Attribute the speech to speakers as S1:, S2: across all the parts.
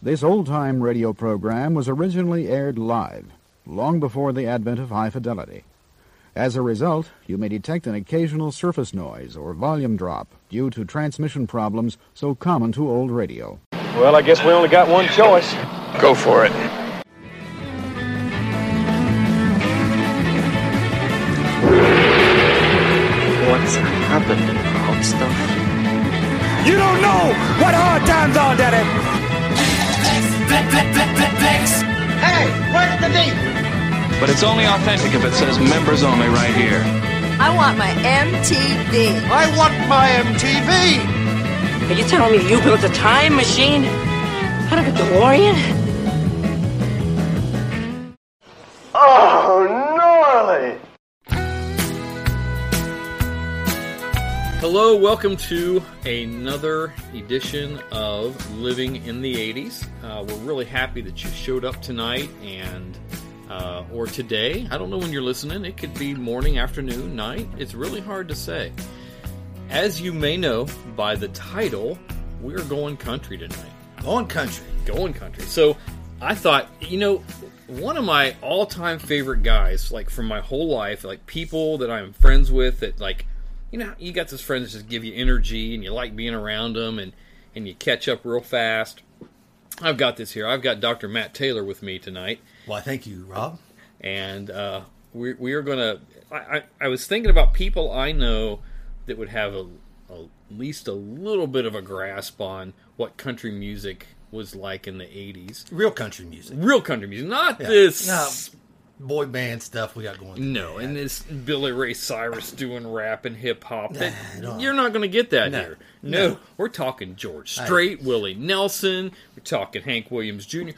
S1: This old time radio program was originally aired live, long before the advent of high fidelity. As a result, you may detect an occasional surface noise or volume drop due to transmission problems so common to old radio.
S2: Well, I guess we only got one choice.
S3: Go for it.
S4: What's happening, hot stuff?
S2: You don't know what hard times are, Daddy.
S5: Hey, where's the beat?
S3: But it's only authentic if it says members only right here.
S6: I want my MTV.
S5: I want my MTV.
S7: Are you telling me you built a time machine out of a DeLorean?
S8: Hello, welcome to another edition of Living in the 80s. Uh, we're really happy that you showed up tonight and uh, or today. I don't know when you're listening. It could be morning, afternoon, night. It's really hard to say. As you may know by the title, we're going country tonight.
S5: Going country.
S8: Going country. So I thought, you know, one of my all time favorite guys, like from my whole life, like people that I'm friends with that, like, you know, you got those friends that just give you energy and you like being around them and, and you catch up real fast. I've got this here. I've got Dr. Matt Taylor with me tonight
S5: Why, thank you, Rob.
S8: and uh, we, we are going to. I, I was thinking about people I know that would have a, a, at least a little bit of a grasp on what country music was like in the 80s.
S5: Real country music.
S8: Real country music, not Uh, this.
S5: No, boy band stuff we got going.
S8: No, and this Billy Ray Cyrus doing rap and hip hop. That you're not going to get that
S5: No.
S8: here. No, we're talking George Strait, Willie Nelson. We're talking Hank Williams Jr.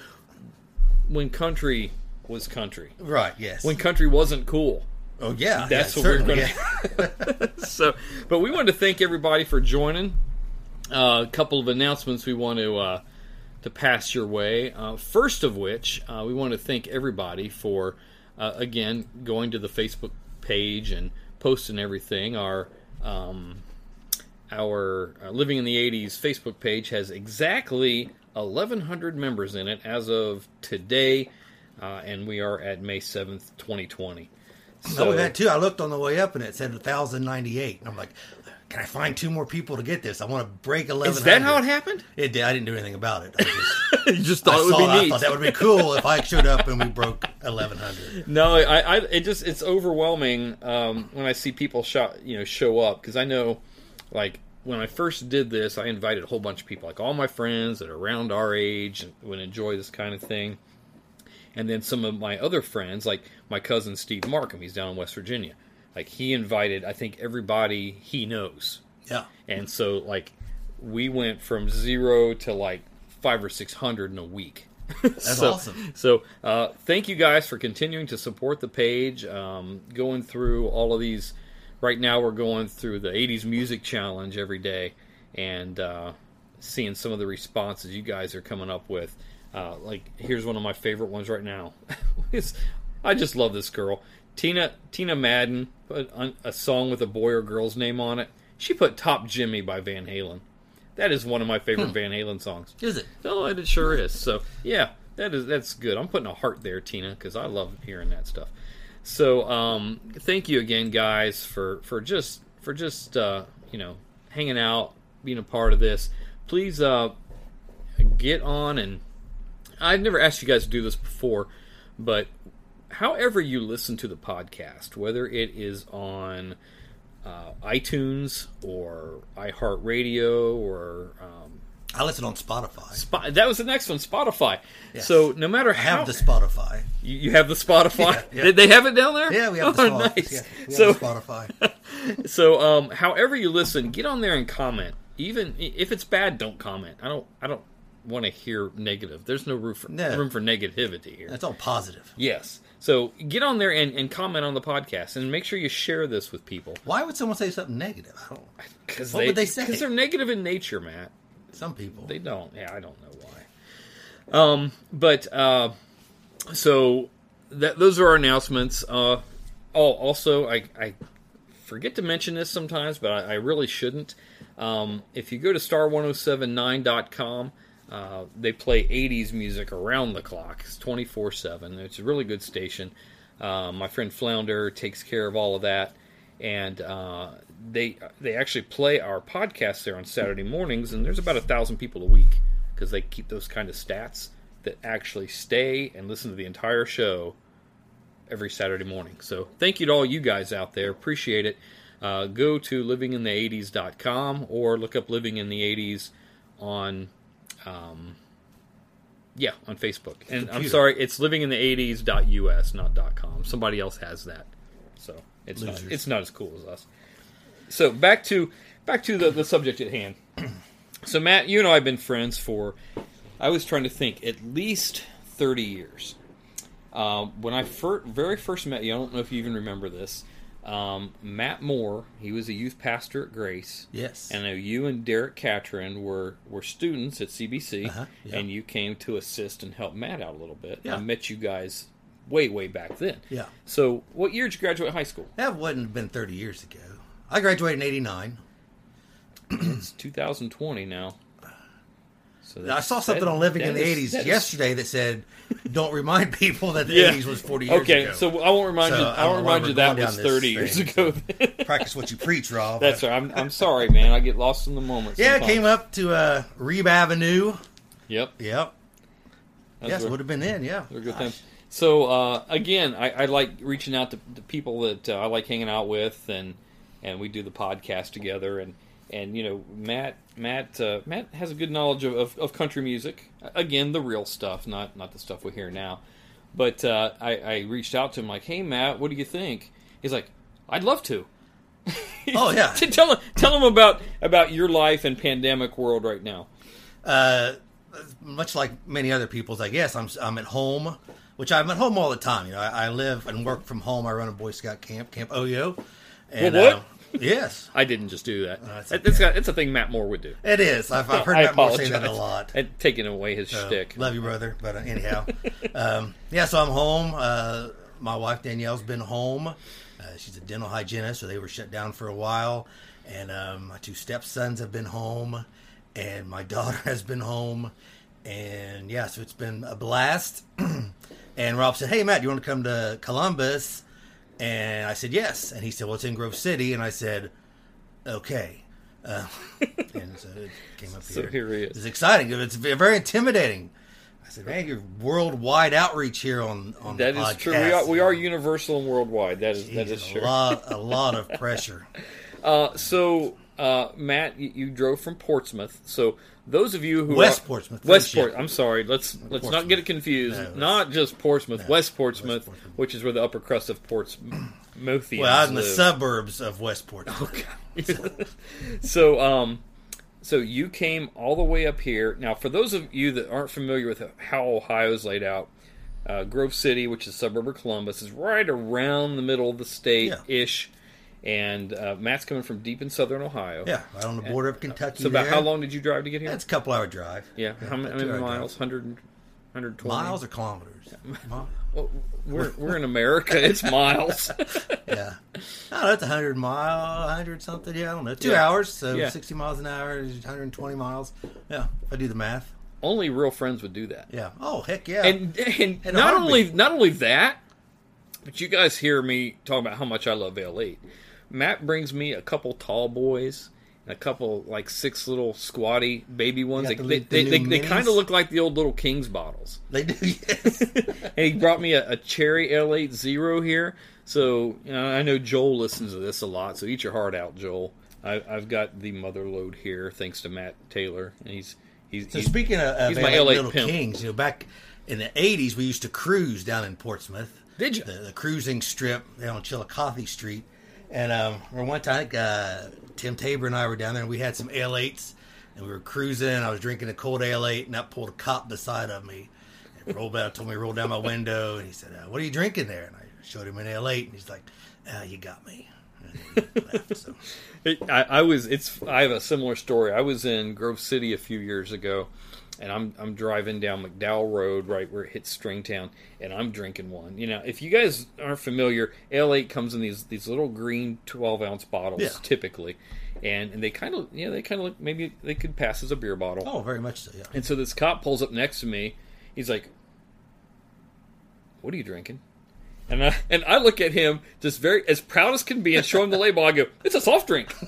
S8: When country was country,
S5: Right, yes.
S8: when country wasn't cool.
S5: oh, yeah.
S8: That's
S5: yeah,
S8: what we're
S5: certainly,
S8: gonna- so but we wanted to thank everybody for joining Uh, a couple of announcements we want to uh, to pass your way uh, first of which uh, we want to thank everybody for uh, again going to the facebook page and posting everything our um, our uh, living in the 80s facebook page has exactly 1100 members in it as of today uh, and we are at may 7th 2020
S5: yeah.
S8: so
S5: Oh, that too. I looked on the way up and it said 1,098. And I'm like, can I find two more people to get this? I want to break 1,100.
S8: is that how it happened
S5: It did. I didn't do anything about it. I just.
S8: you just thought
S5: I
S8: it would
S5: saw
S8: be
S5: that. I
S8: neat.
S5: thought that would be cool if I showed up and we broke 1100.
S8: No, I, I, it just it's overwhelming um, when I see people show, you know, show up because I know, like when I first did this, I invited a whole bunch of people, like all my friends that are around our age and would enjoy this kind of thing, and then some of my other friends, like my cousin Steve Markham, he's down in West Virginia, like he invited, I think everybody he knows,
S5: Yeah.
S8: and so like we went from zero to like five or six hundred in a week.
S5: That's
S8: so,
S5: awesome.
S8: So, uh, thank you guys for continuing to support the page. Um, going through all of these, right now we're going through the '80s music challenge every day, and uh, seeing some of the responses you guys are coming up with. Uh, like, here's one of my favorite ones right now. It's- I just love this girl, Tina Tina Madden, put on a song with a boy or girl's name on it. She put "Top Jimmy" by Van Halen. That is one of my favorite Van Halen songs.
S5: Hmm. Is it?
S8: Oh, it sure is. So yeah, that is that's good. I'm putting a heart there, Tina, because I love hearing that stuff. So um, thank you again, guys, for for just for just uh, you know hanging out, being a part of this. Please uh, get on and I've never asked you guys to do this before, but however you listen to the podcast, whether it is on uh, iTunes or iHeartRadio or um,
S5: I listen on Spotify.
S8: Spot, that was the next one, Spotify. So no matter
S5: I
S8: how
S5: have the Spotify.
S8: you, you have the Spotify,
S5: Yeah, yeah.
S8: Did they have it down there.
S5: Yeah, we have the
S8: oh,
S5: Spotify.
S8: Nice.
S5: Yeah, we have
S8: so
S5: the Spotify.
S8: so um, however you listen, get on there and comment. Even i- if it's bad, don't comment. I don't. I don't want to hear negative. There's no room for
S5: No.
S8: room for negativity here.
S5: That's all positive.
S8: yes. So get on there and, and comment on the podcast, and make sure you share this with people
S5: Why would someone say something negative? I don't.
S8: because
S5: What would they say?
S8: Because they're negative in nature, Matt.
S5: Some people.
S8: They don't. Yeah, I don't know why. Um, but uh, so that those are our announcements. Uh, oh, also, I, I forget to mention this oh sometimes, but I, I really shouldn't. Um, if you go to star1079.com, Uh, they play 80s music around the clock. It's 24 7. It's a really good station. Uh, my friend Flounder takes care of all of that. And uh, they they actually play our podcast there on Saturday mornings. And there's about a thousand people a week because they keep those kind of stats that actually stay and listen to the entire show every Saturday morning. So thank you to all you guys out there. Appreciate it. Uh, go to livinginthe80s.com or look up Living in the 80s on, um, yeah, on Facebook. And I'm
S5: Computer.
S8: sorry, it's livinginthe80s.us, not .com. Somebody else has that, so it's not,
S5: Losers.
S8: it's not as cool as us. So back to back to the, the subject at hand. So Matt, you and I have been friends for I was trying to think at least thirty years. Um, when I fir- very first met you, I don't know if you even remember this. Um, Matt Moore, he was a youth pastor at Grace.
S5: Yes.
S8: And I know you and Derek Catron were, were students at CBC,
S5: Uh-huh, yeah.
S8: and you came to assist and help Matt out a little bit.
S5: Yeah.
S8: I met you guys way, way back then.
S5: Yeah.
S8: So, what year did you graduate high school?
S5: That wouldn't have been 30 years ago. I graduated in 89.
S8: It's 2020 now. So
S5: I
S8: that's-
S5: saw something
S8: that-
S5: on Living in
S8: that
S5: the
S8: is-
S5: 80s
S8: that is-
S5: yesterday that said, don't remind people that the
S8: Yeah.
S5: 80s was 40 years
S8: Okay,
S5: ago.
S8: so I won't remind
S5: So,
S8: you.
S5: I
S8: I won't
S5: don't know why
S8: remind
S5: we're
S8: you that
S5: going down
S8: was
S5: this
S8: 30 years
S5: thing.
S8: ago.
S5: Practice what you preach, Rob.
S8: That's right. I'm, I'm sorry, man. I get lost in the moment.
S5: Yeah, it
S8: sometimes.
S5: came up to uh, Reeb Avenue.
S8: Yep.
S5: Yep.
S8: That's
S5: yes,
S8: where-
S5: would have been in, yeah.
S8: They're good times. So uh, again, I, I like reaching out to, to people that uh, I like hanging out with, and and we do the podcast together. And and you know, Matt Matt uh, Matt has a good knowledge of, of, of country music. Again, the real stuff, not not the stuff we hear now. But uh, I, I reached out to him like, "Hey, Matt, what do you think?" He's like, "I'd love to."
S5: Oh, yeah.
S8: T- tell him tell him about about your life and pandemic world right now.
S5: uh, much like many other people's, I guess I'm I'm at home, which I'm at home all the time. You know, I, I live and work from home. I run a Boy Scout camp, Camp Oyo. And,
S8: Well, what?
S5: uh, yes,
S8: I didn't just do that.
S5: that's
S8: That- that's, a, that's a thing Matt Moore would do.
S5: it is. I've, I've heard
S8: I
S5: Matt Moore
S8: apologize.
S5: say that a lot.
S8: And taking away his
S5: So,
S8: shtick.
S5: Love you, brother. But uh, anyhow, um, yeah. So I'm home. Uh, my wife Danielle's been home. Uh, she's a dental hygienist, so they were shut down for a while. And um, my two stepsons have been home, and my daughter has been home. And yeah, so it's been a blast. and Rob said, "Hey, Matt, you want to come to Columbus?" And I said, "Yes." And he said, "Well, it's in Grove City." And I said, "Okay." Uh, and so it came up
S8: So
S5: here.
S8: here he is.
S5: It's exciting. It's very intimidating. I said, man, your worldwide outreach here on on
S8: That
S5: the
S8: is
S5: podcast.
S8: true. We are, we are universal and worldwide. That is that is
S5: Jeez,
S8: true.
S5: A lot, a lot of pressure.
S8: Uh, so, uh, Matt, you, you drove from Portsmouth. So those of you who
S5: West
S8: are-
S5: Portsmouth,
S8: West
S5: friendship.
S8: Port. I'm sorry. Let's let's not get it confused.
S5: No, it's-
S8: not just Portsmouth, West Portsmouth,
S5: West Portsmouth.
S8: which is where the upper crust of Portsmouthians
S5: Well, out in the
S8: live.
S5: suburbs of Westport.
S8: Oh, so um so you came all the way up here now for those of you that aren't familiar with how ohio's laid out uh, grove city which is a suburb of columbus is right around the middle of the state ish and uh, matt's coming from deep in southern ohio
S5: yeah, right on the border of Kentucky.
S8: so about
S5: there.
S8: how long did you drive to get here
S5: That's a couple hour drive.
S8: yeah how many, how many
S5: two-hour drive.
S8: miles 100 120
S5: Miles or kilometers? Mile.
S8: Well, we're, we're in america it's miles
S5: yeah, I don't know. It's hundred mile, hundred something. Yeah, I don't know. Two
S8: Yeah.
S5: hours, so
S8: Yeah.
S5: sixty miles an hour is one hundred and twenty miles. Yeah, if I do the math.
S8: only real friends would do that
S5: Yeah. Oh heck yeah.
S8: and and
S5: And
S8: not
S5: Harvey.
S8: only not only that, but you guys hear me talking about how much I love L eight. Matt brings me a couple tall boys and a couple like six little squatty baby ones. They
S5: got
S8: they,
S5: the new-
S8: they,
S5: the
S8: they,
S5: new
S8: they
S5: minis?
S8: kind of look like the old little King's bottles.
S5: they do. Yes.
S8: And he brought me a, a cherry L eight zero here. So you know, I know Joel listens to this a lot. So eat your heart out, Joel. I, I've got the mother load here thanks to Matt Taylor, and he's he's,
S5: So
S8: he's
S5: speaking of, of
S8: he's my
S5: LA
S8: LA
S5: Little
S8: pimp.
S5: Kings, you know, back in the '80s, we used to cruise down in Portsmouth.
S8: Did ya?
S5: The, the cruising strip down on Chillicothe Street, and um, or one time uh, Tim Tabor and I were down there, and we had some L8s, and we were cruising. and I was drinking a cold L8, and I pulled a cop beside of me. And rolled out, told me to roll down my window, and he said, uh, "What are you drinking there?" And I showed him an L8, and he's like, uh, "You got me." And he left, so.
S8: It, I, I was. It's. I have a similar story. I was in Grove City a few years ago, and I'm I'm driving down McDowell Road, right where it hits Stringtown, and I'm drinking one. You know, if you guys aren't familiar, L8 comes in these these little green 12 ounce bottles,
S5: Yeah.
S8: typically, and, and they kind of you know they kind of look maybe they could pass as a beer bottle.
S5: Oh, very much so. Yeah.
S8: And so this cop pulls up next to me. He's like, "What are you drinking?" And I and I look at him just very as proud as can be and show him the label. I go, "It's a soft drink.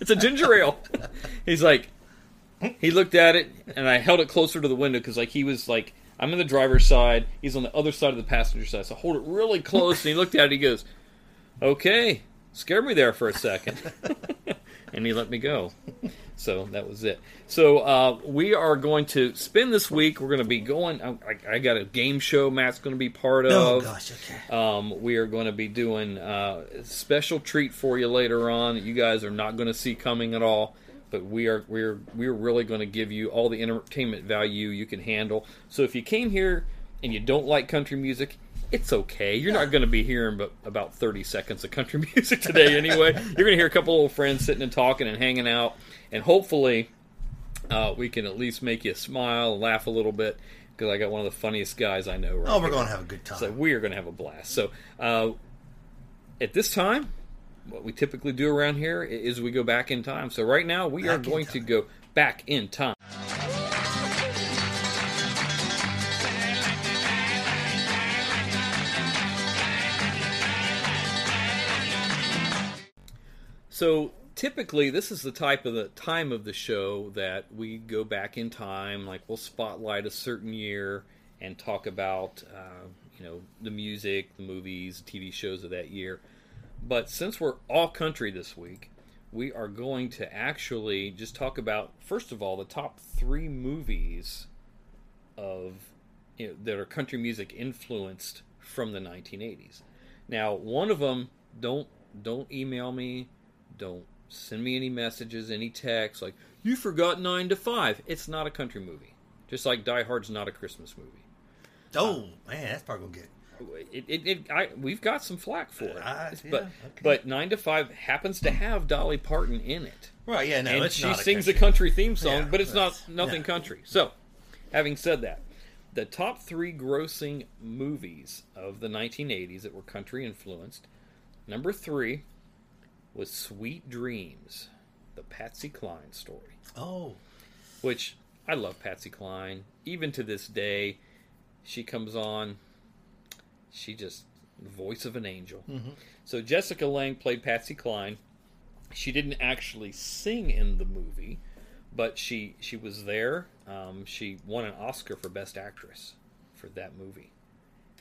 S8: it's a ginger ale." He's like, he looked at it and I held it closer to the window because like he was like, I'm in the driver's side. He's on the other side of the passenger side. So I hold it really close and he looked at it. He goes, "Okay, scared me there for a second. and he let me go. So that was it. So uh, we are going to spin this week. We're going to be going. I, I- I got a game show Matt's going to be part of.
S5: Oh gosh. Okay.
S8: Um, we are going to be doing uh, a special treat for you later on. that You guys are not going to see coming at all, but we are we're we're really going to give you all the entertainment value you can handle. So if you came here and you don't like country music, it's okay. You're not going to be hearing but about 30 seconds of country music today anyway. You're going to hear a couple old friends sitting and talking and hanging out, and hopefully uh, we can at least make you smile, laugh a little bit. Because I got one of the funniest guys I know. Right
S5: Oh, we're
S8: here.
S5: going to have a good time.
S8: So we are going to have a blast. So uh, at this time, what we typically do around here i- is we go back in time. So right now, we are
S5: Back in
S8: going to
S5: time.
S8: go back in time. So typically, this is the type of the time of the show that we go back in time. Like we'll spotlight a certain year and talk about, uh, you know, the music, the movies, TV shows of that year. But since we're all country this week, we are going to actually just talk about first of all the top three movies of you know, that are country music influenced from the 1980s. Now, one of them don't don't email me, don't send me any messages, any texts like you forgot 9 to 5. It's not a country movie. Just like Die Hard's not a Christmas movie.
S5: oh man, that's probably gonna get.
S8: It, it, it I, we've got some flack for it.
S5: Uh, yeah,
S8: but
S5: okay.
S8: but 9 to 5 happens to have Dolly Parton in it
S5: Right. Yeah. No.
S8: and
S5: it's
S8: she
S5: not
S8: sings
S5: a
S8: a country theme song,
S5: Yeah,
S8: but it's not
S5: that's-
S8: nothing
S5: yeah.
S8: country. So, having said that, the top three grossing movies of the 1980s that were country influenced. Number three was Sweet Dreams, the Patsy Cline story,
S5: Oh.
S8: which I love Patsy Cline. Even to this day, she comes on, she just, voice of an angel. So Jessica Lang played Patsy Cline. She didn't actually sing in the movie, but she she was there. Um, she won an Oscar for Best Actress for that movie,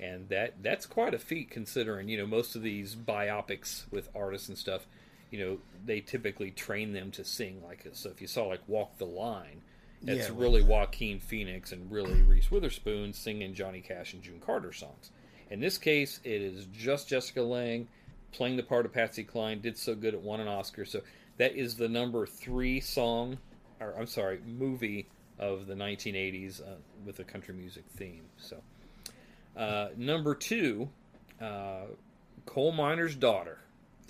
S8: and that that's quite a feat considering you know most of these biopics with artists and stuff. You know they typically train them to sing like this. So if you saw like Walk the Line, that's
S5: Yeah,
S8: really Joaquin Phoenix and really Reese Witherspoon singing Johnny Cash and June Carter songs. In this case, it is just Jessica Lange playing the part of Patsy Cline. Did so good it won an Oscar. So that is the number three song, or I'm sorry, movie of the 1980s uh, with a country music theme. So uh, number two, uh, Coal Miner's Daughter.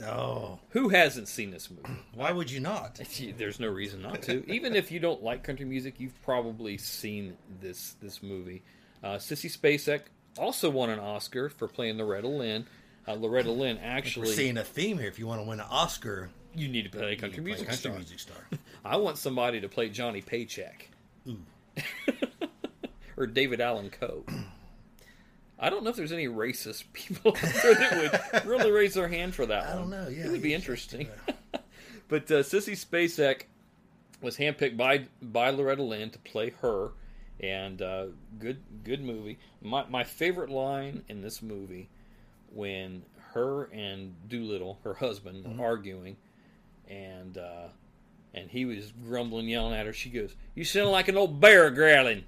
S5: Oh.
S8: Who hasn't seen this movie?
S5: Why would you not?
S8: Gee, There's no reason not to. Even if you don't like country music, you've probably seen this this movie. Uh, Sissy Spacek also won an Oscar for playing Loretta Lynn. Uh, Loretta Lynn
S5: We're
S8: actually,
S5: seeing a theme here. If you want to win an Oscar,
S8: you need to play a country
S5: you play
S8: music
S5: country
S8: star.
S5: music star.
S8: I want somebody to play Johnny Paycheck
S5: Mm.
S8: or David Allen Coe. I don't know if there's any racist people out there that would really raise their hand for that.
S5: I don't know, yeah,
S8: it would be
S5: you-
S8: interesting. but uh, Sissy Spacek was handpicked by by Loretta Lynn to play her, and uh, good good movie. My my favorite line in this movie when her and Doolittle, her husband,
S5: Mm-hmm.
S8: were arguing, and uh, and he was grumbling, yelling at her. She goes, "You sound like an old bear growling."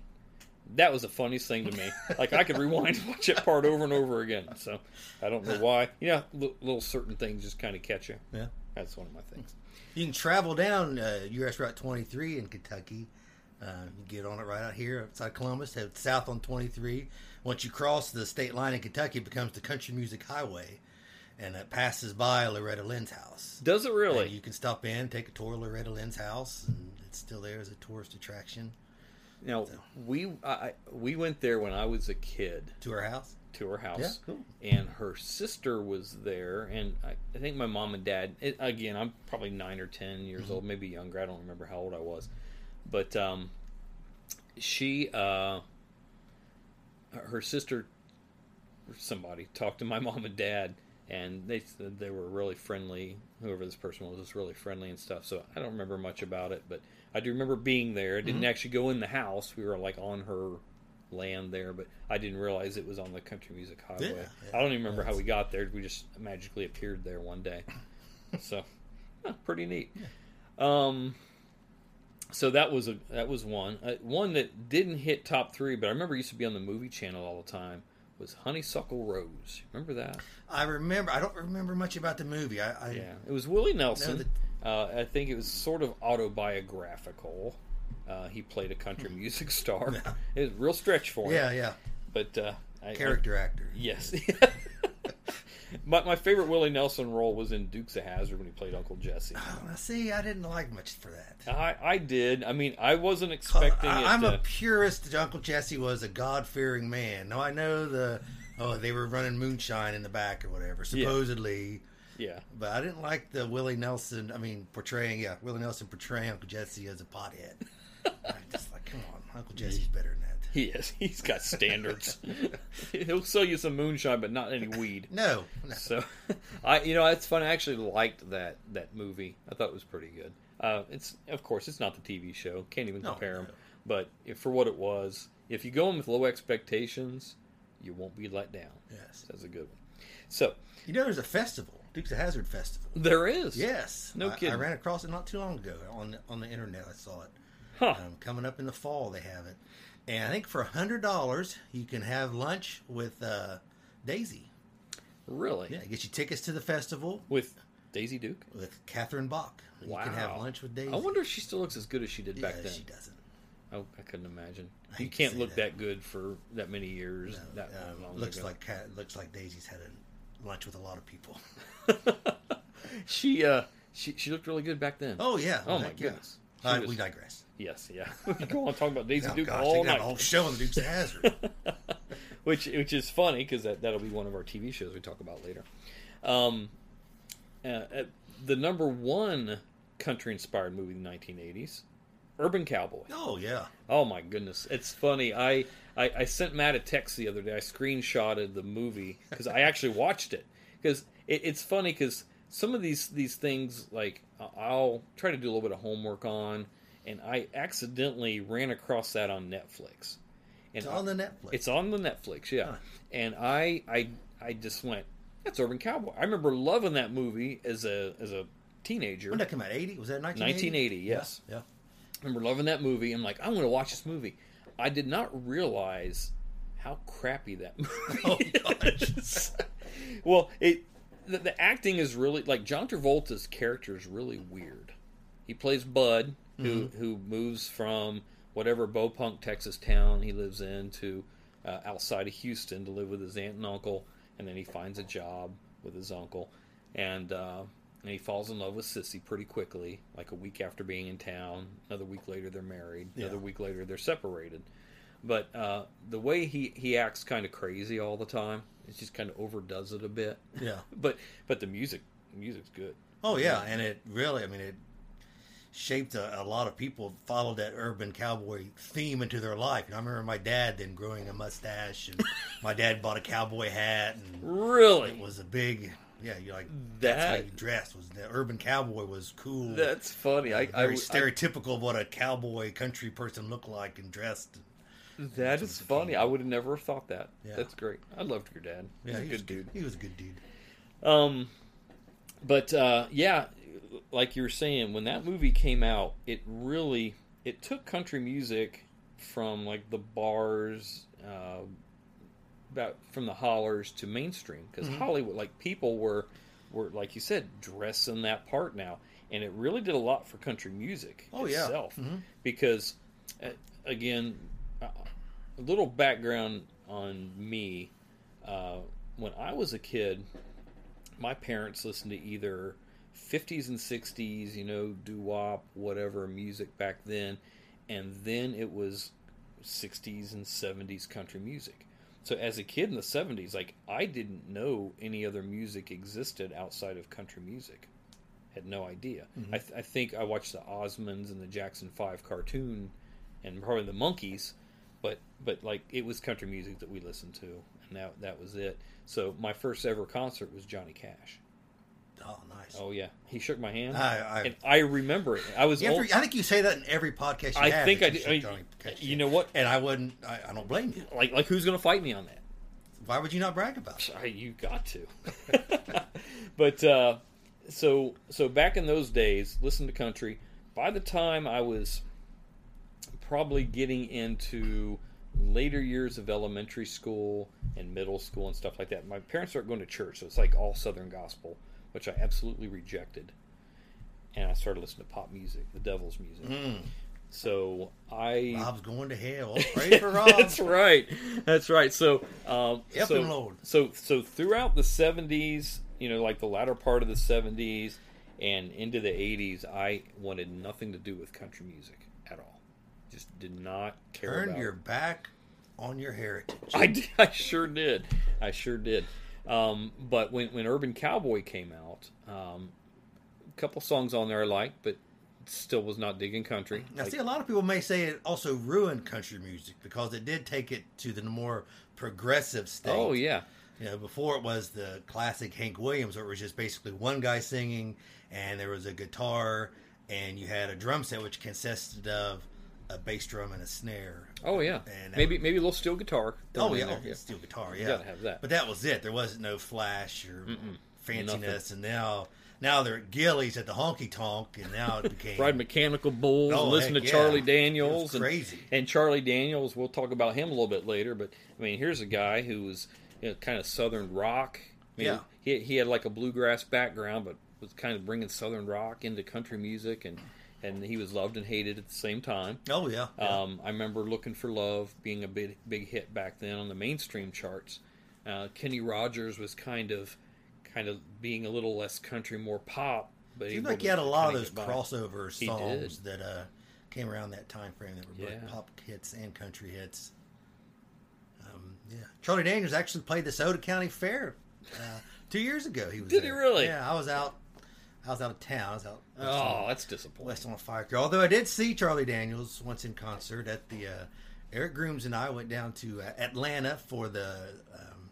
S8: That was the funniest thing to me. Like I could rewind and watch that part over and over again. So I don't know why. Yeah, li- little certain things just kind of catch you.
S5: Yeah.
S8: That's one of my things.
S5: You can travel down uh, US Route 23 in Kentucky. Uh, you get on it right out here outside Columbus, head south on 23. Once you cross the state line in Kentucky, it becomes the Country Music Highway, and it passes by Loretta Lynn's house.
S8: Does it
S5: And
S8: really?
S5: you can stop in, take a tour of Loretta Lynn's house, and it's still there as a tourist attraction.
S8: Now we I, I- we went there when I was a kid
S5: to her house.
S8: to her house,
S5: Yeah, cool.
S8: and her sister was there, and I, I think my mom and dad. It, again, I'm probably nine or ten years
S5: Mm-hmm.
S8: old, maybe younger. I don't remember how old I was, but um, she uh, her sister or somebody talked to my mom and dad and they said they were really friendly whoever this person was was really friendly and stuff so i don't remember much about it but i do remember being there i
S5: Mm-hmm.
S8: didn't actually go in the house we were like on her land there but i didn't realize it was on the country music highway
S5: yeah.
S8: i don't even remember how we got there we just magically appeared there one day so yeah, pretty neat um so that was a that was one uh, one that didn't hit top three, but I remember it used to be on the movie channel all the time. Was Honeysuckle Rose? Remember that?
S5: I remember. I don't remember much about the movie. I, I
S8: Yeah, it was Willie Nelson.
S5: No,
S8: uh, I think it was sort of autobiographical. Uh, he played a country music star. It was a real stretch for him.
S5: Hmm. yeah, yeah.
S8: but uh, I, I,
S5: Character actor.
S8: Yes. my, my favorite Willie Nelson role was in Dukes of Hazard when he played Uncle Jesse.
S5: Now, See, Oh, I didn't like much for that. Uh,
S8: I, I did. I mean, I wasn't expecting it.
S5: I, am
S8: to,
S5: a purist. that Uncle Jesse was a God fearing man. Now I know the oh they were running moonshine in the back or whatever supposedly,
S8: yeah.
S5: but I didn't like the Willie Nelson. I mean portraying yeah Willie Nelson portraying Uncle Jesse as a pothead. I'm just like come on, Uncle Jesse's better than that.
S8: He is. He's got standards. He'll sell you some moonshine, but not any weed.
S5: No, no.
S8: So, I you know it's fun. I actually liked that that movie. I thought it was pretty good. Uh, it's of course it's not the TV show. Can't even
S5: No,
S8: compare 'em. compare them.
S5: no.
S8: But if, for what it was, if you go in with low expectations, you won't be let down.
S5: Yes.
S8: that's a good one. So
S5: you know there's a festival, Dukes of Hazard festival.
S8: there is.
S5: Yes,
S8: No
S5: I, I
S8: kidding.
S5: ran across it not too long ago on on the internet. I saw it.
S8: Huh.
S5: Um, coming up in the fall, they have it, and I think for hundred dollars you can have lunch with uh, Daisy.
S8: Really.
S5: Yeah, get you tickets to the festival
S8: With Daisy Duke.
S5: with Catherine Bach. You can have lunch with Daisy.
S8: I wonder if she still looks as good as she did
S5: Yeah,
S8: back then.
S5: she doesn't.
S8: Oh, I couldn't imagine.
S5: I hate
S8: You
S5: to
S8: can't
S5: say
S8: look
S5: that.
S8: that. good for that many years. that
S5: Um,
S8: long
S5: looks
S8: ago.
S5: like Cat, looks like Daisy's had a lunch with a lot of people.
S8: she uh she she looked really good back then.
S5: Oh yeah.
S8: Oh my
S5: heck yeah.
S8: goodness. She
S5: Uh,
S8: was-
S5: We digress.
S8: Yes, yeah. we could go on talking about Daisy
S5: Oh,
S8: Duke
S5: gosh,
S8: all
S5: they got
S8: night,
S5: a whole show on the Dukes of Hazard.
S8: which which is funny because that that'll be one of our TV shows we talk about later. Um, uh, uh, the number one country inspired movie in the 1980s, Urban Cowboy.
S5: oh yeah.
S8: Oh my goodness, it's funny. I, I I sent Matt a text the other day. I screenshotted the movie because I actually watched it because it, it's funny because some of these these things like I- I'll try to do a little bit of homework on, and I accidentally ran across that on Netflix. And
S5: It's on the
S8: I-
S5: Netflix.
S8: It's on the Netflix, yeah. And I I I just went. That's Urban Cowboy. I remember loving that movie as a as a teenager.
S5: When did that come out? Eighty? Was that nineteen?
S8: 1980, yes.
S5: Yeah.
S8: I remember loving that movie. I'm like, I'm going to watch this movie. I did not realize how crappy that movie is. well, it the, the acting is really like John Travolta's character is really weird. He plays Bud, who who moves from whatever Bopunk, Texas town he lives in to uh, outside of Houston to live with his aunt and uncle, and then he finds a job with his uncle, and uh, and he falls in love with Sissy pretty quickly, like a week after being in town. Another week later, they're married. Another week later, they're separated. But uh, the way he, he acts kind of crazy all the time, it just kind of overdoes it a bit.
S5: Yeah.
S8: but but the music music's good.
S5: Oh yeah, and it really, I mean, it shaped a, a lot of people followed that urban cowboy theme into their life. And I remember my dad then growing a mustache, and my dad bought a cowboy hat, and
S8: Really,
S5: it was a big yeah. You like that's how
S8: that
S5: you dressed was the urban cowboy was cool.
S8: that's funny. I, I,
S5: very
S8: I
S5: stereotypical of what a cowboy country person looked like and dressed.
S8: that is funny. I would have never have thought that.
S5: Yeah.
S8: That's great. I loved your dad. He's a
S5: he was
S8: good dude.
S5: He was a good dude.
S8: Um, but uh, yeah, like you were saying, when that movie came out, it really it took country music from like the bars, uh, about from the hollers to mainstream because
S5: Mm-hmm.
S8: Hollywood, like people were were like you said, dressing that part now, and it really did a lot for country music
S5: Oh, yeah.
S8: itself because uh, again, uh, a little background on me. Uh, when I was a kid, my parents listened to either 50s and 60s, you know, doo wop, whatever music back then, and then it was 60s and 70s country music. So as a kid in the 70s, like I didn't know any other music existed outside of country music. Had no idea. I, th- I think I watched the Osmonds and the Jackson 5 cartoon and probably the Monkeys, but but like it was country music that we listened to and that that was it. So my first ever concert was Johnny Cash.
S5: Oh, nice.
S8: Oh yeah, he shook my hand,
S5: I- I-
S8: and I remember it. I was
S5: You have
S8: old.
S5: to- I think you say that in every podcast. You
S8: I
S5: have,
S8: think
S5: that
S8: I
S5: you
S8: do-
S5: should
S8: I-
S5: Johnny Cash
S8: you
S5: in.
S8: know what?
S5: And I wouldn't. I, I don't blame you.
S8: like like who's gonna fight me on that?
S5: Why would you not brag about it?
S8: I, you got to. but uh, so so back in those days, listen to country. By the time I was probably getting into later years of elementary school and middle school and stuff like that, my parents started going to church, so it's like all Southern gospel, which I absolutely rejected. And I started listening to pop music, the devil's music. So I
S5: Rob's going to hell. Pray for Rob.
S8: that's right. That's right. So, um,
S5: Help
S8: so,
S5: him, Lord.
S8: so, so throughout the '70s, you know, like the latter part of the '70s and into the '80s, I wanted nothing to do with country music at all. Just did not care.
S5: Turn
S8: about
S5: your
S8: it.
S5: back on your heritage.
S8: I, did- I sure did. I sure did. Um, but when when Urban Cowboy came out, um, a couple songs on there I liked, but still was not digging country.
S5: Now,
S8: Like-
S5: see, a lot of people may say it also ruined country music because it did take it to the more progressive state.
S8: oh yeah.
S5: You know, before it was the classic Hank Williams, where it was just basically one guy singing, and there was a guitar, and you had a drum set which consisted of a bass drum and a snare.
S8: Oh yeah.
S5: And that
S8: Maybe
S5: would-
S8: maybe a little steel guitar.
S5: Oh
S8: thrown in
S5: yeah,
S8: there,
S5: oh, steel guitar. Yeah,
S8: gotta have that.
S5: But that was it. There wasn't no flash or fanciness,
S8: Nothing.
S5: and now now they're at Gillies at the honky tonk, and now it became
S8: ride mechanical bulls
S5: Oh,
S8: and listen to
S5: heck yeah.
S8: Charlie
S5: It was
S8: Daniels.
S5: crazy.
S8: And, and Charlie Daniels, we'll talk about him a little bit later, but I mean, here's a guy who was you know, kind of Southern rock. I mean,
S5: Yeah.
S8: He, he had like a bluegrass background, but was kind of bringing Southern rock into country music, and, and he was loved and hated at the same time.
S5: Oh yeah, yeah.
S8: Um, I remember "Looking for Love" being a big big hit back then on the mainstream charts. Uh, Kenny Rogers was kind of kind of being a little less country, more pop. But
S5: Seems
S8: able
S5: like
S8: to
S5: you had a lot of
S8: kinda
S5: those
S8: get by.
S5: crossover
S8: He
S5: songs that uh, came around that time frame that were
S8: Yeah.
S5: both pop hits and country hits. Um, yeah, Charlie Daniels actually played the Soda County Fair uh, two years ago. He was
S8: Did he
S5: there.
S8: really?
S5: Yeah, I was out. I was out of town. I was out.
S8: Oh, that's disappointing.
S5: West on Fire. Although I did see Charlie Daniels once in concert at the uh, Eric Grooms and I went down to uh, Atlanta for the um,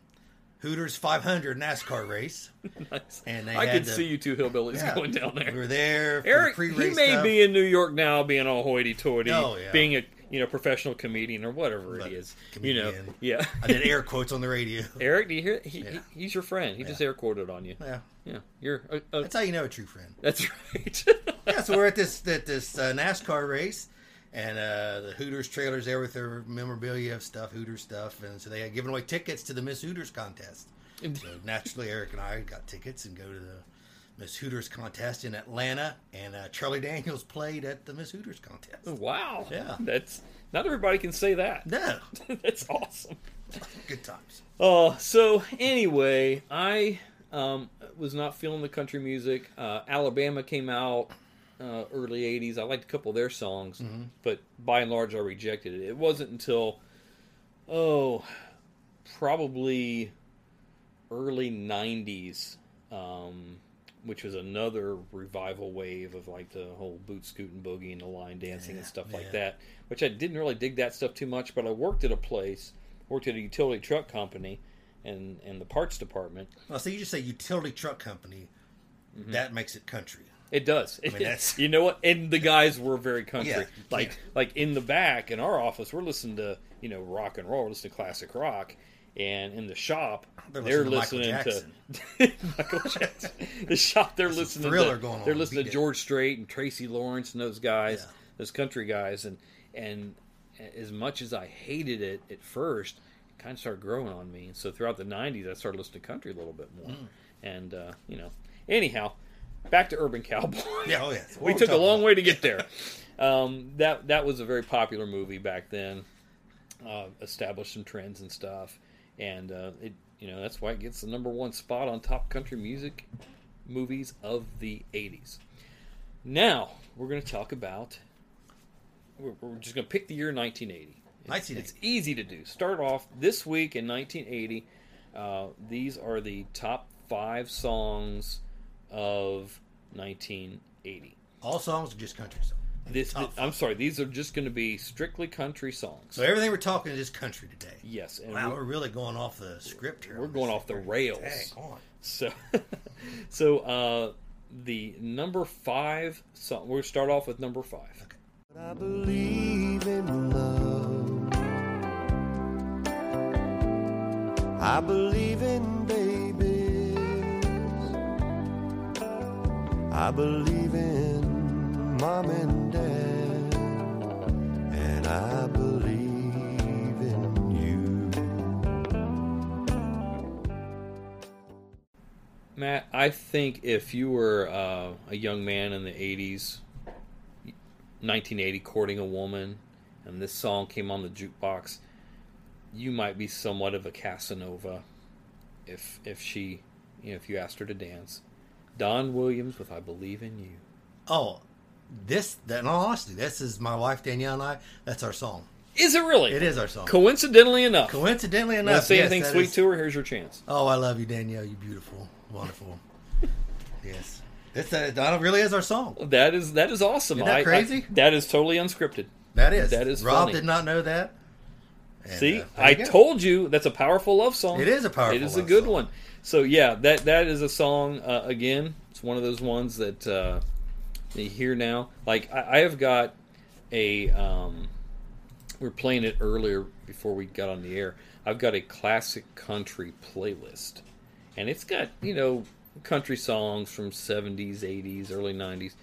S5: Hooters 500 NASCAR race. And they
S8: I
S5: had
S8: could
S5: the-
S8: see you two hillbillies
S5: Yeah.
S8: going down there.
S5: We were there. For
S8: Eric,
S5: the
S8: he
S5: pre-race
S8: may
S5: stuff.
S8: be in New York now, being all hoity-toity,
S5: Oh, yeah.
S8: being a you know professional comedian or whatever
S5: But
S8: it is. You know,
S5: comedian.
S8: yeah.
S5: I did air quotes on the radio.
S8: Eric, do you hear? He,
S5: Yeah.
S8: he, he's your friend. He just air quoted on you.
S5: Yeah,
S8: Yeah, you're. Uh, uh,
S5: that's how you know a true friend.
S8: that's right.
S5: Yeah, so we're at this at this uh, NASCAR race, and uh, the Hooters trailers there with their memorabilia of stuff, Hooters stuff, and so they had given away tickets to the Miss Hooters contest. So naturally, Eric and I got tickets and go to the Miss Hooters contest in Atlanta, and uh, Charlie Daniels played at the Miss Hooters contest.
S8: Oh. Wow.
S5: Yeah.
S8: That's not everybody can say that.
S5: No,
S8: That's awesome.
S5: good times.
S8: Uh, so anyway, I um, was not feeling the country music. Uh, Alabama came out uh, early '80s. I liked a couple of their songs, but by and large, I rejected it. It wasn't until oh, probably early '90s, um, which was another revival wave of like the whole boot scooting boogie and the line dancing and stuff like that. Which I didn't really dig that stuff too much, but I worked at a place, worked at a utility truck company, and and the parts department.
S5: Well, so you just say utility truck company,
S8: Mm-hmm.
S5: that makes it country.
S8: It does.
S5: mean, that's-
S8: you know what? And the guys were very country.
S5: Yeah, you
S8: like
S5: can't.
S8: like in the back in our office, we're listening to you know rock and roll, we're listening to classic rock, and in the shop
S5: They're
S8: they're,
S5: listening
S8: listening,
S5: to Michael
S8: to Michael Jackson. the shop they're listening
S5: thriller
S8: to
S5: going on.
S8: they're listening
S5: Beat
S8: to
S5: it.
S8: George Strait and Tracy Lawrence and those guys,
S5: Yeah.
S8: those country guys, and and as much as I hated it at first, it kind of started growing on me. So throughout the '90s, I started listening to country a little bit more,
S5: Mm.
S8: and uh, you know, anyhow. Back to Urban Cowboy
S5: Yeah, oh yeah. What
S8: we
S5: we're
S8: took a
S5: talking
S8: long
S5: about.
S8: way to get there. um, that that was a very popular movie back then. Uh, established some trends and stuff, and uh, it you know that's why it gets the number one spot on top country music movies of the '80s. Now we're going to talk about. We're, we're just going to pick the year 1980.
S5: 1980.
S8: It's easy to do. Start off this week in 1980. Uh, these are the top five songs of 1980.
S5: All songs are just country songs.
S8: This,
S5: Top
S8: I'm sorry, these are just going to be strictly country songs.
S5: So everything we're talking is just country today.
S8: yes, and
S5: Wow,
S8: we-
S5: we're really going off the script here.
S8: we're going off the rails.
S5: Dang, go on.
S8: So, so uh, the number five song. We'll start off with number five.
S9: I believe in love. I believe in babies. I believe in mom and dad. And I believe in you.
S8: Matt, I think if you were uh, a young man in the 80s, 1980, courting a woman, and this song came on the jukebox, you might be somewhat of a Casanova if if she, you know, if you asked her to dance. Don Williams with I Believe in You.
S5: Oh, this, that, in all honesty, this is my wife Danielle and I. That's our song.
S8: Is it really?
S5: It is our song.
S8: Coincidentally enough.
S5: Coincidentally
S8: Wanna
S5: enough,
S8: say
S5: yes,
S8: anything
S5: that
S8: sweet
S5: is-
S8: to her? Here's your chance.
S5: Oh, I love you, Danielle. You beautiful, wonderful. yes, it's uh, that really is our song.
S8: That is that is awesome.
S5: Isn't that
S8: I- I-
S5: crazy?
S8: that is totally unscripted.
S5: That is.
S8: That is
S5: Rob
S8: funny.
S5: did not know that. And,
S8: See,
S5: uh, there
S8: I
S5: you go.
S8: told you that's a powerful love song.
S5: It is a powerful
S8: It is a
S5: love
S8: good
S5: song.
S8: one. So yeah, that that is a song. Uh, again, it's one of those ones that uh, you hear now. Like I, I have got a. Um, we were playing it earlier before we got on the air. I've got a classic country playlist, and it's got you know country songs from seventies, eighties, early nineties.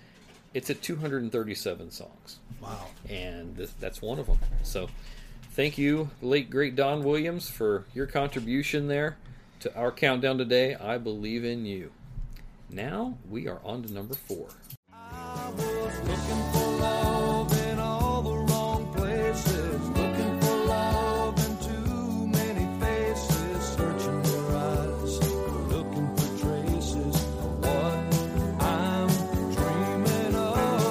S8: It's at two hundred and thirty-seven songs
S5: Wow.
S8: and this, that's one of them. So, thank you, late great Don Williams, for your contribution there to our countdown today. I believe in you. Now we are on to number four.
S9: Looking for love in all the wrong places. Looking for love in too many faces. Searching their eyes, looking for traces of what I'm dreaming of.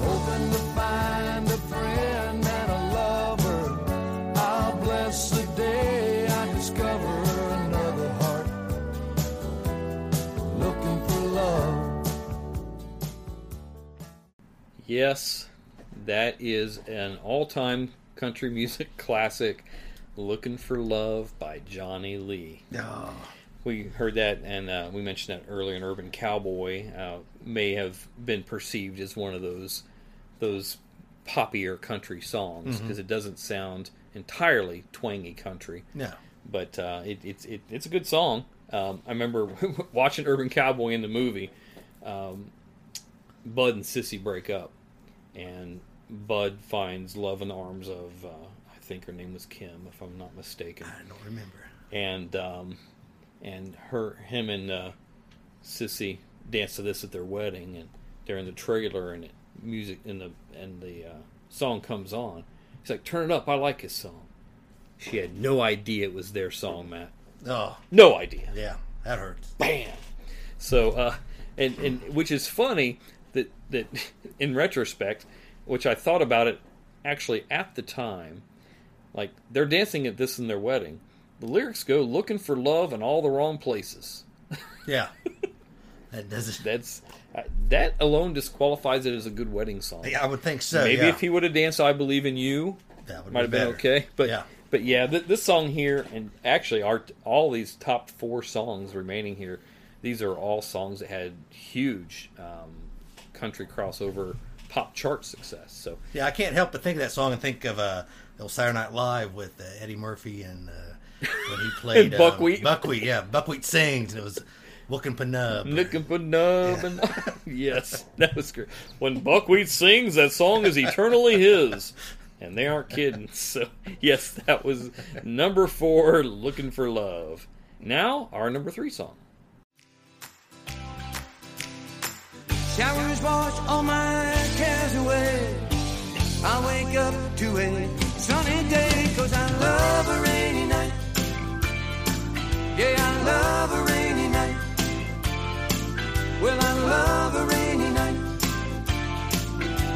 S9: Hoping to find a friend and a lover. I'll bless the day I discover another heart. Looking for love.
S8: Yes, that is an all time country music classic, Looking for Love by Johnny Lee.
S5: Oh,
S8: We heard that, and uh, we mentioned that earlier. An urban cowboy uh, may have been perceived as one of those those poppier country songs because it doesn't sound entirely twangy country,
S5: no.
S8: but uh, it, it's it, it's a good song. Um, I remember watching Urban Cowboy in the movie. Um, Bud and Sissy break up, and Bud finds love in the arms of uh, I think her name was Kim, if I'm not mistaken
S5: I don't remember.
S8: and um, and her him and uh, Sissy danced to this at their wedding, and they're in the trailer, and it, music and the and the uh, song comes on. He's like, "Turn it up, I like his song." She had no idea it was their song, Matt.
S5: Oh,
S8: No idea.
S5: yeah. That hurts.
S8: Bam. So, uh, and and which is funny that that in retrospect, which I thought about it actually at the time, like they're dancing at this in their wedding. The lyrics go looking for love in all the wrong places.
S5: Yeah. that doesn't.
S8: That's uh, that alone disqualifies it as a good wedding song.
S5: yeah, I would think so.
S8: Maybe
S5: yeah.
S8: if he would have danced "I Believe in You,"
S5: That would
S8: might
S5: be
S8: have been
S5: better.
S8: okay. But
S5: Yeah.
S8: but yeah, th- this song here, and actually our all these top four songs remaining here, these are all songs that had huge um, country crossover pop chart success. So
S5: Yeah, I can't help but think of that song and think of uh, old Saturday Night Live with uh, Eddie Murphy and uh, when he played
S8: And
S5: um,
S8: Buckwheat.
S5: Buckwheat, yeah, Buckwheat sings, and it was Wookin' Panub.
S8: looking for love, and yes, that was great. When Buckwheat sings, that song is eternally his. And they aren't kidding. So, yes, that was number four, Looking for Love. Now, our number three song.
S9: Showers wash all my cares away. I wake up to a sunny day, cause I love a rainy night. Yeah, I love a rainy night. Well, I love a rainy night.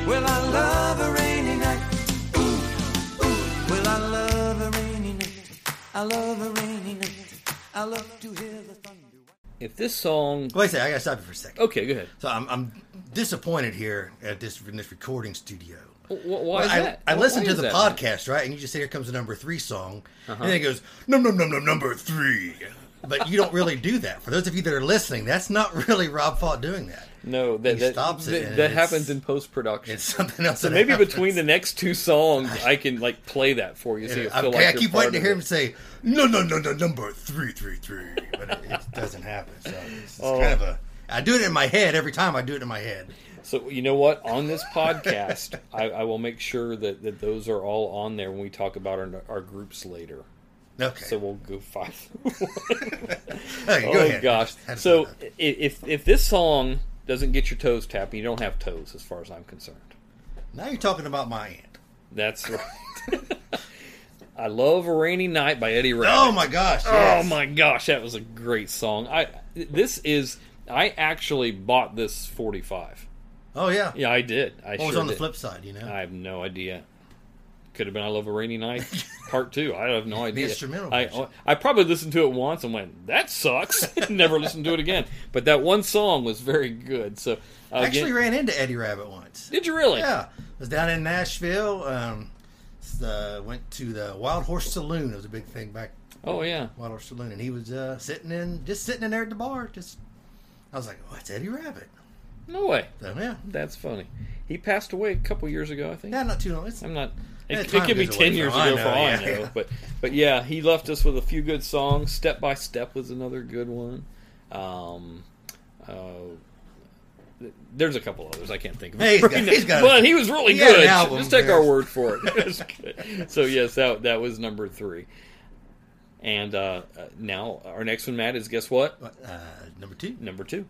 S9: Well, I love a rainy night. Ooh, ooh, well, I I love a rainy night. I love to hear the thunder.
S8: If this song,
S5: Wait a second, I gotta stop you for a second.
S8: okay, go ahead.
S5: So I'm, I'm disappointed here at this in this recording studio.
S8: Wh- wh- Why is
S5: I,
S8: that?
S5: I
S8: Wh-
S5: listened
S8: why
S5: to
S8: is
S5: the
S8: that? Uh-huh.
S5: podcast, right? And you just say here comes the number three song, and then it goes num num num num number three. But you don't really do that. For those of you that are listening, that's not really Rob Fault doing that.
S8: No, that
S5: He
S8: that,
S5: stops it
S8: that-
S5: and
S8: that
S5: it's-
S8: happens in post production.
S5: It's something else.
S8: So
S5: that
S8: maybe
S5: happens.
S8: between the next two songs, I can like play that for you. So you
S5: Yeah,
S8: feel
S5: okay,
S8: like
S5: I
S8: you're
S5: keep
S8: part
S5: waiting to
S8: of
S5: hear
S8: it.
S5: him say no no no no number three three three, but it, it doesn't happen. So it's, it's
S8: Oh.
S5: kind of a. I do it in my head every time. I do it in my head.
S8: So you know what? On this podcast, I, I will make sure that, that those are all on there when we talk about our, our groups later.
S5: Okay.
S8: So we'll go five.
S5: Okay, go
S8: oh
S5: ahead.
S8: gosh!
S5: Had to
S8: So
S5: throw that.
S8: i- if if this song doesn't get your toes tapping, you don't have toes, as far as I'm concerned.
S5: now you're talking about my aunt.
S8: That's right. I love a rainy night by Eddie Rabbit.
S5: Oh my gosh!
S8: Oh
S5: yes.
S8: my gosh, that was a great song. I this is I actually bought this 45.
S5: Oh yeah.
S8: Yeah, I did. I
S5: What was
S8: sure
S5: on the
S8: did.
S5: flip side? You know,
S8: I have no idea. Could have been I Love a Rainy Night part 2. I have no idea.
S5: instrumental
S8: I
S5: version.
S8: I probably listened to it once and went, "That sucks." Never listened to it again. But that one song was very good. So uh,
S5: I actually
S8: again-
S5: ran into Eddie Rabbit once.
S8: Did you really?
S5: Yeah, I was down in Nashville. Um, s- uh, went to the Wild Horse Saloon. It was a big thing back
S8: Oh yeah.
S5: Wild Horse Saloon, and he was uh, sitting in, just sitting in there at the bar. Just, I was like, "Oh, it's Eddie Rabbit."
S8: No way.
S5: So yeah,
S8: That's funny. He passed away a couple years ago, I think.
S5: yeah, not too long. It's,
S8: I'm not.
S5: Yeah,
S8: It, it
S5: time
S8: could be
S5: goes away
S8: ten years
S5: for all I
S8: ago for
S5: know,
S8: all I
S5: yeah.
S8: know, but but yeah, he left us with a few good songs. Step by step was another good one. Um, uh, th- there's a couple others I can't think of.
S5: Hey, he's got-
S8: right
S5: he's
S8: now,
S5: got a-
S8: but he was really
S5: he had an
S8: good.
S5: album,
S8: Just take our
S5: yeah.
S8: word for it. It was good. so yes, that that was number three. And uh, uh, now our next one, Matt, is guess what?
S5: uh, number two.
S8: Number two.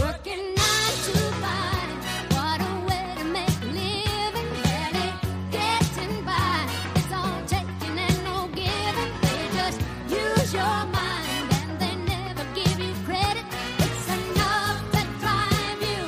S9: Working nine to five. What a way to make a living. Barely getting by. It's all taking and no giving. They just use your mind and they never give you credit. It's enough to drive you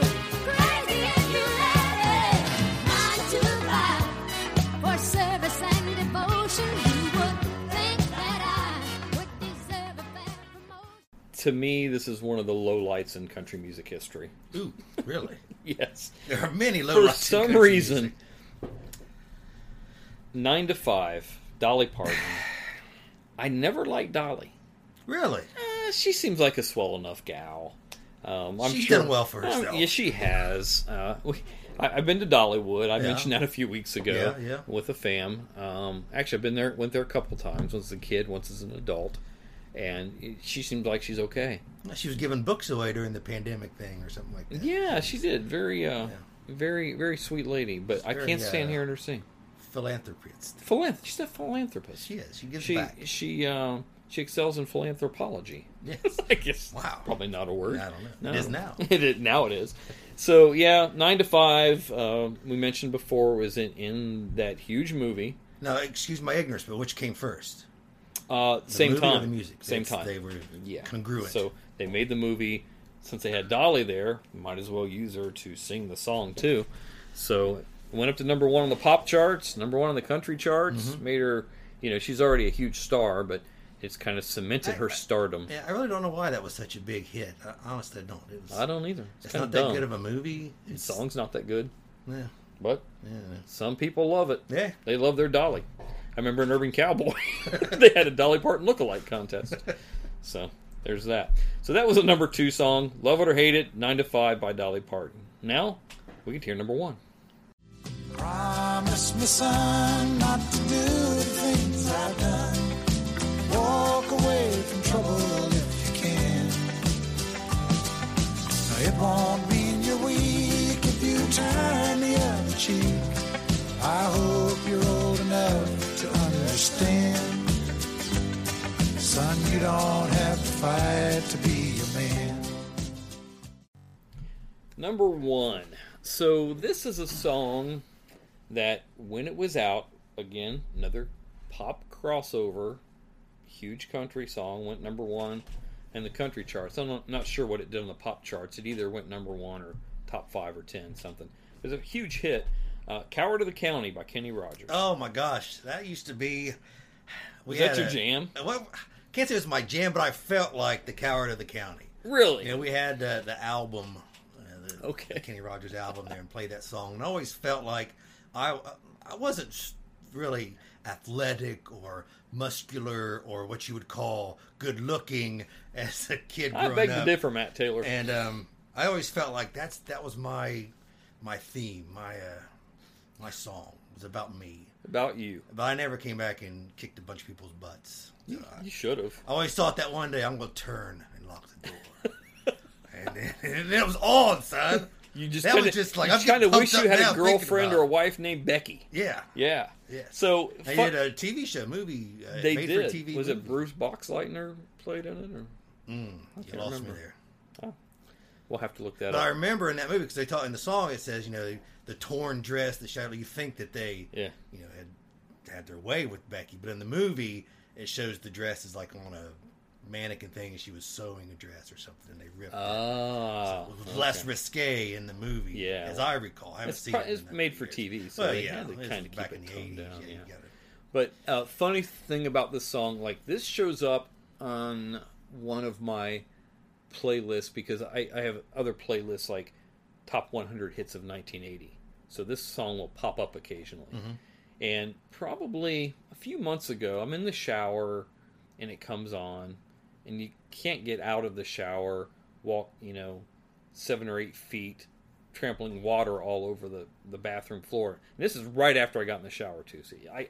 S9: crazy if you let it. Nine to five. For service and devotion, you would think that I would deserve a better promotion.
S8: To me, this is one of the low lights in country music history.
S5: Ooh, really?
S8: Yes.
S5: There are many low
S8: for
S5: lights in
S8: some
S5: country
S8: reason,
S5: music.
S8: nine to five, Dolly Parton. I never liked Dolly.
S5: Really?
S8: Eh, she seems like a swell enough gal. Um, I'm
S5: She's
S8: sure,
S5: done well
S8: Um,
S5: for herself.
S8: yeah, she has. Uh, we, I, I've been to Dollywood. I
S5: Yeah.
S8: mentioned that a few weeks ago
S5: Yeah, yeah.
S8: with a fam. Um, actually, I've been there, went there a couple times. Once as a kid, once as an adult, and it- she seems like she's okay.
S5: She was giving books away during the pandemic thing or something like that.
S8: Yeah, she did. Very, uh, very, very sweet lady. But I
S5: very,
S8: can't stand
S5: uh,
S8: hearing her sing.
S5: Philanthropist.
S8: Philanth- she's a philanthropist.
S5: She is. She gives
S8: she
S5: back.
S8: she um she excels in philanthropology.
S5: Yes.
S8: I guess
S5: Wow.
S8: probably not a word.
S5: I don't know. It is now.
S8: it is, now it is. So yeah, nine to five. Um, we mentioned before was in, in that huge movie.
S5: Now, excuse my ignorance, but which came first?
S8: Uh,
S5: The
S8: same
S5: movie
S8: time,
S5: Or the music.
S8: same
S5: It's-
S8: time.
S5: They were
S8: yeah,
S5: congruent.
S8: So they made the movie. Since they had Dolly there, might as well use her to sing the song too. So it went up to number one on the pop charts, number one on the country charts.
S5: Mm-hmm.
S8: Made her, you know, she's already a huge star, but it's kind of cemented her stardom.
S5: yeah, I really don't know why that was such a big hit. I, honestly, I don't. It was,
S8: I don't either. It's,
S5: It's
S8: kind
S5: not
S8: of
S5: that
S8: dumb.
S5: good of a movie.
S8: The
S5: It's,
S8: song's not that good,
S5: Yeah,
S8: but
S5: yeah.
S8: some people love it.
S5: Mm. Yeah.
S8: They love their Dolly. I remember an Urban Cowboy. they had a Dolly Parton lookalike contest. so there's that. So that was a number two song, Love It or Hate It, 9 to 5 by Dolly Parton. Now we can hear number one.
S9: Promise me, son, not to do the things I've done. Walk away from trouble if you can. Now, it won't mean you're weak if you turn the other cheek. I hope you're old enough to understand. Son, you don't have to fight to be a man.
S8: Number one. So this is a song that when it was out, again, another pop crossover, huge country song, went number one in the country charts. I'm not, not sure what it did on the pop charts. It either went number one or top five or ten, something. It was a huge hit. Uh, Coward of the County by Kenny Rogers.
S5: Oh my gosh, that used to be. We
S8: Was that
S5: had
S8: your
S5: a-
S8: jam?
S5: Well, I can't say it was my jam, but I felt like the coward of the county.
S8: Really?
S5: You know, we had uh, the album, uh, the,
S8: Okay.
S5: the Kenny Rogers album there, and played that song, and I always felt like I I wasn't s- really athletic or muscular or what you would call good looking as a kid
S8: I
S5: growing
S8: beg
S5: up.
S8: to differ, Matt Taylor.
S5: And um, I always felt like that's that was my my theme, my uh, my song was about me.
S8: about you.
S5: But I never came back and kicked a bunch of people's butts. So I-
S8: You should have.
S5: I always thought that one day I'm gonna turn and lock the door. and, then, and it was on, son.
S8: You just
S5: that
S8: kinda,
S5: was just like
S8: you
S5: I'm
S8: kind of wish you had a girlfriend or a
S5: wife.
S8: wife named Becky.
S5: yeah.
S8: Yeah.
S5: Yes.
S8: So
S5: They
S8: fu-
S5: did a TV show, movie. Uh,
S8: they
S5: made
S8: did.
S5: For TV
S8: was
S5: movie.
S8: it Bruce Boxleitner played in it, or
S5: You lost
S8: remember.
S5: me there.
S8: we'll have to look that
S5: But I
S8: up.
S5: remember in that movie because they talk in the song. It says, you know, the torn dress, the shadow. You think that they,
S8: Yeah.
S5: you know, had had their way with Becky, but in the movie, it shows the dress is like on a mannequin thing, and she was sewing a dress or something, and they ripped. it.
S8: Ah,
S5: It was less risque in the movie,
S8: Yeah.
S5: as I recall. I haven't
S8: It's
S5: seen
S8: pro-
S5: it. in
S8: it's
S5: that
S8: made
S5: many
S8: for
S5: years.
S8: TV, so they had to
S5: it was
S8: kinda keep
S5: back
S8: it
S5: in the
S8: toned down,
S5: Yeah, you
S8: yeah.
S5: got it.
S8: But uh, funny thing about this song, like this shows up on one of my playlists because I, I have other playlists like top 100 hits of 1980. So this song will pop up occasionally.
S5: Mm-hmm.
S8: And probably a few months ago, I'm in the shower and it comes on, and you can't get out of the shower, walk, you know, seven or eight feet, trampling water all over the, the bathroom floor. And this is right after I got in the shower, too. See, I,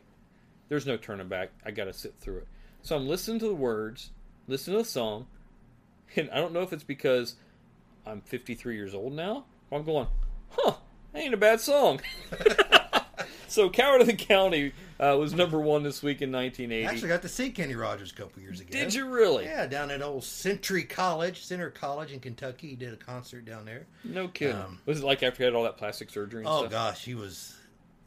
S8: there's no turning back. I got to sit through it. So I'm listening to the words, listening to the song, and I don't know if it's because I'm 53 years old now. I'm going, huh, that ain't a bad song. so Coward of the County uh, was number one this week in
S5: I
S8: 1980.
S5: actually got to see Kenny Rogers a couple years ago.
S8: Did you really?
S5: Yeah, down at old Century College, Center College in Kentucky. He did a concert down there.
S8: No kidding.
S5: Um,
S8: was it like after you had all that plastic surgery and
S5: Oh
S8: stuff?
S5: gosh, he was.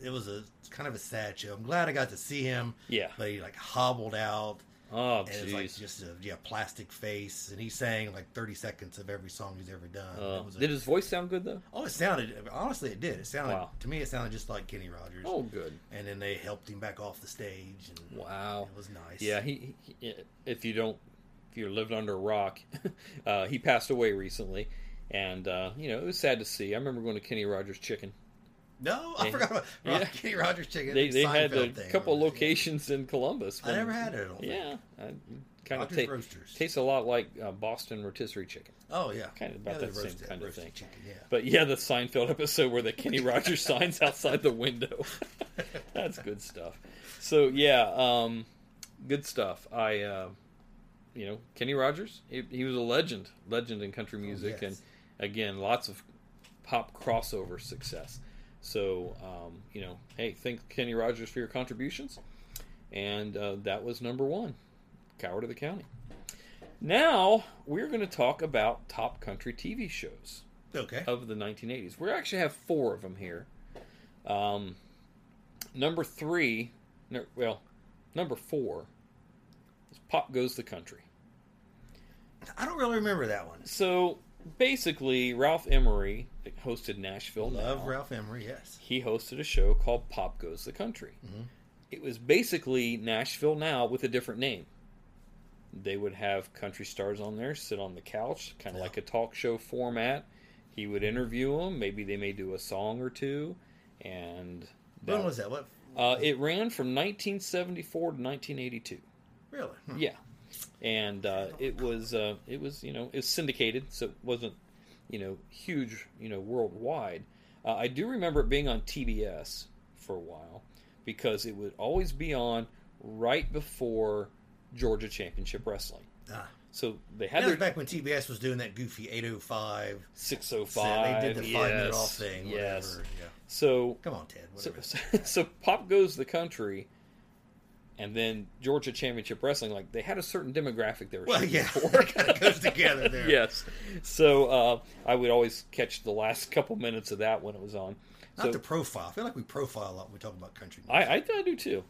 S5: It was a kind of a sad show. I'm glad I got to see him.
S8: Yeah.
S5: but he like hobbled out.
S8: Oh,
S5: And it's like
S8: jeez.
S5: just a yeah plastic face, and he sang like 30 seconds of every song he's ever done.
S8: Uh,
S5: It was a-
S8: did his voice sound good, though?
S5: Oh, it sounded honestly, it did. It sounded
S8: Wow.
S5: to me, it sounded just like Kenny Rogers.
S8: Oh, good.
S5: And then they helped him back off the stage. And
S8: Wow.
S5: it was nice.
S8: Yeah, he, he if you don't if you're living under a rock, uh, he passed away recently, and uh, you know it was sad to see. I remember going to Kenny Rogers Chicken.
S5: No, I
S8: They-
S5: forgot about Ro-
S8: yeah.
S5: Kenny Rogers chicken.
S8: They they had
S5: Seinfeld
S8: a
S5: thing.
S8: couple
S5: Yeah.
S8: locations in Columbus.
S5: I never had it. I don't think.
S8: Yeah, I, kind
S5: Rogers
S8: of ta-
S5: Roasters.
S8: tastes a lot like uh, Boston rotisserie chicken.
S5: Oh yeah.
S8: Kind of about
S5: they
S8: that same
S5: roasted-
S8: kind of
S5: roasted
S8: thing.
S5: Chicken, yeah.
S8: But yeah, the Seinfeld episode where the Kenny Rogers signs outside the window. That's good stuff. So yeah, um, good stuff. I, uh, you know, Kenny Rogers, he, he was a legend, legend in country music,
S5: yes.
S8: and again, lots of pop crossover success. So um, you know, hey, thank Kenny Rogers for your contributions, and uh, that was number one, Coward of the County. Now we're going to talk about top country TV shows
S5: okay.
S8: of the 1980s. We actually have four of them here. Um, number three, no, well, number four is Pop Goes the Country.
S5: I don't really remember that one.
S8: So basically, Ralph Emery hosted Nashville.
S5: Love
S8: Now.
S5: Ralph Emery. Yes.
S8: He hosted a show called Pop Goes the Country. It was basically Nashville Now with a different name. They would have country stars on there, sit on the couch, kind of like a talk show format. He would interview them. Maybe they may do a song or two, and
S5: When was that? What?
S8: Uh, it ran from 1974 to 1982.
S5: Really? Hmm.
S8: Yeah, and uh, it was uh, it was you know it was syndicated, so it wasn't you know huge you know worldwide. Uh, I do remember it being on TBS for a while because it would always be on right before Georgia Championship Wrestling.
S5: Ah.
S8: So they
S5: That
S8: had
S5: was
S8: their
S5: back when TBS was doing that goofy 805.
S8: six oh
S5: so they
S8: five.
S5: did the five minute
S8: yes,
S5: off thing. Whatever.
S8: Yes.
S5: Yeah.
S8: So
S5: Come on, Ted.
S8: so,
S5: Whatever.
S8: so, so pop goes the country and then georgia championship wrestling like they had a certain demographic they were
S5: well,
S8: shooting
S5: yeah.
S8: for
S5: it kind of goes together there.
S8: yes so uh, i would always catch the last couple minutes of that when it was on
S5: Not
S8: so
S5: the profile. I feel like we profile a lot when we talk about country music.
S8: I, I, I do too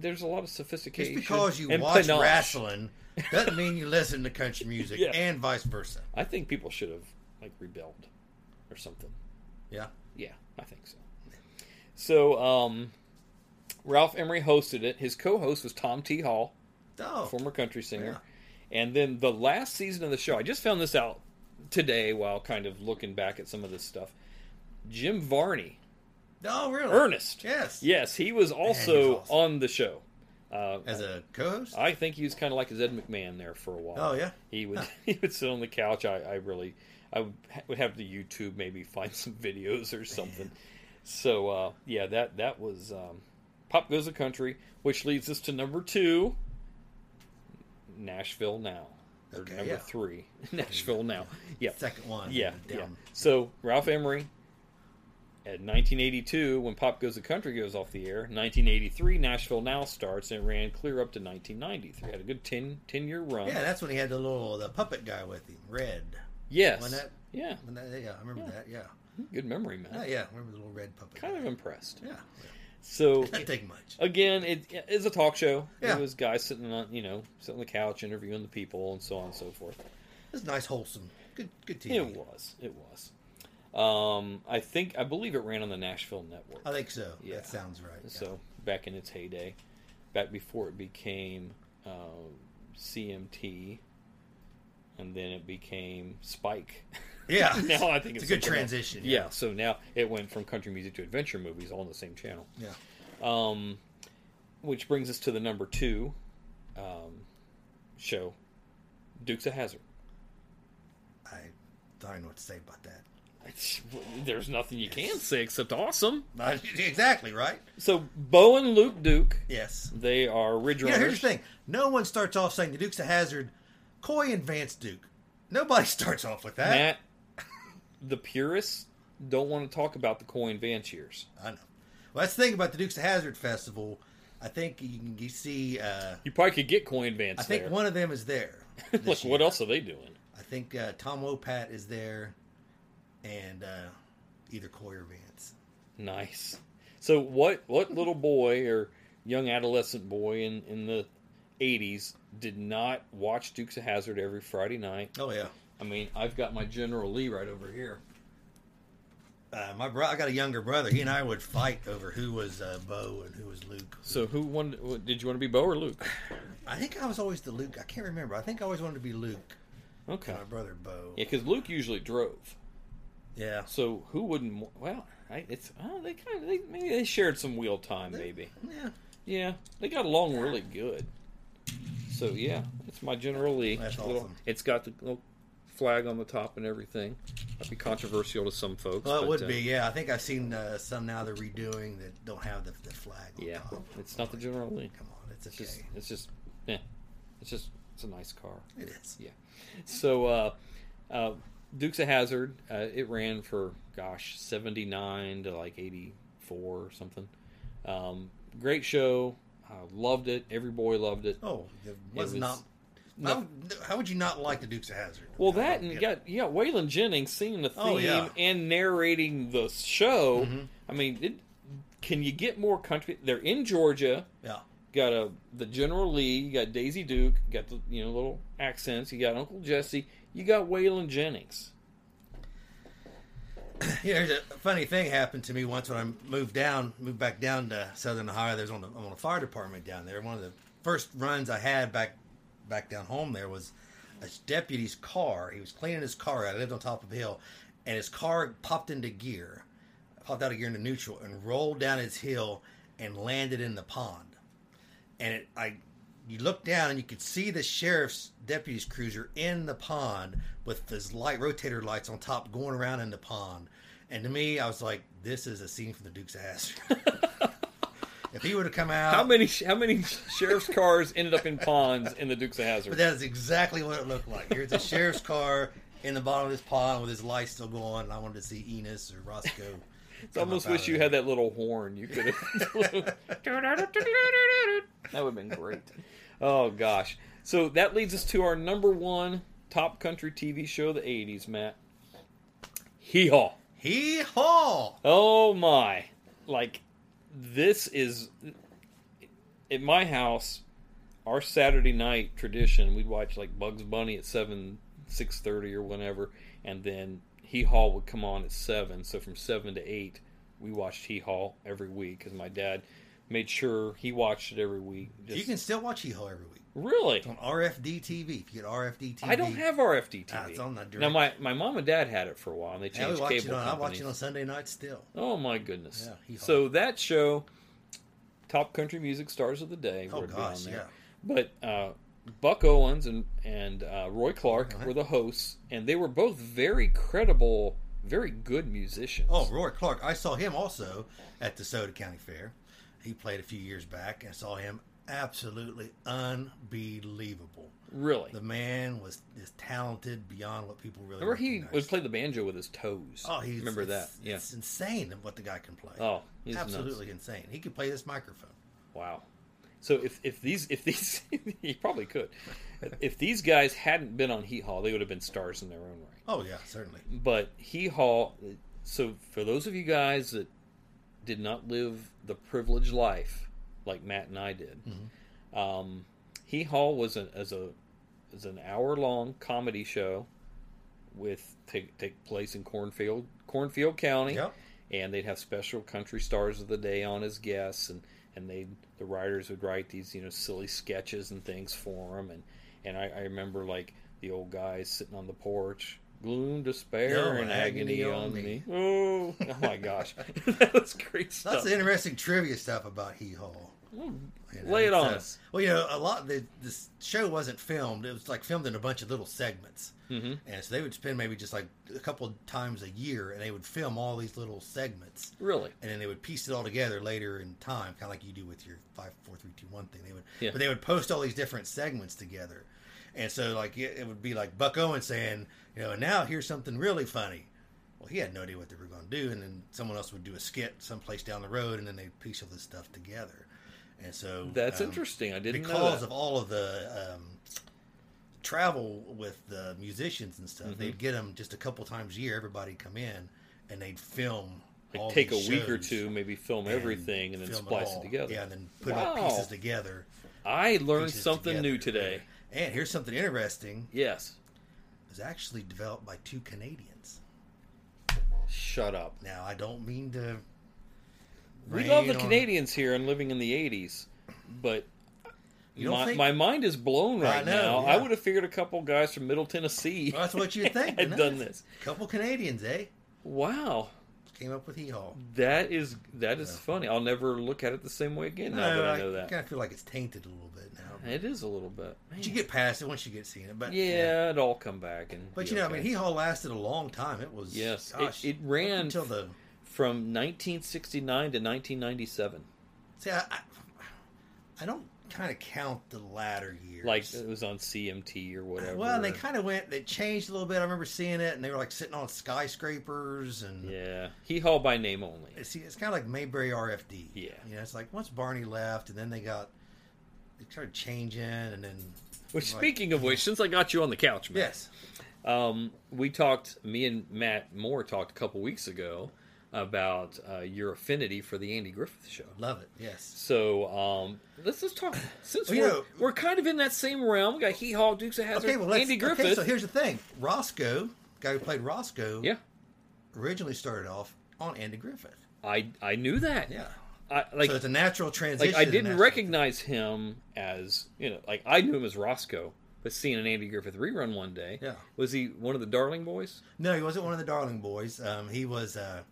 S8: there's a lot of
S5: Just
S8: sophistication
S5: because you
S8: and
S5: watch
S8: panache.
S5: wrestling doesn't mean you listen to country music
S8: Yeah.
S5: and vice versa.
S8: i think people should have like rebelled or something
S5: Yeah.
S8: Yeah, I think so. So, um, Ralph Emery hosted it. His co-host was Tom T. Hall,
S5: Oh,
S8: former country singer. And then the last season of the show, I just found this out today while kind of looking back at some of this stuff. Jim Varney,
S5: oh, really?
S8: Ernest.
S5: Yes.
S8: Yes, he was also
S5: he's awesome.
S8: on the show. Uh,
S5: As a co-host.
S8: I think he was kind of like his Ed McMahon there for a while.
S5: Oh, yeah?
S8: he would he would sit on the couch. I, I really I would ha- would have to YouTube maybe find some videos or something. so uh, yeah, that that was um, pop goes the country, which leads us to number two, Nashville now. Or
S5: Okay,
S8: number
S5: yeah.
S8: three, Nashville now. Yeah,
S5: Second one.
S8: yeah,
S5: Down.
S8: yeah. So Ralph Emery, at 1982, when Pop Goes the Country goes off the air, 1983, Nashville Now starts and ran clear up to 1993. Had a good 10, 10 year run.
S5: Yeah, that's when he had the little the puppet guy with him, red.
S8: yes.
S5: when that-
S8: yeah.
S5: When that, yeah, I remember that. Yeah.
S8: Good memory, man.
S5: Oh, yeah, I remember the little red puppet.
S8: Kind
S5: guy.
S8: of impressed.
S5: Yeah.
S8: So
S5: Didn't take much.
S8: again, it it is a talk show.
S5: Yeah.
S8: It was guys sitting on, you know, sitting on the couch, interviewing the people, and so on and so forth.
S5: It's nice, wholesome. Good, good TV.
S8: It was. It was. Um, I think I believe it ran on the Nashville Network.
S5: I think so.
S8: Yeah.
S5: That sounds right. yeah.
S8: So back in its heyday, back before it became uh, CMT, and then it became Spike.
S5: Yeah.
S8: now I think
S5: it's,
S8: it's,
S5: a
S8: something
S5: good
S8: else.
S5: transition.
S8: Yeah. So now it went from country music to adventure movies, all on the same channel.
S5: Yeah.
S8: Um, which brings us to the number two um, show, Dukes of Hazard.
S5: I don't know what to say about that.
S8: There's nothing you can say except awesome.
S5: Not- exactly right.
S8: So Bo and Luke Duke,
S5: Yes.
S8: they are Ridge
S5: You
S8: Runners.
S5: know, here's the thing. No one starts off saying the Duke's a hazard. Coy and Vance Duke. Nobody starts off with that.
S8: Matt, the purists don't want to talk about the coin van cheers.
S5: I know. Well, that's the thing about the Duke's of Hazard Festival. I think you can you see. Uh,
S8: You probably could get coin vans
S5: I think
S8: there.
S5: one of them is there. this
S8: Look,
S5: year.
S8: what else are they doing?
S5: I think uh, Tom Wopat is there, and uh, either Coy or Vance.
S8: Nice. So what? What little boy or young adolescent boy in in the '80s did not watch Dukes of Hazard every Friday night?
S5: Oh yeah.
S8: I mean, I've got my General Lee right over here.
S5: Uh, my bro, I got a younger brother. He and I would fight over who was uh, Bo and who was Luke.
S8: So who won? what- Did you want to be Bo or Luke?
S5: I think I was always the Luke. I can't remember. I think I always wanted to be Luke.
S8: Okay.
S5: My brother Bo.
S8: Yeah, because Luke usually drove.
S5: Yeah.
S8: So who wouldn't? wa- Well, I, it's oh, they kind of they, maybe they shared some wheel time, maybe.
S5: Yeah.
S8: Yeah, they got along really good. So yeah, it's my General Lee.
S5: That's
S8: Little-
S5: awesome.
S8: It's got the little flag on the top and everything. That'd be controversial to some folks.
S5: Well, it
S8: but,
S5: would
S8: uh,
S5: be. Yeah. I think I've seen uh, some now they're redoing that don't have the, the flag. On
S8: Yeah,
S5: Top.
S8: it's not the General Lee.
S5: Come on, it's
S8: It's just,
S5: okay.
S8: it's just, yeah, it's just, it's a nice car.
S5: It is.
S8: Yeah. So, uh, uh, Dukes of Hazard, uh, it ran for gosh seventy nine to like eighty four or something. Um, great show. I loved it. Every boy loved it.
S5: Oh, it was,
S8: was-
S5: not. How, how would you not like the Dukes of Hazard?
S8: Well, that and you got yeah, Waylon Jennings singing the theme
S5: Oh, yeah. Mm-hmm.
S8: and narrating the show. I mean, it, can you get more country? They're in Georgia.
S5: Yeah.
S8: Got a the General Lee. You got Daisy Duke. you Got the you know little accents. You got Uncle Jesse. You got Waylon Jennings.
S5: Yeah, here's a funny thing happened to me once when I moved down, moved back down to Southern Ohio. There's on the on the fire department down there. One of the first runs I had back back down home there was a deputy's car. He was cleaning his car out. I lived on top of a hill, and his car popped into gear, popped out of gear into neutral, and rolled down his hill and landed in the pond. And it, I, you looked down and you could see the sheriff's deputy's cruiser in the pond with his light rotator lights on top going around in the pond. And to me, I was like, this is a scene from The Duke's ass. if he would have come out,
S8: How many how many sheriff's cars ended up in ponds in the Dukes of Hazard?
S5: But that is exactly what it looked like. Here's a sheriff's car in the bottom of this pond with his lights still going. And I wanted to see Enos or Roscoe.
S8: I almost wish you had that little horn. You could have. that would have been great. Oh gosh. So that leads us to our number one top country TV show of the '80s, Matt. Hee haw!
S5: Hee haw!
S8: Oh my! Like this is at my house. Our Saturday night tradition. We'd watch like Bugs Bunny at seven, six thirty or whenever, and then Hee Haw would come on at seven. So from seven to eight, we watched Hee Haw every week because my dad made sure he watched it every week. Just-
S5: You can still watch He-Ho every week
S8: really.
S5: on RFD TV. If you get RFD TV,
S8: I don't have RFD TV.
S5: Ah, it's on that
S8: now my, my mom and dad had it for a while, and they
S5: Yeah, we
S8: changed
S5: watch
S8: cable
S5: it on, I watch
S8: companies.
S5: it on Sunday night still.
S8: Oh my goodness!
S5: Yeah, hee-haw.
S8: so that show, Top Country Music Stars of the Day,
S5: Oh
S8: would be
S5: gosh,
S8: on
S5: yeah.
S8: there. But uh, Buck Owens and and uh, Roy Clark
S5: Uh-huh.
S8: were the hosts, and they were both very credible, very good musicians.
S5: Oh, Roy Clark. I saw him also at the Soda County Fair. He played a few years back and saw him absolutely unbelievable.
S8: really?
S5: The man was is talented beyond what people really
S8: Remember he
S5: recognize.
S8: was played the banjo with his toes.
S5: Oh, he's
S8: remember that?
S5: it's-
S8: Yeah.
S5: It's insane what the guy can play.
S8: Oh, he's nuts.
S5: absolutely insane. He could play this microphone.
S8: Wow. So if, if these if these he probably could, if these guys hadn't been on Heat Hall, they would have been stars in their own right.
S5: Oh yeah, certainly.
S8: But Hee Haw, so for those of you guys that did not live the privileged life like Matt and I did, um, Hee Haw was an, as a as an hour long comedy show with take take place in Cornfield Cornfield County,
S5: Yep.
S8: and they'd have special country stars of the day on as guests, and and they the writers would write these you know silly sketches and things for them, and and I, I remember like the old guy sitting on the porch. Gloom, despair,
S5: No
S8: and agony,
S5: agony on
S8: on
S5: me.
S8: me. Oh, oh my gosh, that was great stuff.
S5: Lots of interesting trivia stuff about Hee Haw. You know,
S8: Lay it
S5: it's,
S8: on
S5: uh,
S8: us.
S5: Well, you know, a lot the this show wasn't filmed. It was like filmed in a bunch of little segments, mm-hmm. and so they would spend maybe just like a couple of times a year, and they would film all these little segments,
S8: Really?
S5: and then they would piece it all together later in time, kind of like you do with your five, four, three, two, one thing. They would,
S8: Yeah.
S5: but they would post all these different segments together, and so like it, it would be like Buck Owens saying, you know, now here's something really funny. Well, he had no idea what they were going to do, and then someone else would do a skit someplace down the road, and then they'd piece all this stuff together. And so
S8: That's
S5: um,
S8: interesting. I didn't know
S5: because
S8: that.
S5: of all of the um, travel with the musicians and
S8: Mm-hmm.
S5: stuff, they'd get them just a couple times a year. Everybody come in and they'd film. all
S8: like take a
S5: these
S8: week or
S5: shows
S8: two, maybe film
S5: and
S8: everything, and then
S5: film
S8: splice it,
S5: all.
S8: together.
S5: Yeah, and then put
S8: wow.
S5: all pieces together.
S8: I learned
S5: pieces
S8: something new
S5: together.
S8: today.
S5: And here's something interesting.
S8: Yes.
S5: It was actually developed by two Canadians.
S8: Shut up.
S5: Now I don't mean to.
S8: We
S5: rain
S8: love the
S5: on-
S8: Canadians here and living in the '80s, but
S5: You don't
S8: my,
S5: think-
S8: my mind is blown
S5: I
S8: right
S5: know,
S8: now.
S5: yeah.
S8: I would have figured a couple guys from Middle Tennessee
S5: Well, that's what you think.
S8: had done this.
S5: Couple Canadians, eh?
S8: Wow,
S5: Came up with hee haw.
S8: that is that is funny. I'll never look at it the same way again. Now that I know that,
S5: kind of feel like it's tainted a little bit now.
S8: it is a little bit.
S5: But you get past it once you get seen it. But
S8: yeah, it all come back and.
S5: But
S8: be
S5: you know, I mean,
S8: okay.
S5: Hee Haw lasted a long time. It was
S8: Yes, it-
S5: gosh,
S8: it ran-
S5: until the
S8: from 1969 to 1997.
S5: see. I, I, I don't kind of count the latter years.
S8: like it was on CMT or whatever.
S5: well, and they kind of went. They changed a little bit. I remember seeing it, and they were like sitting on skyscrapers, and
S8: yeah, he haul by name only.
S5: see, it's kind of like Mayberry RFD.
S8: Yeah.
S5: you know, it's like once Barney left, and then they got they started changing, and then
S8: Which,
S5: like-
S8: speaking of which, since I got you on the couch, man,
S5: yes,
S8: um, we talked. Me and Matt Moore talked a couple weeks ago about uh, your affinity for the Andy Griffith Show.
S5: love it. Yes,
S8: So um, let's just talk. Since
S5: Well, you
S8: we're,
S5: know-
S8: we're kind of in that same realm, we got Hee Haw, Dukes of Hazzard,
S5: okay. Well, let's,
S8: Andy Griffith.
S5: Okay, so here's the thing: Roscoe, guy who played Roscoe,
S8: yeah,
S5: originally started off on Andy Griffith.
S8: I I knew that.
S5: Yeah.
S8: I, like
S5: so it's a natural transition.
S8: like I
S5: and
S8: didn't
S5: natural-
S8: recognize him as you know, like I knew him as Roscoe, but seeing an Andy Griffith rerun one day,
S5: Yeah.
S8: was he one of the Darling Boys?
S5: No, he wasn't one of the Darling Boys. Um, he was. Uh,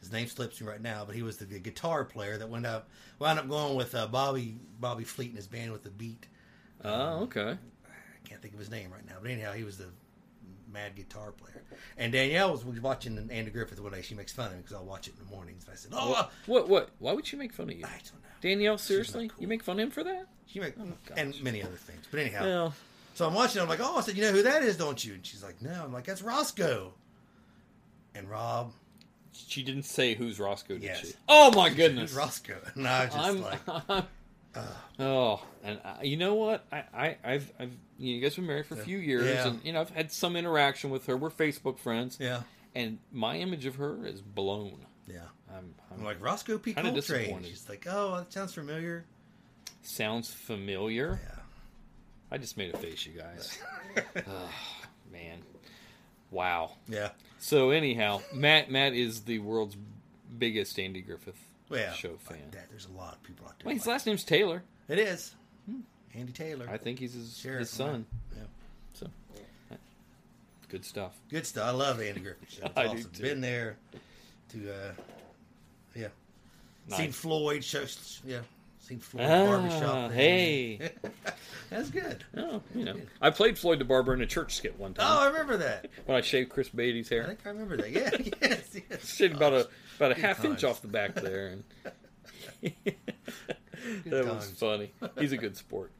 S5: his name slips me right now, but he was the gu- guitar player that went up, wound up going with uh, Bobby Bobby Fleet and his band with the Beat.
S8: Oh, okay.
S5: I can't think of his name right now, but anyhow, he was the mad guitar player. And Danielle was, was watching Andy Griffith one day. She makes fun of me because I watch it in the mornings. And I said, "Oh, uh,
S8: What? What? Why would you make fun of you,
S5: I don't know."
S8: Danielle? Seriously,
S5: cool.
S8: you make fun of him for that?
S5: She make, and many other things, but anyhow.
S8: Oh, Well,
S5: So I'm watching. I'm like, oh, I said, you know who that is, don't you? And she's like, no. I'm like, that's Roscoe. And Rob,
S8: she didn't say who's Roscoe, did
S5: Yes.
S8: she? Oh my
S5: who's
S8: goodness!
S5: Roscoe? And I was just
S8: I'm. uh,
S5: like,
S8: oh, and I, you know what? I, I, I've, I've, you, know, you guys have been married for a few years,
S5: Yeah.
S8: and you know, I've had some interaction with her. We're Facebook friends,
S5: yeah,
S8: and my image of her is blown.
S5: yeah.
S8: I'm, I'm
S5: I'm like Roscoe P.
S8: Kinda
S5: Coltrane.
S8: disappointed.
S5: She's like, oh, that sounds familiar.
S8: Sounds familiar.
S5: Yeah.
S8: I just made a face, you guys. Ah, man, wow.
S5: Yeah.
S8: So anyhow, Matt Matt is the world's biggest Andy Griffith
S5: Well, yeah,
S8: show
S5: like
S8: fan.
S5: that. There's a lot of people out there.
S8: Well, his
S5: like-
S8: last name's Taylor.
S5: it is
S8: Hmm.
S5: Andy Taylor.
S8: I think he's his,
S5: Sheriff,
S8: his son.
S5: yeah.
S8: So, good stuff.
S5: Good stuff. I love Andy Griffith. Show. It's
S8: I do
S5: awesome.
S8: too.
S5: Been there to, uh, yeah. Seen
S8: Nice.
S5: Floyd show. Yeah. Seen Floyd
S8: Ah,
S5: barbershop. thing.
S8: hey.
S5: that's good.
S8: Oh, you know, I played Floyd the Barber in a church skit one
S5: Oh,
S8: time
S5: I remember that.
S8: when I shaved Chris Beatty's
S5: I
S8: hair.
S5: think I remember that. Yeah. yes. Yes.
S8: Shaved about a about a half
S5: times.
S8: inch off the back there, and
S5: Good
S8: that was
S5: times.
S8: funny. He's a good sport.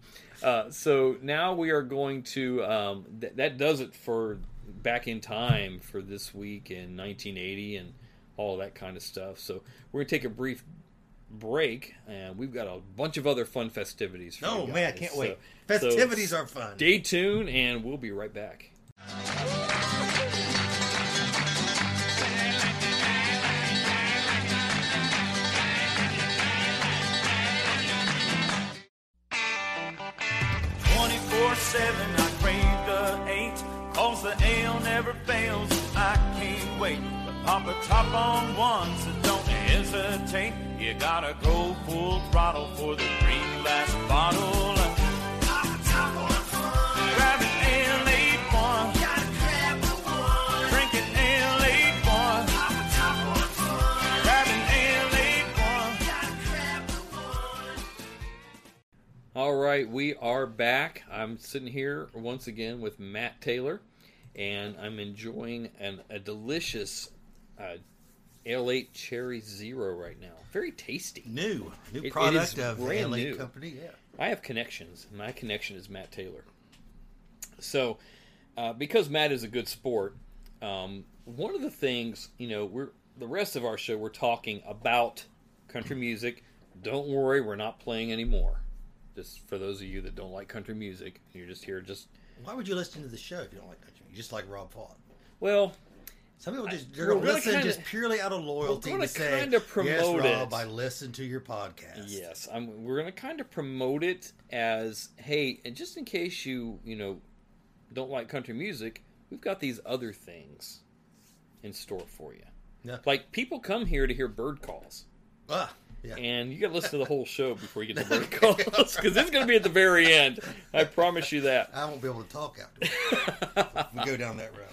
S8: Uh, so now we are going to um, th- that does it for back in time for this week in 1980 and all that kind of stuff. So we're gonna take a brief break, and we've got a bunch of other fun festivities. For
S5: Oh
S8: you
S5: man, I
S8: guys.
S5: can't wait.
S8: So- so
S5: Festivities are fun.
S8: Stay tuned, and we'll be right back. All right, we are back. I'm sitting here once again with Matt Taylor, and I'm enjoying an, a delicious uh, L8 Cherry Zero right now. Very tasty.
S5: New, new
S8: It- it
S5: product
S8: is
S5: of the
S8: brand
S5: LA
S8: new.
S5: company. Yeah.
S8: I have connections. My connection is Matt Taylor. So, uh, because Matt is a good sport, um, one of the things you know we're the rest of our show we're talking about country music. Don't worry, we're not playing anymore. Just for those of you that don't like country music, you're just here. Just
S5: Why would you listen to the show if you don't like country? You just like Rob Font.
S8: well,
S5: Some people just they're
S8: we're
S5: gonna
S8: really
S5: listen
S8: kinda-
S5: just purely out of loyalty
S8: gonna
S5: to say,
S8: kinda promote
S5: "Yes, Rob,
S8: it."
S5: I listen to your podcast."
S8: Yes, I'm, we're going to kind of promote it as hey, and just in case you you know don't like country music, we've got these other things in store for you.
S5: Yeah.
S8: Like people come here to hear bird calls,
S5: Ah, yeah.
S8: and you got to listen to the whole show before you get the bird calls because it's going to be at the very end. I promise you that.
S5: I won't be able to talk after we go down that route.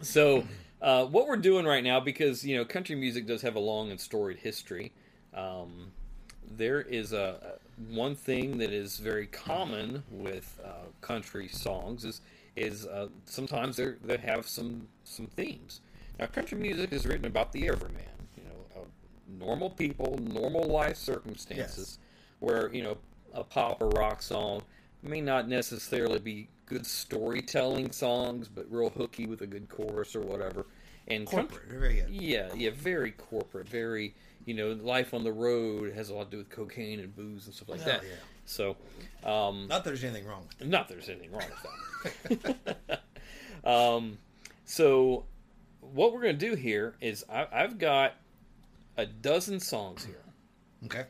S8: So, uh, what we're doing right now, because you know, country music does have a long and storied history. Um, there is a a- one thing that is very common with uh, country songs is is uh, sometimes they they have some some themes. Now, country music is written about the everyman, you know, uh, normal people, normal life circumstances, where you know a pop or rock song may not necessarily be good storytelling songs, but real hooky with a good chorus or whatever. And country, Mm-hmm.
S5: Corporate, very good.
S8: yeah, yeah, very corporate, very you know, life on the road has a lot to do with cocaine and booze and stuff like
S5: Oh,
S8: that.
S5: yeah.
S8: So,
S5: Not that there's anything wrong with it.
S8: not that there's anything wrong with that. um, so, what we're going to do here is I, I've got a dozen songs here.
S5: Okay.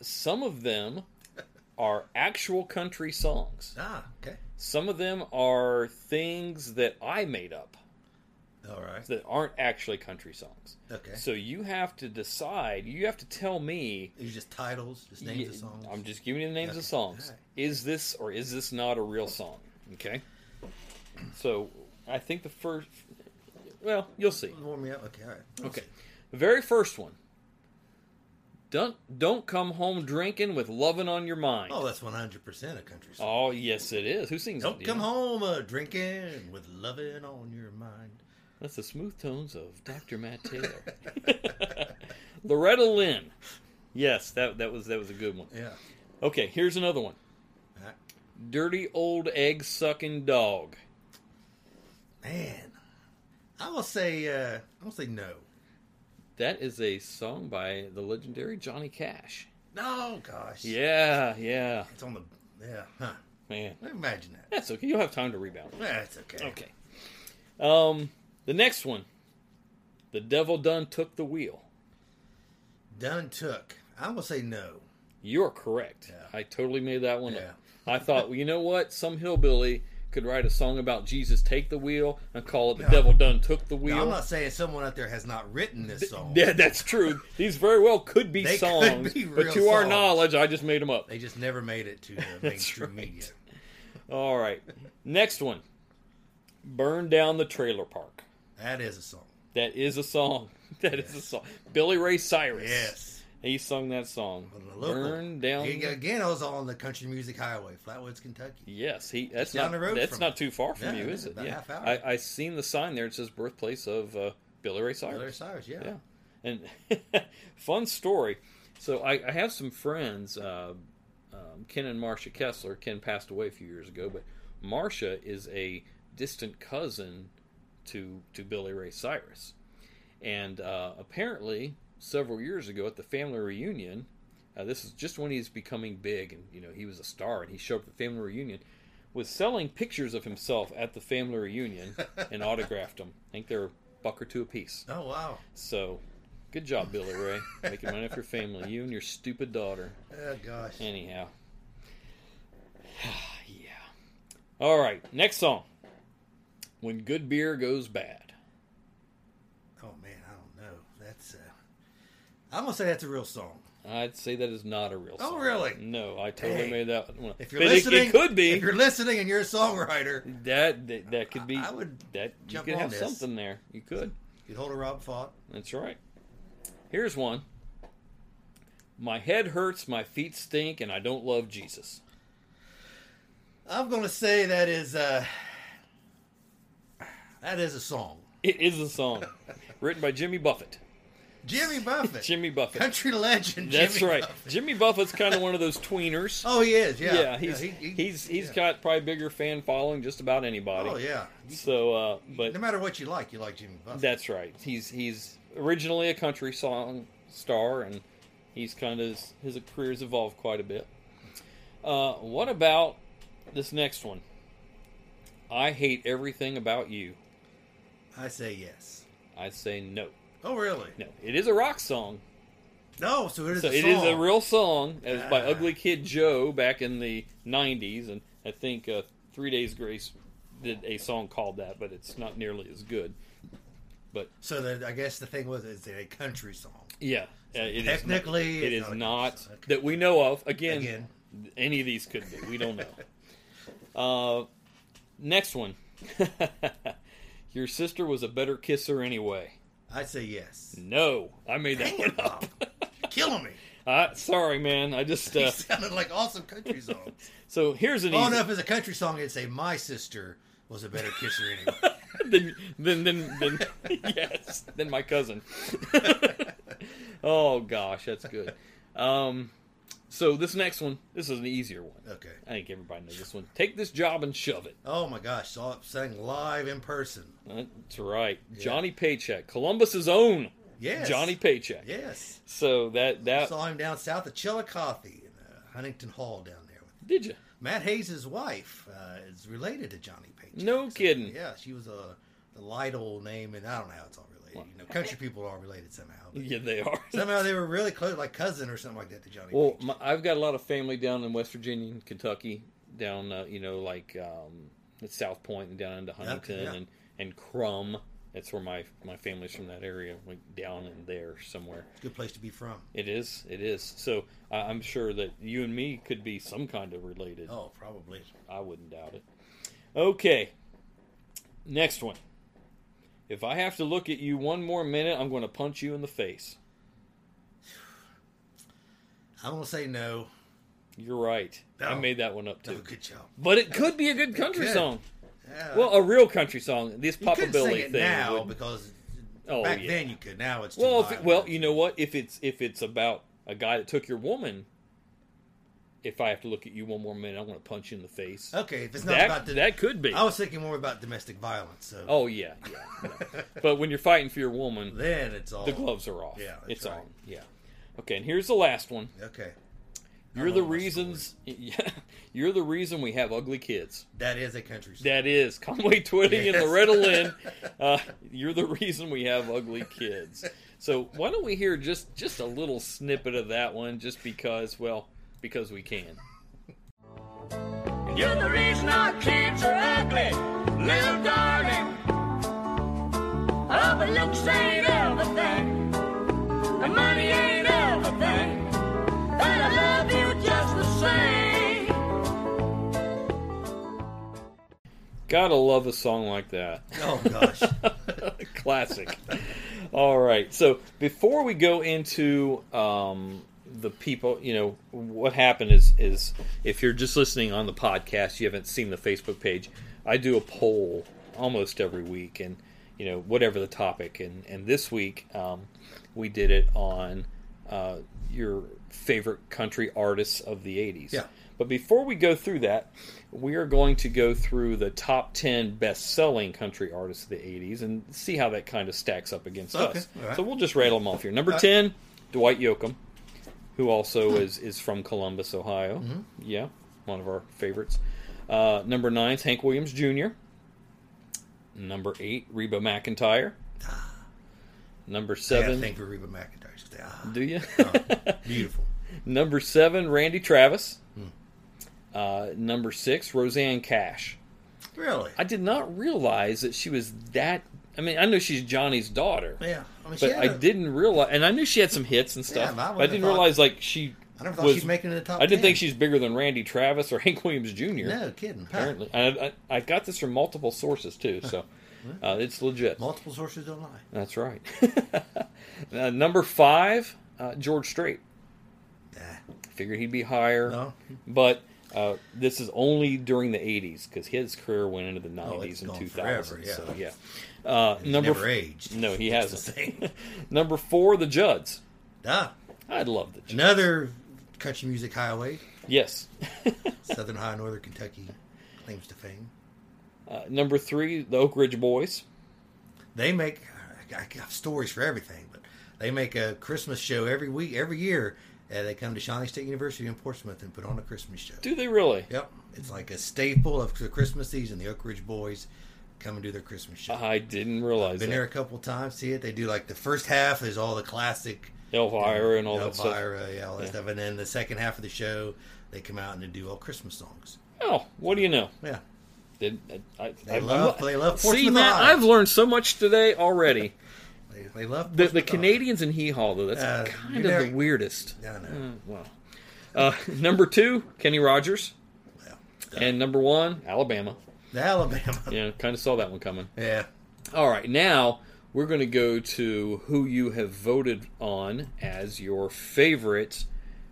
S8: Some of them are actual country songs.
S5: Ah, okay.
S8: Some of them are things that I made up
S5: All right.
S8: that aren't actually country songs.
S5: Okay.
S8: So you have to decide. You have to tell me
S5: These are just titles, just names of
S8: Yeah,
S5: songs.
S8: I'm just giving you the names
S5: Okay.
S8: of songs.
S5: All right.
S8: Is this or is this not a real song? Okay. So I think the first. Well, you'll see.
S5: warm me up. Okay, all right.
S8: Okay. The very first one. Don't don't come home drinking with loving on your mind.
S5: Oh, that's 100 percent a country song.
S8: Oh, yes, it is. Who sings?
S5: Don't
S8: that, do you
S5: come
S8: know?
S5: home uh, drinking with loving on your mind.
S8: That's the smooth tones of Dr. Matt Taylor. Loretta Lynn. Yes, that that was that was a good one.
S5: Yeah.
S8: Okay, here's another one.
S5: All right.
S8: Dirty old egg sucking dog.
S5: Man, I will say uh, I will say no.
S8: That is a song by the legendary Johnny Cash.
S5: No, gosh.
S8: Yeah, yeah,
S5: It's on the yeah. Huh.
S8: man.
S5: Imagine that.
S8: That's okay. You'll have time to rebound.
S5: That's okay.
S8: Okay. Um, the next one, the devil done took the wheel.
S5: Done took. I will say no.
S8: You're correct.
S5: Yeah.
S8: I totally made that one
S5: Yeah.
S8: up. I thought, well, you know what? Some hillbilly could write a song about Jesus take the wheel and call it the devil done took the wheel.
S5: Now, I'm not saying someone out there has not written this song.
S8: yeah, that's true. These very well could be
S5: They could
S8: songs,
S5: be
S8: but
S5: real
S8: to our
S5: songs.
S8: knowledge, I just made them up.
S5: They just never made it to the mainstream
S8: right.
S5: media.
S8: All right, next one. Burn down the trailer park.
S5: That is a song.
S8: That is a song. That is a song. Billy Ray Cyrus.
S5: Yes.
S8: He sung that song.
S5: From the local-
S8: Burn down.
S5: He- Again, I was on the Country Music Highway, Flatwoods, Kentucky.
S8: Yes, he. That's not.
S5: down the road
S8: that's
S5: from
S8: not
S5: it.
S8: too far from
S5: Yeah,
S8: you,
S5: it
S8: is
S5: is
S8: it?
S5: about
S8: yeah.
S5: half hour.
S8: I I seen the sign there. It says birthplace of uh, Billy Ray Cyrus.
S5: Other Cyrus, yeah.
S8: Yeah. And fun story. So I, I have some friends, uh, um, Ken and Marcia Kessler. Ken passed away a few years ago, but Marcia is a distant cousin to to Billy Ray Cyrus. And uh, apparently, several years ago at the family reunion, uh, this is just when he's becoming big, and you know he was a star, and he showed up at the family reunion, was selling pictures of himself at the family reunion and autographed them. I think they were a buck or two apiece.
S5: Oh wow,
S8: So, good job, Billy Ray, making money for your family. You and your stupid daughter.
S5: oh gosh.
S8: Anyhow. yeah. All right, next song. When good beer goes bad.
S5: Oh man, I don't know. That's. Uh, I'm gonna say that's a real song.
S8: I'd say that is not a real
S5: Oh,
S8: song.
S5: really?
S8: No, I totally
S5: Dang.
S8: made that one. up.
S5: If you're
S8: But it-
S5: listening,
S8: it, could be
S5: If you're listening and you're a songwriter,
S8: that, that that could be.
S5: I- I would
S8: that you
S5: jump
S8: could
S5: on
S8: have
S5: this.
S8: something there. You could.
S5: you'd hold a Rob Font.
S8: That's right. Here's one. My head hurts, my feet stink, and I don't love Jesus.
S5: I'm gonna say that is. Uh, that is a song.
S8: It is a song written by Jimmy Buffett.
S5: Jimmy Buffett.
S8: Jimmy Buffett.
S5: Country legend.
S8: That's
S5: Jimmy
S8: right.
S5: Buffett.
S8: Jimmy Buffett's kind of one of those tweeners.
S5: Oh, he is. Yeah.
S8: he's
S5: he- he-
S8: he's he's
S5: yeah.
S8: got probably bigger fan following just about anybody.
S5: Oh yeah.
S8: So, uh, but
S5: No matter what you like, you like Jimmy Buffett.
S8: that's right. He's he's originally a country song star, and he's kind of his career's evolved quite a bit. Uh, what about this next one? I hate everything about you.
S5: I say yes.
S8: I'd say no.
S5: Oh really?
S8: No, it is a rock song.
S5: No. So it is.
S8: So
S5: a
S8: it
S5: song.
S8: is a real song. It was by Ugly Kid Joe back in the '90s, and I think uh, Three Days Grace did a song called that, but it's not nearly as good.
S5: So the, I guess the thing was, it's a country song.
S8: Yeah, uh, it is not-
S5: technically,
S8: it
S5: it's
S8: is
S5: not a
S8: not
S5: good song. Okay.
S8: that we know of. Again,
S5: Again.
S8: any of these could be. We don't know. uh, next one. Your sister was a better kisser anyway.
S5: I say yes.
S8: No, I made that
S5: Dang it,
S8: one up.
S5: Bob. You're killing me.
S8: Uh, sorry, man. I just
S5: He
S8: uh,
S5: sounded like awesome country Oh, songs.
S8: so here's an
S5: Well
S8: easy.
S5: enough as a country song, it'd say "My Sister" was a better kisser anyway.
S8: then, then, then, then yes, then my cousin. oh gosh, that's good. Um, so this next one, this is an easier one.
S5: Okay.
S8: I think everybody knows this one. Take this job and shove it.
S5: Oh my gosh, saw it sang live in person.
S8: That's right, Johnny Paycheck, Columbus's own
S5: Yes,
S8: Johnny Paycheck.
S5: Yes,
S8: So that that
S5: saw him down south of Chillicothe, in, uh, Huntington Hall down there. With
S8: did you?
S5: Matt Hayes' wife uh, is related to Johnny Paycheck.
S8: No kidding.
S5: Yeah, she was a the Lytle name, and I don't know how it's all related. You know, country people are all related somehow. but
S8: Yeah, they are.
S5: Somehow they were really close, like cousin or something like that to Johnny.
S8: Well,
S5: Paycheck.
S8: my, I've got a lot of family down in West Virginia and Kentucky, down uh, you know like um, at South Point and down into Huntington
S5: yeah.
S8: and and Crum. That's where my my family's from that area, like down in there somewhere.
S5: good place to be from.
S8: It is, it is. So I I'm sure that you and me could be some kind of related.
S5: Oh, probably.
S8: I wouldn't doubt it. Okay, next one. If I have to look at you one more minute, I'm going to punch you in the face.
S5: I'm gonna say no.
S8: You're right. I
S5: No.
S8: made that one up
S5: Oh,
S8: too.
S5: good job.
S8: But it could be a good country
S5: could.
S8: song.
S5: Yeah.
S8: Well, a real country song. This
S5: you
S8: Papa
S5: couldn't sing
S8: Billy
S5: it
S8: thing.
S5: now
S8: wouldn't-
S5: because
S8: Oh,
S5: back
S8: yeah.
S5: then you could. Now it's too
S8: well, if it-
S5: violent.
S8: well, you know what? If it's if it's about a guy that took your woman, if I have to look at you one more minute, I'm going to punch you in the face.
S5: Okay, if it's not
S8: that
S5: about the,
S8: that could be.
S5: I was thinking more about domestic violence. So
S8: oh yeah, yeah. no. but when you're fighting for your woman,
S5: then it's all
S8: the gloves are off.
S5: Yeah, that's
S8: it's
S5: right.
S8: on. Yeah. Okay, and here's the last one.
S5: Okay,
S8: You're the
S5: know my
S8: reasons. Yeah, you're the reason we have ugly kids.
S5: that is a country song.
S8: That is Conway Twitty and
S5: Yes.
S8: Loretta Lynn. Uh, you're the reason we have ugly kids. So why don't we hear just just a little snippet of that one, just because? Well, because we can.
S7: You're the reason our kids are ugly.
S10: ugly little darling. Oh, but looks ain't everything. The money ain't everything. But I love you just the same.
S8: Gotta love a song like that.
S5: Oh gosh.
S8: Classic. All right. So before we go into um, the people, you know, what happened is is if you're just listening on the podcast, you haven't seen the Facebook page. I do a poll almost every week, and you know, whatever the topic. And and this week, um, we did it on uh, your favorite country artists of the '80s.
S5: Yeah.
S8: But before we go through that, we are going to go through the top 10 best selling country artists of the 80s and see how that kind of stacks up against
S5: Okay,
S8: us.
S5: all right.
S8: So we'll just rattle them off here. Number
S5: All right. Hmm.
S8: 10, Dwight Yoakam, who also is, is from Columbus, Ohio.
S5: Mm-hmm.
S8: Yeah, one of our favorites. Uh, number 9 is Hank Williams Jr., number 8, Reba McIntyre. Number
S5: Ah. I gotta
S8: 7,
S5: thank for Reba McIntyre. She's like, ah,
S8: do you?
S5: beautiful.
S8: Number seven, Randy Travis.
S5: Hmm.
S8: Uh, number six, Roseanne Cash.
S5: Really?
S8: I did not realize that she was that. I mean, I know she's Johnny's daughter,
S5: yeah. I mean, she
S8: but
S5: had
S8: I
S5: a-
S8: didn't realize, and I knew she had some hits and
S5: Yeah,
S8: stuff.
S5: but I
S8: but I,
S5: wouldn't
S8: didn't
S5: have thought-
S8: realize like she.
S5: I never thought
S8: was,
S5: she's making it in the top
S8: I didn't
S5: 10.
S8: think she's bigger than Randy Travis or Hank Williams Jr.
S5: No kidding. Huh.
S8: apparently, and I, I, I got this from multiple sources too, so uh, it's legit.
S5: Multiple sources don't lie.
S8: That's right. uh, number five, uh, George Strait.
S5: Nah.
S8: Figured he'd be higher.
S5: No.
S8: But uh, this is only during the 80s because his career went into the 90s
S5: Oh, it's
S8: and
S5: gone
S8: 2000s.
S5: forever, yeah.
S8: So, yeah. Uh, number
S5: never
S8: f-
S5: aged.
S8: No, he
S5: It's the
S8: hasn't.
S5: same.
S8: number four, the Judds.
S5: Ah,
S8: I'd love the Judds.
S5: another country music highway,
S8: Yes.
S5: Southern High, Northern Kentucky claims to fame.
S8: Uh, number three, the Oak Ridge Boys.
S5: They make I I have stories for everything, but they make a Christmas show every week, every year. Uh, they come to Shawnee State University in Portsmouth and put on a Christmas show.
S8: Do they really?
S5: Yep, it's like a staple of the Christmas season. The Oak Ridge Boys come and do their Christmas show.
S8: I didn't realize
S5: Been
S8: that.
S5: there a couple times. See it. They do like the first half is all the classic
S8: Elvira and all that stuff.
S5: Elvira, yeah, all that stuff. And then the second half of the show, they come out and they do all Christmas songs.
S8: Oh, what do you know?
S5: Yeah,
S8: Did, I,
S5: They love- they love
S8: See,
S5: Portsmouth
S8: Matt,
S5: Live.
S8: I've learned so much today already.
S5: they, they love
S8: The, the
S5: Christmas songs.
S8: Canadians and hee haw, though, that's
S5: Uh,
S8: kind
S5: you
S8: of the
S5: never-
S8: weirdest.
S5: I know.
S8: Wow. Uh, number two, Kenny Rogers,
S5: Well,
S8: and number one, Alabama.
S5: the Alabama. Yeah.
S8: Yeah, kind of saw that one coming. All right, now we're going to go to who you have voted on as your favorite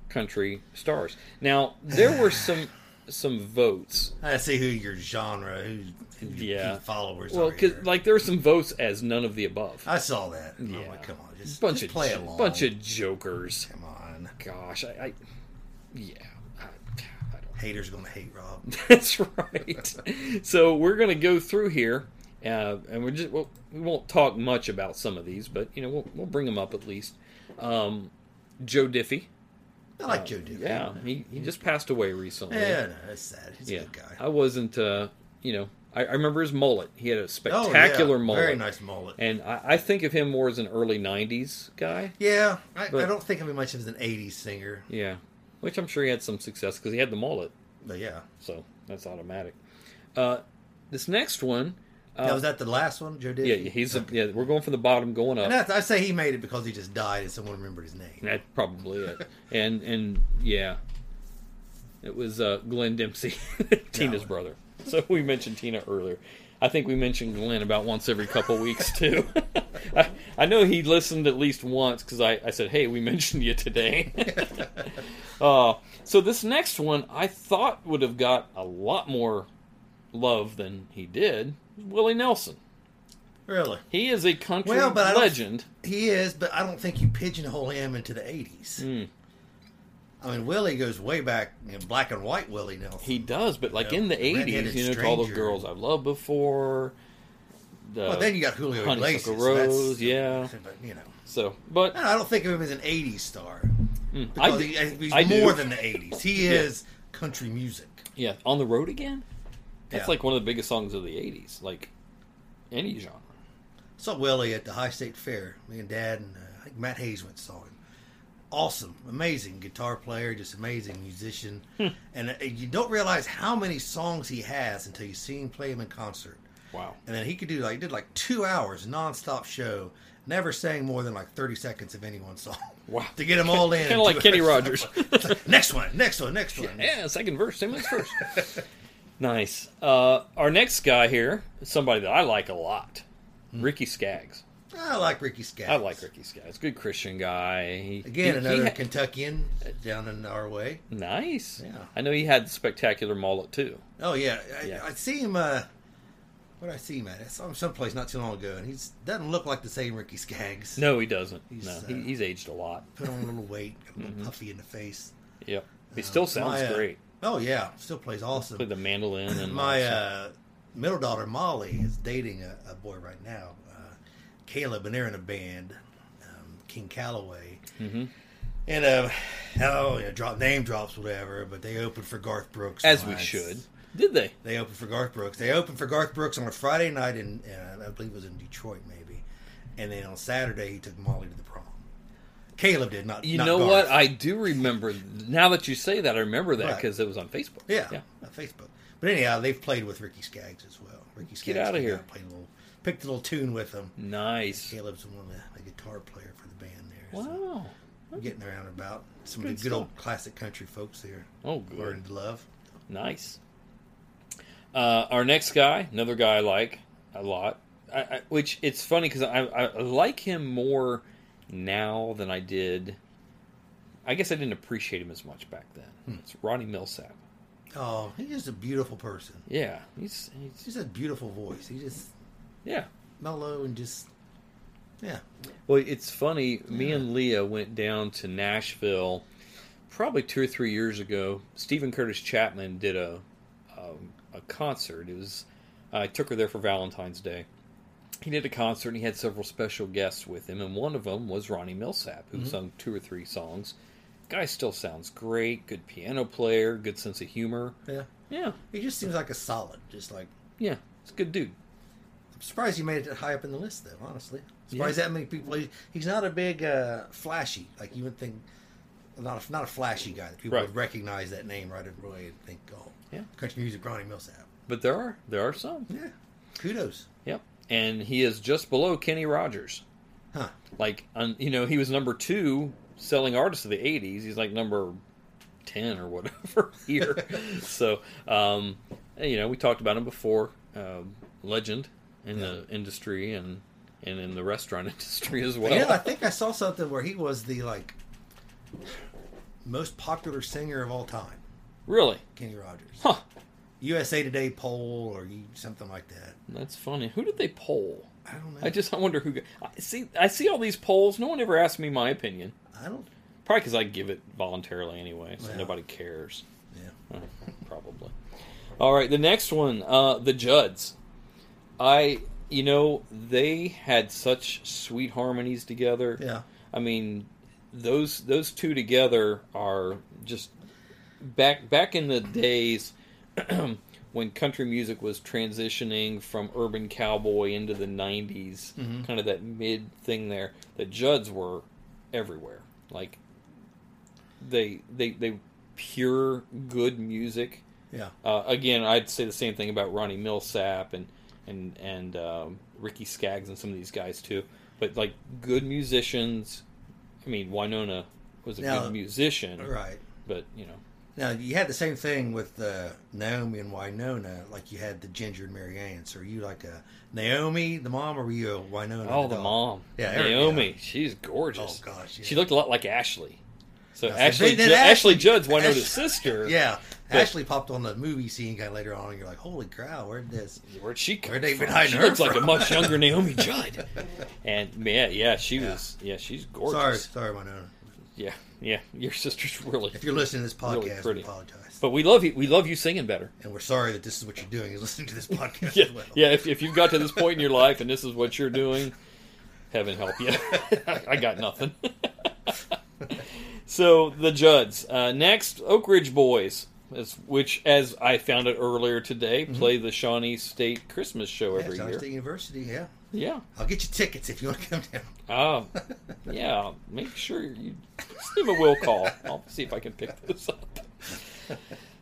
S8: country stars. Now there were some some votes.
S5: I see who your genre, who, who your
S8: Yeah.
S5: key followers
S8: Well,
S5: are.
S8: 'cause,
S5: here.
S8: like there were some votes as none of the above.
S5: I saw that. I'm
S8: Yeah.
S5: like, come on, just,
S8: bunch
S5: Uh, just
S8: of
S5: play
S8: jo-
S5: along.
S8: bunch of jokers.
S5: come on,
S8: Gosh, I, I yeah. I, I don't
S5: haters gonna hate Rob.
S8: That's right. so we're going to go through here, uh, and we're just we'll, we won't talk much about some of these, but you know we'll we'll bring them up at least. Um, Joe Diffie,
S5: I like Joe Diffie.
S8: Uh, yeah, he, he just passed away recently.
S5: yeah, no, that's sad. He's
S8: Yeah.
S5: a good guy. Oh,
S8: I wasn't, uh, you know, I, I remember his mullet. He had a
S5: Oh, yeah.
S8: spectacular mullet,
S5: Very nice mullet.
S8: and I, I think of him more as an early '90s guy.
S5: yeah, I,
S8: But-
S5: I don't think of him much as an '80s singer,
S8: Yeah, which I'm sure he had some success because he had the mullet,
S5: but yeah.
S8: so that's automatic. Uh, this next one. Uh,
S5: now, was that the last one, Joe Diffie?
S8: Yeah, yeah, he's a, yeah. We're going from the bottom, going
S5: And
S8: up.
S5: that's, I say he made it because he just died and someone remembered his name.
S8: That's probably it. And and yeah, it was uh, Glenn Dempsey, Tina's brother. So we mentioned Tina earlier. I think we mentioned Glenn about once every couple weeks too. I, I know he listened at least once because I, I said, "Hey, we mentioned you today." uh, so this next one I thought would have got a lot more love than he did. Willie Nelson.
S5: Really?
S8: He is a country
S5: Well, but I don't-
S8: legend.
S5: He is, but I don't think you pigeonhole him into the 80s.
S8: Hmm.
S5: I mean, Willie goes way back, you know, black and white Willie Nelson.
S8: He does, but like
S5: Yeah,
S8: in the eighties,
S5: Red-Headed
S8: you know, to all those
S5: Stranger.
S8: girls I've loved before. The,
S5: well, then you got Julio Iglesias.
S8: Honeysuckle
S5: that's-
S8: uh, Rose, yeah.
S5: But, you know,
S8: So, but
S5: I don't think of him as an 80s star.
S8: Hmm. I,
S5: Because
S8: do-
S5: he- he's
S8: I do.
S5: more than the 80s. He is country music.
S8: yeah, on the road again. That's
S5: Yeah.
S8: like one of the biggest songs of the eighties, like any genre.
S5: saw Willie at the High State Fair. Me and Dad and uh, I think Matt Hayes went and saw him. awesome, amazing guitar player, just amazing musician.
S8: Hmm.
S5: and uh, you don't realize how many songs he has until you see him play him in concert.
S8: Wow.
S5: And then he could do like he did like two hours nonstop show, never sang more than like thirty seconds of any one song.
S8: Wow.
S5: to get him all in.
S8: Kinda like
S5: Two
S8: Kenny
S5: hours.
S8: Rogers.
S5: It's like, next one, next one, next one.
S8: Yeah, second verse, same as first. nice. Uh, our next guy here is somebody that I like a lot,
S5: Hmm.
S8: Ricky Skaggs.
S5: I like Ricky Scott.
S8: I like Ricky Skaggs. Good Christian guy. He,
S5: Again,
S8: he- he
S5: another
S8: ha-
S5: Kentuckian down in our way.
S8: nice.
S5: Yeah.
S8: I know he had the spectacular mullet too.
S5: Oh yeah, I,
S8: Yeah.
S5: I see him. Uh, what I see him at? I saw him someplace not too long ago, and he doesn't look like the same Ricky Skaggs.
S8: No, he doesn't.
S5: He's,
S8: no,
S5: uh,
S8: he, he's aged a lot.
S5: put on a little weight, got a little puffy in the face.
S8: Yep. Mm-hmm. He
S5: Uh,
S8: still sounds
S5: my, uh,
S8: great.
S5: Oh yeah, still plays
S8: Play
S5: awesome.
S8: the mandolin and all
S5: My
S8: that
S5: uh, middle daughter Molly is dating a, a boy right now, uh, Caleb, and they're in a band, um, King Calloway. Mm-hmm. And uh, oh, yeah, drop name drops whatever, but they opened for Garth Brooks.
S8: as we
S5: once.
S8: should. Did they?
S5: They opened for Garth Brooks. They opened for Garth Brooks on a Friday night in, uh, I believe it was in Detroit, maybe. And then on Saturday, he took Molly to the prom. Caleb did not.
S8: You
S5: not
S8: know
S5: Garth.
S8: what? I do remember. Now that you say that, I remember that
S5: Right.
S8: because it was on Facebook.
S5: yeah,
S8: Yeah.
S5: on Facebook. But anyhow, they've played with Ricky Skaggs as well. Ricky Skaggs
S8: outta
S5: came
S8: here.
S5: out, played a little, picked a little tune with him.
S8: Nice.
S5: Caleb's one of the, the guitar player for the band there. So
S8: Wow.
S5: getting around about some
S8: Good
S5: of the good
S8: stuff.
S5: old classic country folks there.
S8: Oh, good.
S5: Learned to love.
S8: Nice. Uh, our next guy, another guy I like a lot, I, I, which it's funny because I, I like him more now than I did. I guess I didn't appreciate him as much back
S5: Hmm.
S8: then. It's Ronnie Millsap.
S5: Oh, he's just a beautiful person.
S8: Yeah, he's, he's
S5: He's just a beautiful voice. He just
S8: yeah.
S5: mellow and just yeah.
S8: Well, it's funny. Me and Leah went down to Nashville probably two or three years ago. Stephen Curtis Chapman did a um, a concert. It was I took her there for Valentine's Day. He did a concert and he had several special guests with him, and one of them was Ronnie Millsap, who sung two or three songs. Guy still sounds great. Good piano player. Good sense of humor.
S5: Yeah.
S8: Yeah,
S5: He just seems like a solid. Just like
S8: yeah. It's a good dude.
S5: I'm surprised he made it high up in the list, though. Honestly, surprised that many people. He, he's not a big uh, flashy like you would think. Not a, not a flashy guy that people
S8: Right.
S5: would recognize that name right away and think, oh,
S8: Yeah.
S5: country music, Ronnie Millsap.
S8: But there are there are some.
S5: Yeah, kudos.
S8: Yep. And he is just below Kenny Rogers.
S5: Huh.
S8: like un, you know he was number two selling artist of the 80s he's like number 10 or whatever here so um you know we talked about him before um, legend in the industry and and in the restaurant industry as well
S5: Yeah, I think I saw something where he was the like most popular singer of all time,
S8: really
S5: Kenny Rogers.
S8: huh
S5: USA Today poll or you, something like that.
S8: that's funny who did they poll
S5: I don't know.
S8: i just i wonder who got, I see i see all these polls no one ever asked me my opinion
S5: I don't.
S8: probably because i give it voluntarily anyway so
S5: Yeah.
S8: nobody cares
S5: Yeah.
S8: probably. All right, the next one, uh, the Judds. I, you know, they had such sweet harmonies together.
S5: Yeah.
S8: I mean, those those two together are just back back in the days when country music was transitioning from urban cowboy into the 90s, kind of that mid thing there. The Judds were everywhere. Like they they they pure good music.
S5: Yeah.
S8: Uh, again, I'd say the same thing about Ronnie Millsap and and and um, Ricky Skaggs and some of these guys too. But like good musicians, I mean Winona was a
S5: Now-
S8: good musician,
S5: Right.
S8: but you know,
S5: Now you had the same thing with uh, Naomi and Winona, like you had the Ginger and Mary Ann. So are you like a Naomi, the mom, or were you a Winona?
S8: oh the
S5: dog?
S8: mom,
S5: Yeah, every-
S8: Naomi,
S5: yeah.
S8: she's gorgeous.
S5: Oh, gosh, yeah.
S8: she looked a lot like Ashley. So
S5: Now, see,
S8: Ashley,
S5: they- they-
S8: Ju- Ashley
S5: Ashley-
S8: Judd's Winona's
S5: Ashley-
S8: sister.
S5: Yeah,
S8: But-
S5: Ashley popped on the movie scene kind of later on, and you're like, "Holy cow, where'd this?"
S8: Where'd she come
S5: Where'd they
S8: from?
S5: even hide
S8: she
S5: her
S8: looks like a
S5: from?
S8: much younger Naomi Judd. And yeah, yeah, she was. Yeah, she's
S5: Sorry,
S8: gorgeous.
S5: sorry, Winona.
S8: Yeah, yeah, your sister's really.
S5: If you're listening to this
S8: Really
S5: podcast,
S8: pretty.
S5: we apologize,
S8: But we love you. We love you singing better.
S5: and we're sorry that this is what you're doing is listening to this podcast
S8: Yeah,
S5: as well.
S8: yeah. If, if you've got to this point in your life and this is what you're doing, heaven help you. I got nothing. so the Judds. Uh, next, Oak Ridge Boys, as, which, as I found out earlier today, play the Shawnee State Christmas show
S5: Mm-hmm. Yeah,
S8: every
S5: Johnny
S8: year.
S5: State University. Yeah,
S8: Yeah.
S5: I'll get you tickets if you want to come down.
S8: Oh, yeah. Make sure you just give a will call. I'll see if I can pick this up.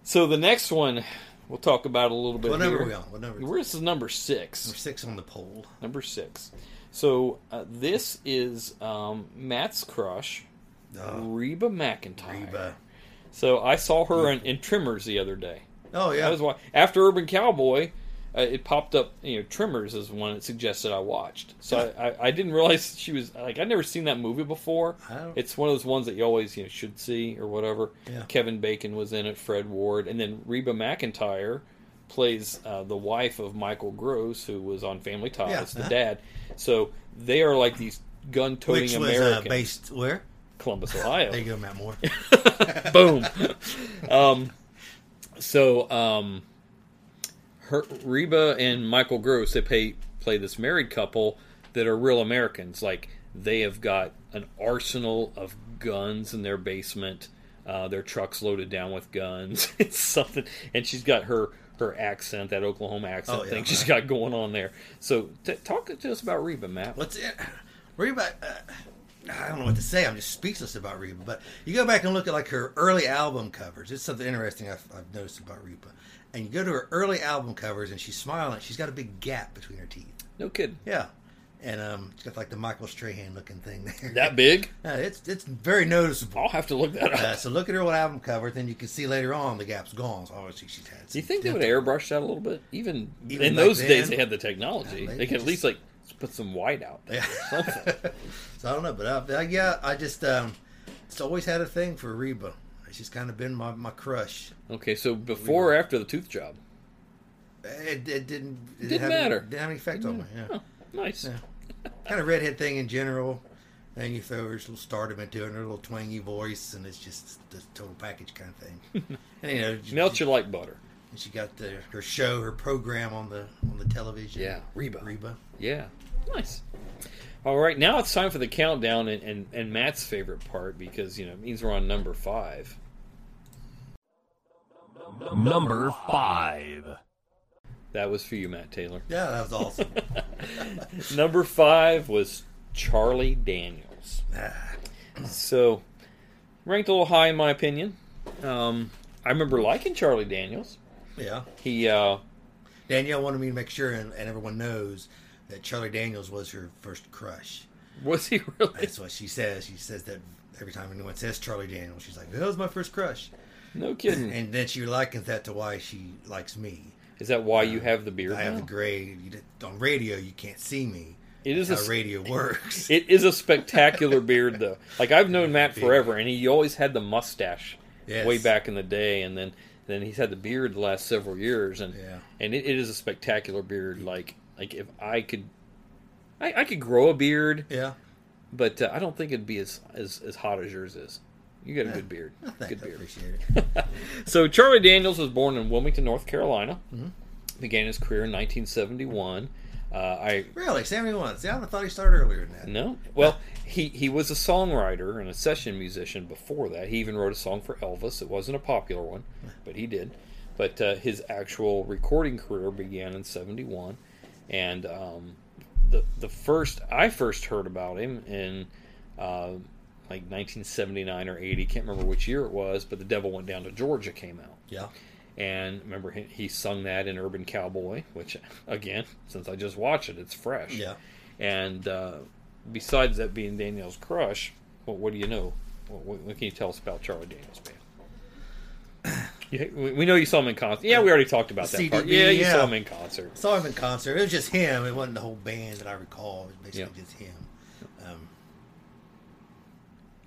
S8: So the next one we'll talk about a little bit.
S5: What number
S8: here.
S5: are we on? What number is
S8: We're- This is number six.
S5: Number six on the poll.
S8: Number six. So uh, this is um, Matt's crush,
S5: Oh,
S8: Reba McIntyre.
S5: Reba.
S8: So I saw her in, in Trimmers the other day.
S5: Oh, yeah.
S8: That was why after Urban Cowboy, uh, it popped up. You know, Trimmers is one it suggested I watched. So I, I, I didn't realize she was like I'd never seen that movie before.
S5: I don't-
S8: It's one of those ones that you always you know should see or whatever.
S5: Yeah.
S8: Kevin Bacon was in it, Fred Ward, and then Reba McIntyre plays uh, the wife of Michael Gross, who was on Family Ties,
S5: Yeah,
S8: the
S5: uh-huh.
S8: dad. So they are like these gun-toting
S5: Which was uh,
S8: Americans.
S5: based where?
S8: Columbus, Ohio.
S5: There you go, Matt Moore.
S8: Boom. um, so um, her, Reba and Michael Gross they pay, play this married couple that are real Americans. Like they have got an arsenal of guns in their basement. Uh, their trucks loaded down with guns. it's something, and she's got her her accent, that Oklahoma accent
S5: Oh, yeah.
S8: thing she's got going on there. So t- talk to us about Reba, Matt.
S5: What's it? Reba. Uh, I don't know what to say. I'm just speechless about Reba. But you go back and look at like her early album covers. It's something interesting I've, I've noticed about Reba. And you go to her early album covers, and she's smiling. She's got a big gap between her teeth.
S8: No kidding.
S5: Yeah, and um, she's got like the Michael Strahan looking thing there.
S8: That big?
S5: Uh, it's it's very noticeable.
S8: I'll have to look that up.
S5: Uh, so look at her old album cover, then you can see later on the gap's gone. So obviously she's had.
S8: Do
S5: Some
S8: you think they would airbrush that a little bit? Even,
S5: Even
S8: in
S5: back
S8: those days,
S5: then?
S8: they had the technology.
S5: Yeah, they
S8: they could at
S5: just-
S8: least like put some white out there. or something.
S5: So I don't know, but I, I, yeah, I just um, it's always had a thing for Reba. She's kind of been my, my crush.
S8: okay, so before or after the tooth job?
S5: It, it didn't it
S8: Didn't
S5: have
S8: matter.
S5: Any, didn't have any effect on me. Yeah.
S8: Oh, nice.
S5: kind of redhead thing in general. Then you throw her little stardom into it, and her little twangy voice, and it's just the total package kind of thing. and you know,
S8: Melt
S5: she,
S8: you like butter.
S5: she got the, her show, her program on the on the television.
S8: Yeah, Reba.
S5: Reba.
S8: Yeah. Nice. All right, now it's time for the countdown and, and, and Matt's favorite part because, you know, it means we're on number five.
S9: Number five.
S8: That was for you, Matt Taylor.
S5: Yeah, that was awesome.
S8: Number five was Charlie Daniels.
S5: Uh,
S8: so, ranked a little high in my opinion. Um, I remember liking Charlie Daniels.
S5: yeah.
S8: He, uh,
S5: Danielle wanted me to make sure, and, and everyone knows that Charlie Daniels was her first crush.
S8: was he really?
S5: That's what she says. She says that every time anyone says Charlie Daniels, she's like, "That was my first crush,"
S8: No kidding.
S5: and then she likens that to why she likes me.
S8: Is that why you have the beard?
S5: I have
S8: now?
S5: the gray. You did- on radio, you can't see me.
S8: It is
S5: That's
S8: a
S5: how
S8: s-
S5: radio works.
S8: It is a spectacular beard, though. Like I've known Matt forever, and he always had the mustache
S5: Yes.
S8: way back in the day, and then then he's had the beard the last several years, and
S5: Yeah.
S8: and it, it is a spectacular beard. Like like if I could, I, I could grow a beard,
S5: yeah,
S8: but uh, I don't think it'd be as as, as hot as yours is. You got a good beard,
S5: thanks.
S8: good
S5: I
S8: beard.
S5: appreciate it.
S8: So Charlie Daniels was born in Wilmington, North Carolina. Began his career in 1971. Uh, I
S5: Really, seventy-one. See, I would've thought he started earlier than that.
S8: No. Well, he, he was a songwriter and a session musician before that. He even wrote a song for Elvis. It wasn't a popular one, but he did. But uh, his actual recording career began in '71, and um, the the first I first heard about him in uh, like 1979 or '80. Can't remember which year it was, but "The Devil Went Down to Georgia" came out.
S5: Yeah,
S8: And remember, he, he sung that in Urban Cowboy, which, again, since I just watched it, it's fresh.
S5: Yeah.
S8: And uh, besides that being Daniel's crush, well, what do you know? What, what, what can you tell us about Charlie Daniels, man? You, we- we know you saw him in concert. Yeah, we already talked about that part.
S5: CDB,
S8: Yeah, you
S5: yeah.
S8: saw him in concert.
S5: saw him in concert. It was just him. It wasn't the whole band that I recall. It was basically
S8: Yeah.
S5: just him. Um,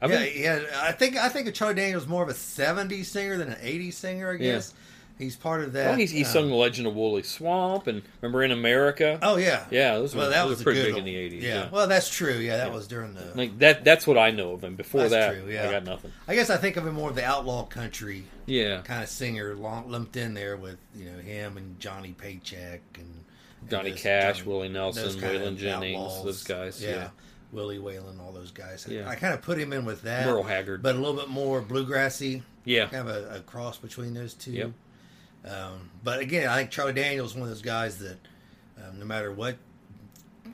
S8: I
S5: yeah,
S8: mean,
S5: yeah. I think I think of Charlie Daniels more of a '70s singer than an '80s singer. I
S8: Yeah.
S5: guess he's part of that.
S8: well, he's, he
S5: um,
S8: sung The Legend of Woolly Swamp, and remember in America?
S5: Oh yeah,
S8: Yeah, those were- those were
S5: a
S8: pretty
S5: good
S8: big in
S5: one.
S8: the 80s,
S5: Yeah.
S8: yeah.
S5: well, that's true. Yeah, that
S8: Yeah.
S5: was during the.
S8: Like that, that's what I know of him. Before
S5: that's
S8: that,
S5: true. Yeah,
S8: I got nothing.
S5: I guess I think of him more of the outlaw country
S8: Yeah.
S5: kind of singer, long, lumped in there with you know him and Johnny Paycheck and and
S8: Johnny
S5: those
S8: Cash,
S5: Johnny-
S8: Willie Nelson,
S5: those kind of
S8: Waylon Jennings,
S5: outlaws.
S8: those guys, yeah.
S5: Willie Whalen, all those guys. I-
S8: Yeah.
S5: I kind of put him in with that.
S8: Merle Haggard.
S5: but a little bit more bluegrassy.
S8: Yeah.
S5: kind of a, a cross between those two.
S8: Yep.
S5: Um, but again, I think Charlie Daniels is one of those guys that um, no matter what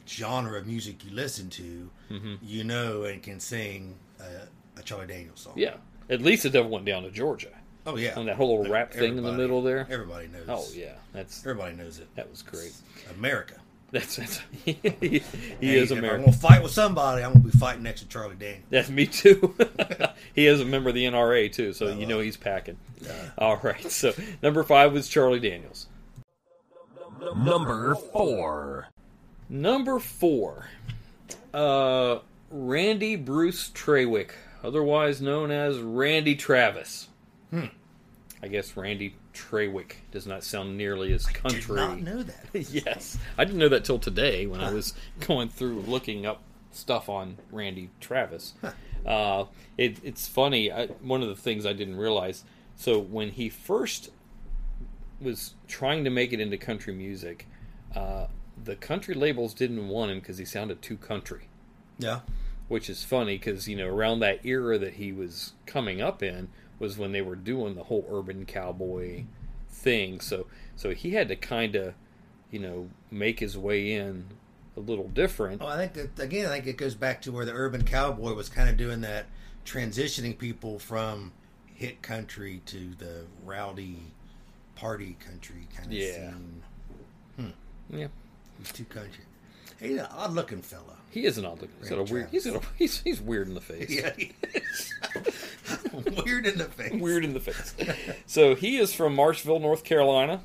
S5: genre of music you listen to,
S8: Mhm.
S5: you know and can sing a, a Charlie Daniels song.
S8: Yeah. At least it never went down to Georgia.
S5: Oh yeah.
S8: On that whole little rap thing in the
S5: Everybody-
S8: middle there.
S5: Everybody knows.
S8: Oh yeah, that's
S5: Everybody knows it.
S8: that was great.
S5: America.
S8: That's that's he, he
S5: Hey,
S8: is
S5: if I'm
S8: American.
S5: gonna fight with somebody. I'm gonna be fighting next to Charlie Daniels.
S8: That's me too. he is a member of the NRA too, so you know he's packing. All right. So number five was Charlie Daniels.
S3: Number four.
S8: Number four, uh, Randy Bruce Trawick, otherwise known as Randy Travis.
S5: Hmm.
S8: I guess Randy Trawick does not sound nearly as country.
S5: Not know that.
S8: yes, I didn't know that till today when I was going through looking up stuff on Randy Travis. Uh, it, it's funny. I, one of the things I didn't realize. So when he first was trying to make it into country music, uh, the country labels didn't want him because he sounded too country
S5: Yeah.
S8: which is funny because you know around that era that he was coming up in was when they were doing the whole urban cowboy thing so so he had to kind of you know make his way in a little different
S5: Well, Oh, I think that again, I think it goes back to where the urban cowboy was kind of doing that, transitioning people from hit country to the rowdy party country kind of
S8: Yeah.
S5: scene.
S8: yeah
S5: He's too country. He's an odd looking fella.
S8: he is an odd looking he's got a weird he's, got a, he's, he's weird in the face
S5: Yeah, he is. weird in the face.
S8: weird in the face. so he is from Marshville, North Carolina.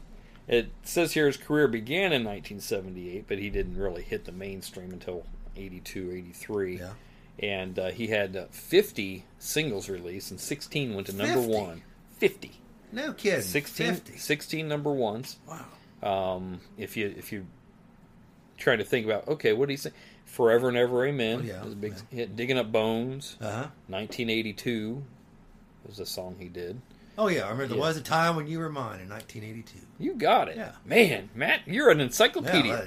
S8: It says here his career began in 1978, but he didn't really hit the mainstream until 82, 83.
S5: Yeah.
S8: And uh, he had uh, 50 singles released, and 16 went to number
S5: 50?
S8: one. 50.
S5: No kidding.
S8: 16,
S5: 50.
S8: 16 number ones.
S5: Wow.
S8: Um, if you if you try to think about, okay, what do you say? Forever and Ever, Amen.
S5: Oh, yeah,
S8: was a big hit. Digging Up Bones.
S5: Uh huh.
S8: 1982 was a song he did.
S5: Oh yeah, I remember there
S8: Yeah.
S5: was a time when you were mine in 1982.
S8: You got it.
S5: Yeah.
S8: Man, Matt, you're an
S5: Yeah,
S8: encyclopedia.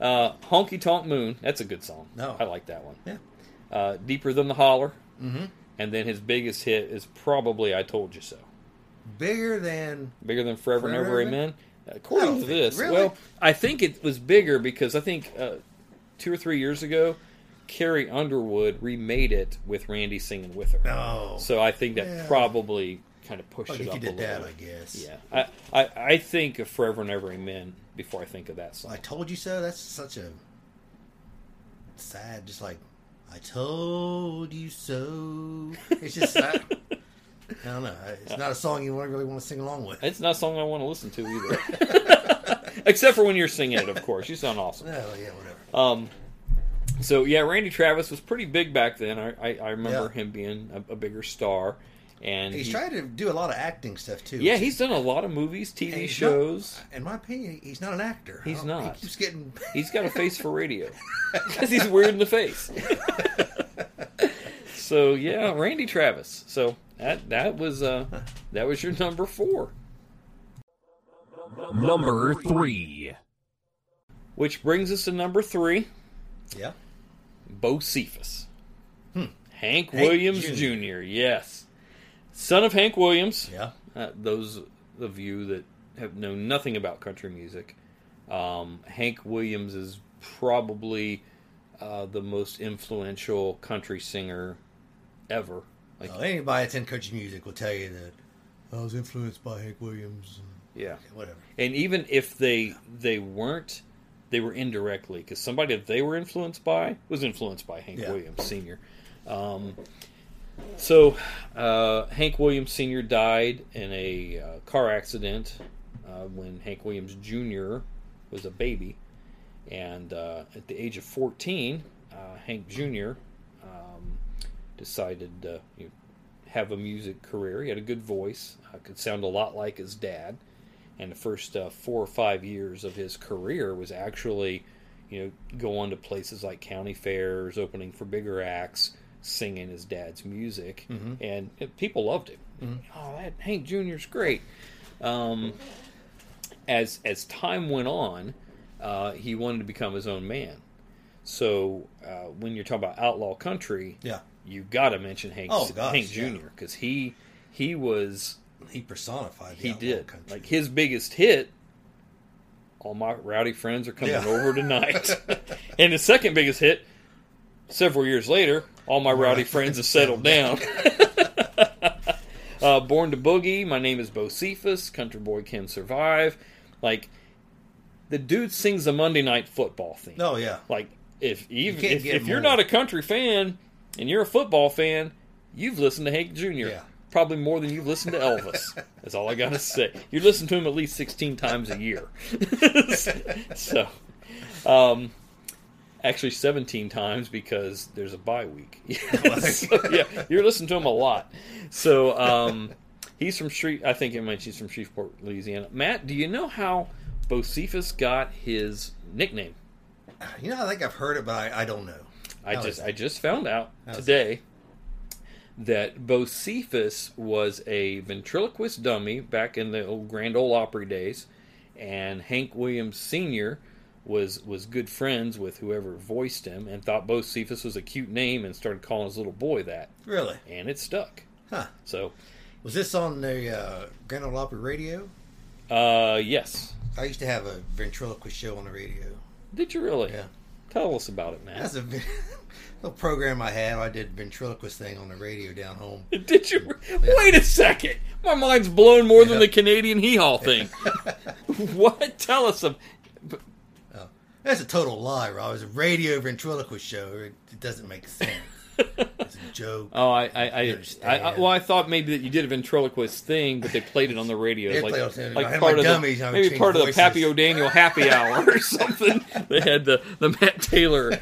S5: yeah.
S8: Uh, Honky Tonk Moon. That's a good song.
S5: No.
S8: I like that one.
S5: Yeah.
S8: Uh, Deeper Than the Holler.
S5: Mhm.
S8: And then his biggest hit is probably I Told You So.
S5: Bigger than
S8: Bigger than Forever, and Ever,
S5: Forever and Ever?
S8: Amen. According to
S5: think-
S8: this,
S5: really?
S8: well, I think it was bigger because I think uh, two or three years ago, Carrie Underwood remade it with Randy singing with her.
S5: no.
S8: So I think that
S5: Oh. Yeah.
S8: probably kind of pushed
S5: Well,
S8: it
S5: if
S8: up
S5: you
S8: a
S5: did
S8: little.
S5: that, I
S8: bit.
S5: guess.
S8: Yeah, I, I, I think of Forever and Ever Amen before I think of that song.
S5: I told you so. That's such a sad, just like I told you so. It's just sad. I don't know. It's not a song you really want to sing along with.
S8: It's not a song I want to listen to either. Except for when you're singing it, of course. You sound awesome.
S5: Oh yeah, whatever.
S8: Um, so yeah, Randy Travis was pretty big back then. I, I, I remember
S5: Yeah.
S8: him being a, a bigger star, and
S5: He's
S8: he-
S5: trying to do a lot of acting stuff too.
S8: Yeah, he's done a lot of movies, TV
S5: And he's not-
S8: shows.
S5: in my opinion, he's not an actor. I
S8: He's
S5: don't-
S8: not.
S5: He keeps getting.
S8: He's got a face for radio because he's weird in the face. so yeah, Randy Travis. So that that was uh that was your number four,
S3: Number three.
S8: which brings us to number three,
S5: Yeah.
S8: Bo Cephas. Hank,
S5: Hank
S8: Williams Jr.
S5: Jr.,
S8: Yes, son of Hank Williams.
S5: Yeah.
S8: Uh, those of you that have known nothing about country music, um, Hank Williams is probably uh, the most influential country singer ever. Like,
S5: Well, anybody that's in country music will tell you that I was influenced by Hank Williams. and
S8: yeah.
S5: Whatever.
S8: And even if they they weren't, they were indirectly because somebody that they were influenced by was influenced by Hank
S5: Yeah.
S8: Williams Senior. Um, so uh, Hank Williams Senior died in a uh, car accident uh, when Hank Williams Junior was a baby, and uh, at the age of fourteen, uh, Hank Junior. Um, decided to you know, have a music career. He had a good voice. Uh, could sound a lot like his dad. And the first uh, four or five years of his career was actually, you know, going to places like county fairs, opening for bigger acts, singing his dad's music, and uh, people loved him. Oh, that Hank Jr.'s great. Um, as as time went on, uh, he wanted to become his own man. So uh, when you're talking about outlaw country,
S5: Yeah.
S8: you got to mention Hank
S5: Oh, gosh,
S8: Hank
S5: yeah.
S8: Jr. because he he was
S5: He personified. The
S8: he
S5: outlaw
S8: did
S5: Country.
S8: like his biggest hit all my rowdy friends are coming yeah. over tonight. and the second biggest hit, several years later, all my rowdy friends have settled down. uh, Born to Boogie, My Name is Bo Cephas, Country Boy Can Survive. Like, the dude sings the Monday Night Football theme.
S5: Oh, yeah.
S8: Like, if, even, you if, if you're not a country fan and you're a football fan, you've listened to Hank Jr. Yeah probably more than you've listened to Elvis. That's all I gotta say. You listen to him at least sixteen times a year. so, um, actually seventeen times because there's a bye week. so, yeah, you're listening to him a lot. So um, he's from Street. I think it might. He's from Shreveport, Louisiana. Matt, do you know how Bocephus got his nickname?
S5: You know, I think I've heard it, but I, I don't know.
S8: I how just I just found out How's today. It? that Bocephus was a ventriloquist dummy back in the old Grand Ole Opry days, and Hank Williams Sr. was was good friends with whoever voiced him and thought Bocephus was a cute name and started calling his little boy that.
S5: Really?
S8: And it stuck.
S5: Huh.
S8: So,
S5: was this on the uh, Grand Ole Opry radio?
S8: Uh, yes.
S5: I used to have a ventriloquist show on the radio.
S8: Did you really?
S5: Yeah.
S8: Tell us about it, man.
S5: That's a little program I had. I did ventriloquist thing on the radio down home.
S8: Did you? Yeah. Wait a second. My mind's blown more yeah. than the Canadian hee haw thing. what? Tell us. Some...
S5: Oh, that's a total lie, Rob. It was a radio ventriloquist show. It, it doesn't make sense. it's a joke.
S8: Oh, I, I, I, I, I, well, I thought maybe that you did a ventriloquist thing, but they played it on the radio, like,
S5: like, it,
S8: like
S5: part
S8: of
S5: dummies,
S8: the, maybe part voices. of the Pappy O'Daniel Happy Hour or something. they had the the Matt Taylor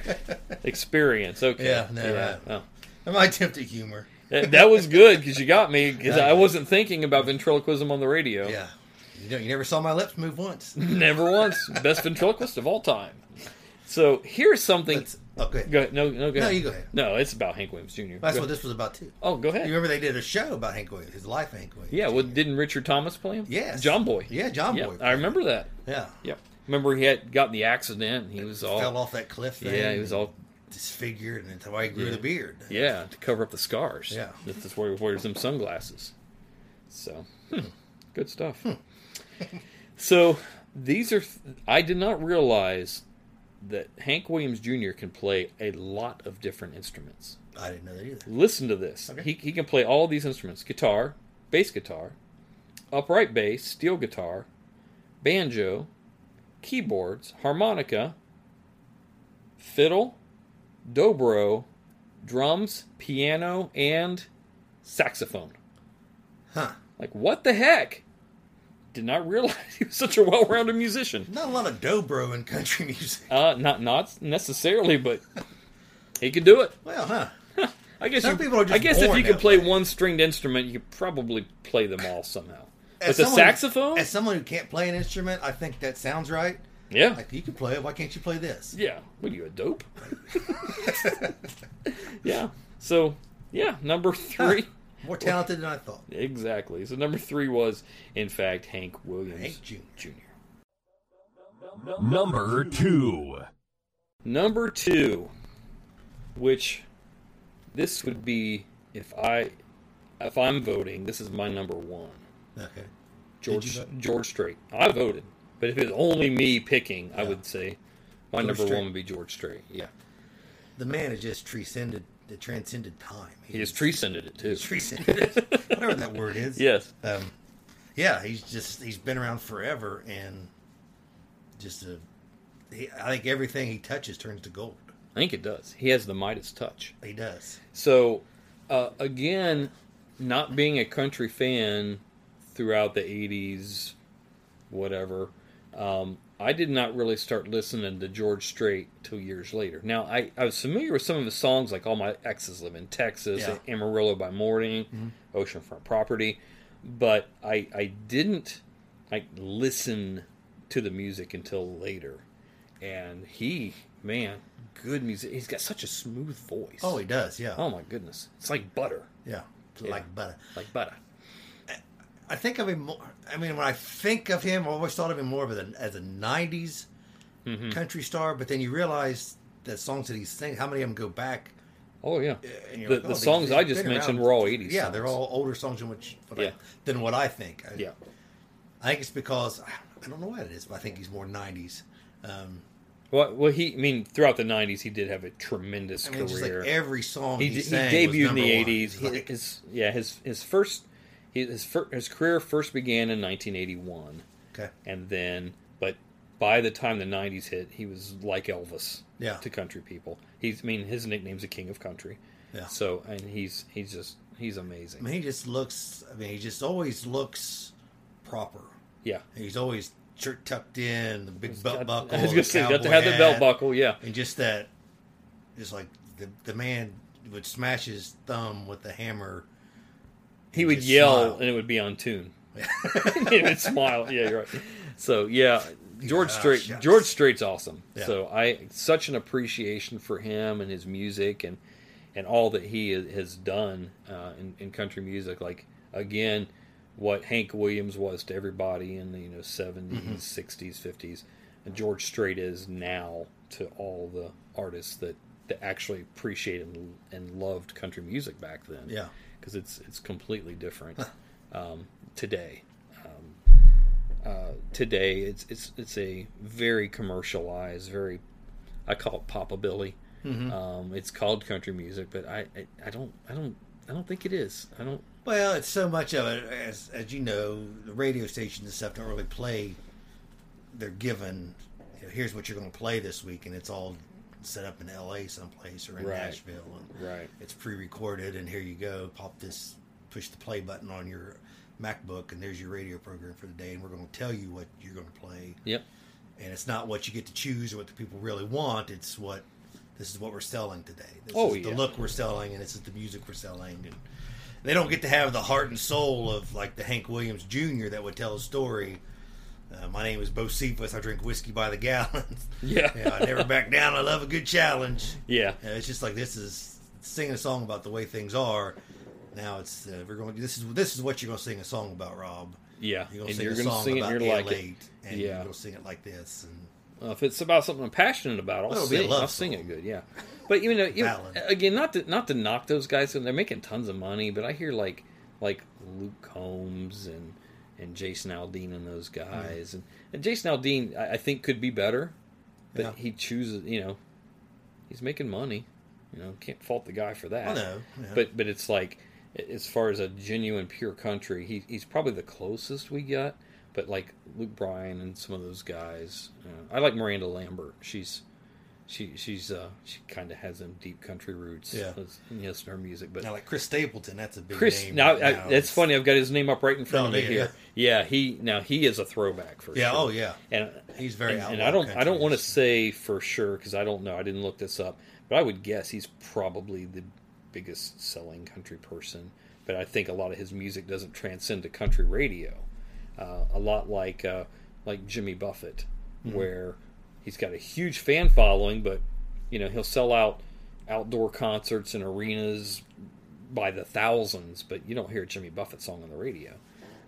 S8: experience. Okay,
S5: yeah, no, yeah, right. oh. my attempt at humor.
S8: that, that was good because you got me because I wasn't thinking about ventriloquism on the radio.
S5: Yeah, you, know, you never saw my lips move once.
S8: never once. Best ventriloquist of all time. So here's something.
S5: Let's, Okay.
S8: Go ahead. No, no, go
S5: no,
S8: ahead.
S5: you go ahead.
S8: No, it's about Hank Williams Jr.
S5: Oh, That's what this was about too.
S8: Oh, go ahead.
S5: You remember they did a show about Hank Williams, his life, Hank Williams.
S8: Yeah. Well, didn't Richard Thomas play him?
S5: Yes.
S8: John Boy.
S5: Yeah, John
S8: yeah,
S5: Boy.
S8: I remember that.
S5: Yeah.
S8: Yep. Remember he had got in the accident. And he was all
S5: fell off that cliff. Thing
S8: yeah, he was all
S5: disfigured, and that's how he grew yeah. the beard.
S8: Yeah, to cover up the scars.
S5: Yeah.
S8: That's where he wears them sunglasses. So, hmm, good stuff. Hmm. so these are I did not realize that Hank Williams Jr. can play a lot of different instruments.
S5: I didn't know that either.
S8: Listen to this. Okay. He, he can play all these instruments guitar, bass guitar, upright bass, steel guitar, banjo, keyboards, harmonica, fiddle, dobro, drums, piano, and saxophone.
S5: Huh.
S8: Like, what the heck? did not realize he was such a well-rounded musician.
S5: Not a lot of dobro in country music.
S8: Uh, not not necessarily, but he could do it.
S5: Well, huh?
S8: I guess some you, people are just I guess if you could play way. one stringed instrument, you could probably play them all somehow. As With someone, the saxophone,
S5: as someone who can't play an instrument, I think that sounds right.
S8: Yeah,
S5: like you can play it. Why can't you play this?
S8: Yeah, what are you a dope? yeah. So yeah, number three. Huh.
S5: More talented than I thought.
S8: Exactly. So number three was, in fact, Hank Williams
S5: Hank Jr.
S8: Jr.
S11: Number two.
S8: Number two, which this would be if I if I'm voting, this is my number one.
S5: Okay.
S8: George George Strait. I voted, but if it's only me picking, yeah. I would say my George number Strait. one would be George Strait. Yeah.
S5: The man has just transcended that transcended time.
S8: He, he is transcended it too.
S5: Transcended it, whatever that word is.
S8: Yes.
S5: Um, yeah, he's just he's been around forever, and just a, he, I think everything he touches turns to gold.
S8: I think it does. He has the Midas touch.
S5: He does.
S8: So, uh, again, not being a country fan throughout the '80s, whatever. Um, I did not really start listening to George Strait till years later. Now, I, I was familiar with some of his songs, like All My Exes Live in Texas, yeah. Amarillo by Morning, mm-hmm. Oceanfront Property, but I, I didn't like listen to the music until later. And he, man, good music. He's got such a smooth voice.
S5: Oh, he does, yeah.
S8: Oh, my goodness. It's like butter.
S5: Yeah, yeah. like butter.
S8: Like butter.
S5: I think of him more. I mean, when I think of him, I always thought of him more of a, as a '90s mm-hmm. country star. But then you realize the songs that he sings, how many of them go back?
S8: Oh yeah, the, like, oh, the songs they, I just mentioned around. were all '80s.
S5: Yeah,
S8: songs.
S5: they're all older songs than, which, yeah. I, than what I think. I,
S8: yeah,
S5: I think it's because I don't know what it is, but I think he's more '90s. Um,
S8: Well, well, he. I mean, throughout the '90s, he did have a tremendous
S5: I mean, just like
S8: career.
S5: every song
S8: he, d-
S5: he,
S8: he
S5: sang was
S8: debuted in
S5: number
S8: the
S5: one.
S8: '80s.
S5: Like,
S8: his, yeah, his his first his his, fir- his career first began in 1981,
S5: okay,
S8: and then, but by the time the '90s hit, he was like Elvis.
S5: Yeah.
S8: To country people, he's. I mean, his nickname's the King of Country.
S5: Yeah.
S8: So, and he's he's just he's amazing.
S5: I mean, he just looks. I mean, he just always looks proper.
S8: Yeah.
S5: He's always shirt tucked in, the big belt
S8: got-
S5: buckle.
S8: I was
S5: the
S8: gonna say, got to
S5: cowboy
S8: have the belt
S5: hat,
S8: buckle, yeah.
S5: and just that, just like the the man would smash his thumb with the hammer.
S8: he
S5: and
S8: would
S5: just
S8: yell
S5: smile.
S8: and it would be on tune. he would smile. Yeah, you're right. So yeah, George
S5: Ah,
S8: Strait.
S5: shucks.
S8: George Strait's awesome.
S5: Yeah.
S8: So I such an appreciation for him and his music and and all that he i- has done uh, in, in country music. Like again, what Hank Williams was to everybody in the you know 70s, sixties, fifties, and George Strait is now to all the artists that that actually appreciated and, and loved country music back then
S5: Yeah.
S8: because it's it's completely different um, today. Um, uh, today, it's it's it's a very commercialized, very I call it popabilly.
S5: Mm-hmm.
S8: Um, it's called country music, but I, I I don't I don't I don't think it is. I don't.
S5: Well, it's so much of it as as you know, the radio stations and stuff don't really play. They're given, you know, here's what you're going to play this week, and it's all set up in L.A. someplace or in
S8: Right.
S5: Nashville, and
S8: Right.
S5: it's pre-recorded, and here you go, pop this, push the play button on your MacBook, and there's your radio program for the day, and we're going to tell you what you're going to play,
S8: Yep.
S5: and it's not what you get to choose or what the people really want. It's what this is what we're selling today. This
S8: Oh,
S5: is
S8: yeah.
S5: the look we're selling, and this is the music we're selling. And they don't get to have the heart and soul of like the Hank Williams Jr. that would tell a story. Uh, my name is Bo Cephas. I drink whiskey by the gallon.
S8: Yeah.
S5: You know, I never back down. I love a good challenge.
S8: Yeah.
S5: Uh, it's just like this is singing a song about the way things are. Now it's uh, we're going. This is this is what you're going to sing a song about, Rob.
S8: Yeah.
S5: You're going
S8: and
S5: to sing
S8: you're
S5: a
S8: gonna
S5: song
S8: sing it.
S5: about
S8: And you're
S5: LA,
S8: like it.
S5: and
S8: Yeah.
S5: you're going to sing it like this. And
S8: Well, Uh, if it's about something I'm passionate about, I'll
S5: It'll be a
S8: sing.
S5: love
S8: I'll sing
S5: song.
S8: it good, yeah. But you know, you
S5: Ballad.
S8: again, not to not to knock those guys, and they're making tons of money. But I hear like like Luke Combs and and Jason Aldean and those
S5: Hmm.
S8: guys, and, and Jason Aldean, I, I think could be better, but
S5: Yeah.
S8: he chooses. You know, he's making money. You know, can't fault the guy for that.
S5: I know, yeah.
S8: But but it's like as far as a genuine pure country, he, he's probably the closest we got. But like Luke Bryan and some of those guys, uh, I like Miranda Lambert. She's she she's uh, she kind of has them deep country roots.
S5: Yeah.
S8: Let's- you listen to her music, but
S5: Now, like Chris Stapleton, that's a big
S8: Chris.
S5: name.
S8: now,
S5: right
S8: I,
S5: now.
S8: that's funny. I've got his name up right in front
S5: No,
S8: of me
S5: yeah,
S8: here. Yeah. he now he is a throwback for
S5: Yeah,
S8: sure.
S5: oh, yeah.
S8: and
S5: He's very
S8: And, and
S5: outlaw
S8: I don't I don't
S5: country.
S8: want to say for sure because I don't know. I didn't look this up, but I would guess he's probably the biggest selling country person. But I think a lot of his music doesn't transcend to country radio. Uh, a lot like uh, like Jimmy Buffett,
S5: Hmm.
S8: where he's got a huge fan following, but you know he'll sell out outdoor concerts and arenas by the thousands, but you don't hear a Jimmy Buffett song on the radio.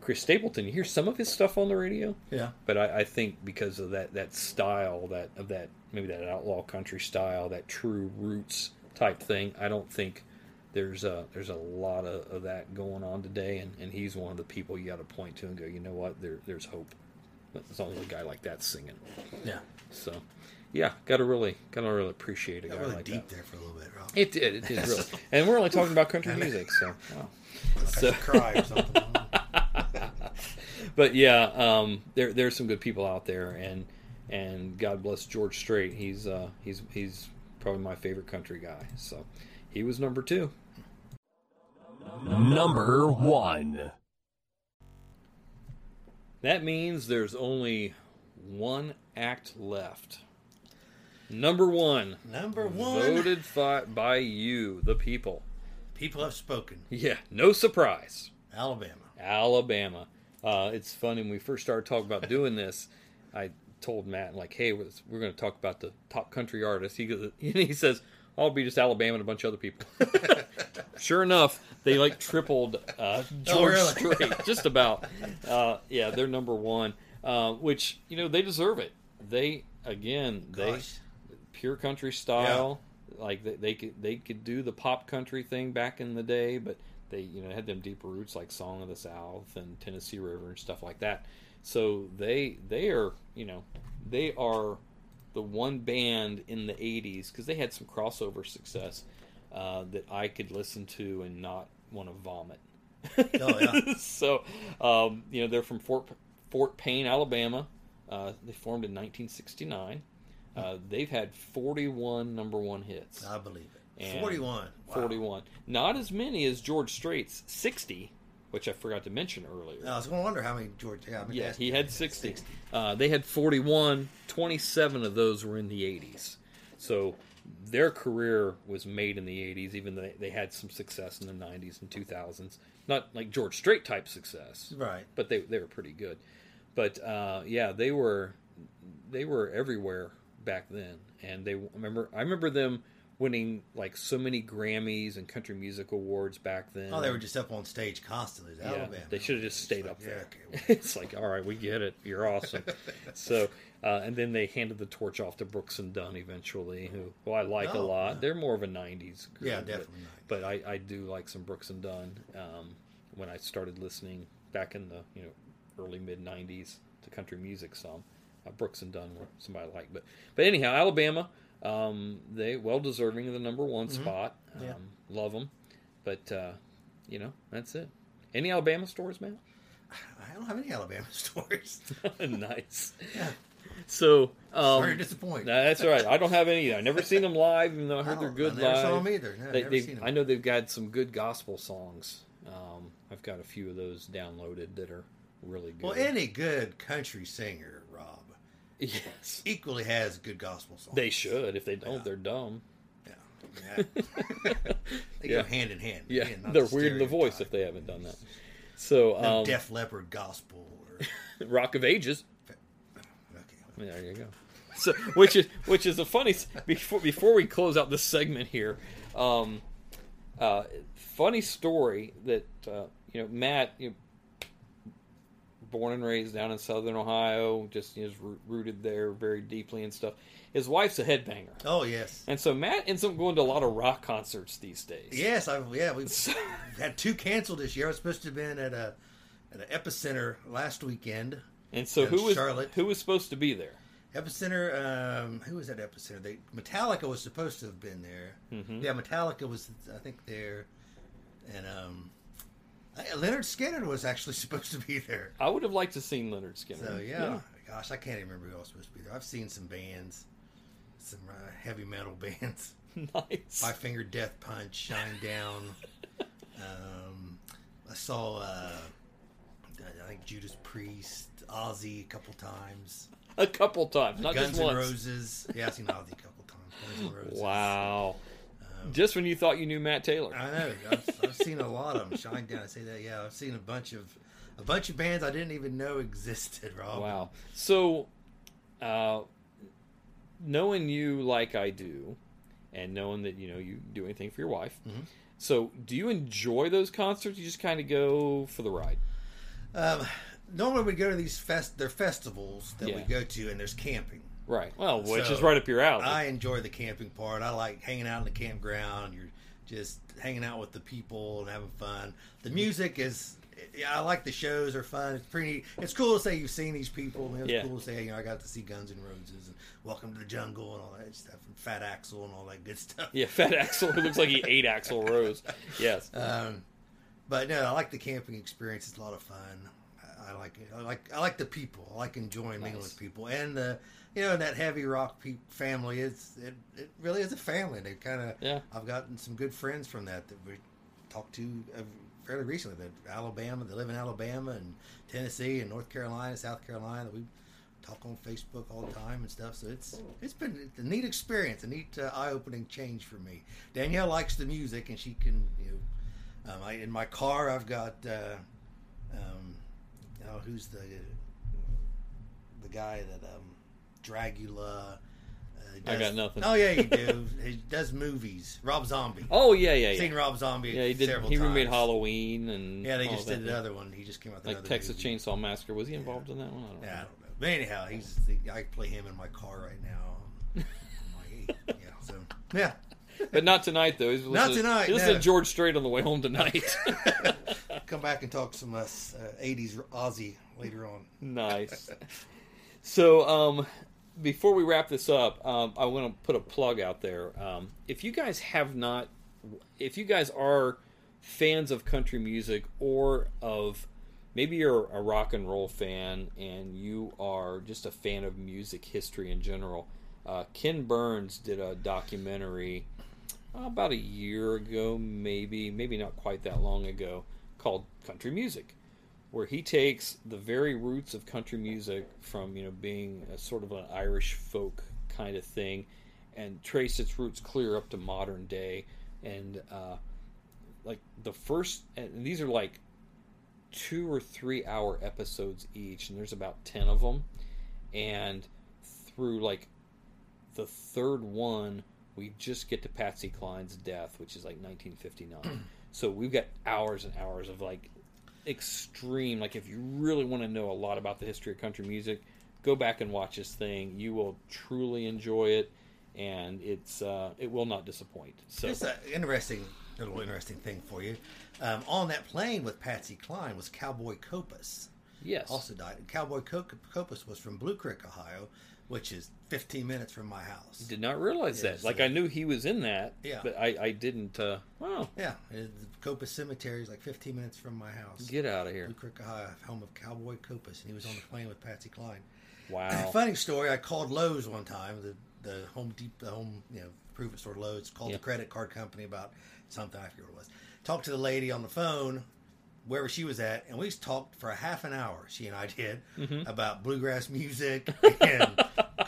S8: Chris Stapleton, you hear some of his stuff on the radio,
S5: Yeah.
S8: but I, I think because of that that style, that of that maybe that outlaw country style, that true roots type thing, I don't think there's a there's a lot of, of that going on today, and, and he's one of the people you got to point to and go, you know what, there there's hope. As long as a guy like that's singing,
S5: Yeah.
S8: so yeah, gotta really gotta really appreciate a guy
S5: Got really
S8: like that.
S5: deep there for a little bit, Rob.
S8: It did. It did really. And we're only talking about country music, so. Wow. So,
S5: Cry or something.
S8: but yeah, um, there there's some good people out there, and and God bless George Strait. He's uh, he's he's probably my favorite country guy. So he was number two.
S11: Number one.
S8: That means there's only one act left. Number one,
S5: Number one,
S8: voted fi- by you, the people.
S5: people have spoken.
S8: Yeah, no surprise.
S5: Alabama.
S8: Alabama. Uh, it's funny when we first started talking about doing this. I told Matt like, "Hey, we're, we're going to talk about the top country artists." He goes, he says, "I'll be just Alabama and a bunch of other people." sure enough, they like tripled uh, George
S5: Oh, really?
S8: Strait, just about. Uh, yeah, they're number one, uh, which you know they deserve it. They again,
S5: Gosh.
S8: they pure country style. Like they, they could they could do the pop country thing back in the day, but they you know had them deep roots like Song of the South and Tennessee River and stuff like that. So they they are you know they are the one band in the '80s because they had some crossover success uh, that I could listen to and not want to vomit.
S5: Oh, yeah.
S8: so um, you know they're from Fort Fort Payne, Alabama. Uh, they formed in 1969. Uh, they've had 41 number one hits.
S5: I believe it.
S8: And
S5: 41. Uh, Wow.
S8: 41. Not as many as George Strait's 60, which I forgot to mention earlier.
S5: I was going to wonder how many George. Yeah, I mean,
S8: yeah,
S5: that's-
S8: he had 60. Uh, they had 41. 27 of those were in the 80s. So their career was made in the 80s, even though they- they had some success in the 90s and 2000s. Not like George Strait type success
S5: Right.
S8: but they they were pretty good. But uh, yeah, they were they were everywhere back then, and they remember I remember them winning like so many Grammys and country music awards back then.
S5: Oh, they were just up on stage constantly. The
S8: yeah,
S5: Alabama.
S8: they should have just stayed up
S5: yeah,
S8: there.
S5: okay.
S8: it's like all right, we get it, you're awesome. so. Uh, and then they handed the torch off to Brooks and Dunn eventually, who, who I like a
S5: Oh,
S8: lot. They're more of a '90s group,
S5: Yeah,
S8: but-
S5: definitely not.
S8: but I, I do like some Brooks and Dunn. Um, when I started listening back in the you know early mid '90s to country music, some uh, Brooks and Dunn were somebody I like. But but anyhow, Alabama, um, they well deserving of the number one spot. Um,
S5: Mm-hmm. Yeah.
S8: Love them, but uh, you know that's it. Any Alabama stories, man?
S5: I don't have any Alabama stories.
S8: nice. So um,
S5: Sorry to disappoint.
S8: no, that's all right. I don't have any. either. I never seen them live, even though I heard
S5: I
S8: they're
S5: don't-
S8: good
S5: I never
S8: live.
S5: saw 'em either. No,
S8: they,
S5: never
S8: they've-
S5: seen 'em.
S8: I know they've got some good gospel songs. Um, I've got a few of those downloaded that are really good.
S5: Well, any good country singer, Rob,
S8: yes,
S5: equally has good gospel songs.
S8: they should. If they don't, they're dumb.
S5: Yeah. Yeah. they
S8: Yeah.
S5: go hand in hand.
S8: Yeah,
S5: Again, not
S8: they're
S5: the
S8: weird in the voice if
S5: stereotype.
S8: they haven't done that. So,
S5: No
S8: um,
S5: Def Leppard gospel. Or,
S8: Rock of Ages.
S5: okay.
S8: There you go. So, which is which is a funny s- before before we close out this segment here. Um, uh, funny story that uh, you know Matt, you know, born and raised down in Southern Ohio, just is roo- rooted there very deeply and stuff. His wife's a headbanger,
S5: Oh yes,
S8: and so Matt ends up going to a lot of rock concerts these days.
S5: yes. I yeah. We've had two canceled this year. I was supposed to have been at a at an epicenter last weekend.
S8: and so
S5: Yeah,
S8: who was
S5: Charlotte.
S8: who was supposed to be there?
S5: Epicenter. Um, who was that epicenter? They Metallica was supposed to have been there. Yeah, Metallica was. I think there, and um, I- Leonard Skinner was actually supposed to be there.
S8: I would have liked to have seen Leonard Skinner.
S5: So yeah, gosh, I can't even remember who else was supposed to be there. I've seen some bands, some uh, heavy metal bands.
S8: nice.
S5: Five Finger Death Punch, Shine Down. um, I saw, uh, I think Judas Priest, Ozzy a couple times.
S8: a couple times, not
S5: Guns
S8: just
S5: N'
S8: once.
S5: Roses. Yeah, I've seen Ozzy a couple times. Guns N' Roses.
S8: Wow. Just when you thought you knew Matt Taylor.
S5: Um, I know. I've, I've seen a lot of them. Shine Down. I say that. Yeah, I've seen a bunch of a bunch of bands I didn't even know existed. Rob.
S8: wow. So, uh, knowing you like I do, and knowing that you know you do anything for your wife,
S5: Mm-hmm.
S8: so do you enjoy those concerts? You just kind of go for the ride.
S5: Um, normally we go to these fest. They're festivals that we
S8: Yeah.
S5: go to, and there's camping.
S8: Right. Well, which
S5: So,
S8: is right up your alley.
S5: I enjoy the camping part. I like hanging out in the campground. You're just hanging out with the people and having fun. The music is. yeah, I like the shows are fun. It's pretty. neat. It's cool to say you've seen these people. and It's
S8: Yeah.
S5: cool to say you know I got to see Guns N' Roses and Welcome to the Jungle and all that stuff and Fat Axel and all that good stuff.
S8: yeah, Fat Axel. It looks like he ate Axel Rose. Yes.
S5: Um, but no, I like the camping experience. It's a lot of fun. I, I like it. I like I like the people. I like enjoying mingling
S8: Nice.
S5: with people, and the you know that heavy rock pe- family is it, it really is a family. They kind of
S8: Yeah.
S5: I've gotten some good friends from that that we talked to uh, fairly recently. That Alabama, they live in Alabama and Tennessee and North Carolina, South Carolina. That we talk on Facebook all the time and stuff. So it's it's been a neat experience, a neat uh, eye opening change for me. Danielle likes the music, and she can you know. Um, I, in my car, I've got uh, um, oh, who's the the guy that um, Dragula. Uh,
S8: I got nothing.
S5: Oh yeah, you do. he does movies. Rob Zombie.
S8: oh yeah, yeah, yeah.
S5: seen Rob Zombie.
S8: yeah, he did.
S5: Several
S8: He remade
S5: times.
S8: Halloween and
S5: Yeah, they
S8: all
S5: just did
S8: that.
S5: another one. He just came out with
S8: Like
S5: another
S8: Texas
S5: movie.
S8: Chainsaw Massacre. Was he involved in that one? I don't
S5: Yeah, I
S8: know.
S5: don't know. But anyhow, he's I play him in my car right now. I'm like, "Hey." yeah, so yeah.
S8: But not tonight, though. He's
S5: Not
S8: listening-
S5: tonight,
S8: He listened
S5: no.
S8: to George Strait on the way home tonight.
S5: come back and talk some uh, '80s Aussie later on.
S8: Nice. so, um, before we wrap this up, um, I want to put a plug out there. Um, if you guys have not, if you guys are fans of country music or of maybe you're a rock and roll fan and you are just a fan of music history in general, uh, Ken Burns did a documentary uh, about a year ago, maybe, maybe not quite that long ago, called Country Music where he takes the very roots of country music from you know being a sort of an Irish folk kind of thing, and trace its roots clear up to modern day. And uh, like the first, and these are like two or three hour episodes each, and there's about ten of them. And through like the third one, we just get to Patsy Cline's death, which is like 1959. so we've got hours and hours of like extreme. Like if you really want to know a lot about the history of country music, go back and watch this thing. You will truly enjoy it, and it's uh, it will not disappoint. So
S5: Just an interesting little interesting thing for you. Um, on that plane with Patsy Cline was Cowboy Copus.
S8: yes,
S5: Also died. And Cowboy Co- Copus was from Blue Creek, Ohio, which is 15 minutes from my house.
S8: did not realize
S5: Yeah,
S8: that. Like
S5: so-
S8: I knew he was in that,
S5: Yeah.
S8: but I I didn't. Uh, wow,
S5: Yeah, and the Copus Cemetery is like 15 minutes from my house.
S8: get out of
S5: Blue
S8: here!
S5: Creek, Ohio, home of Cowboy Copus, and he was on the plane with Patsy Cline.
S8: Wow.
S5: Funny story. I called Lowe's one time, the the Home Deep, the home you know improvement store Lowe's. Called
S8: Yeah.
S5: the credit card company about something I forget what it was. Talked to the lady on the phone, wherever she was at, and we talked for a half an hour. She and I did
S8: Mm-hmm.
S5: about bluegrass music. And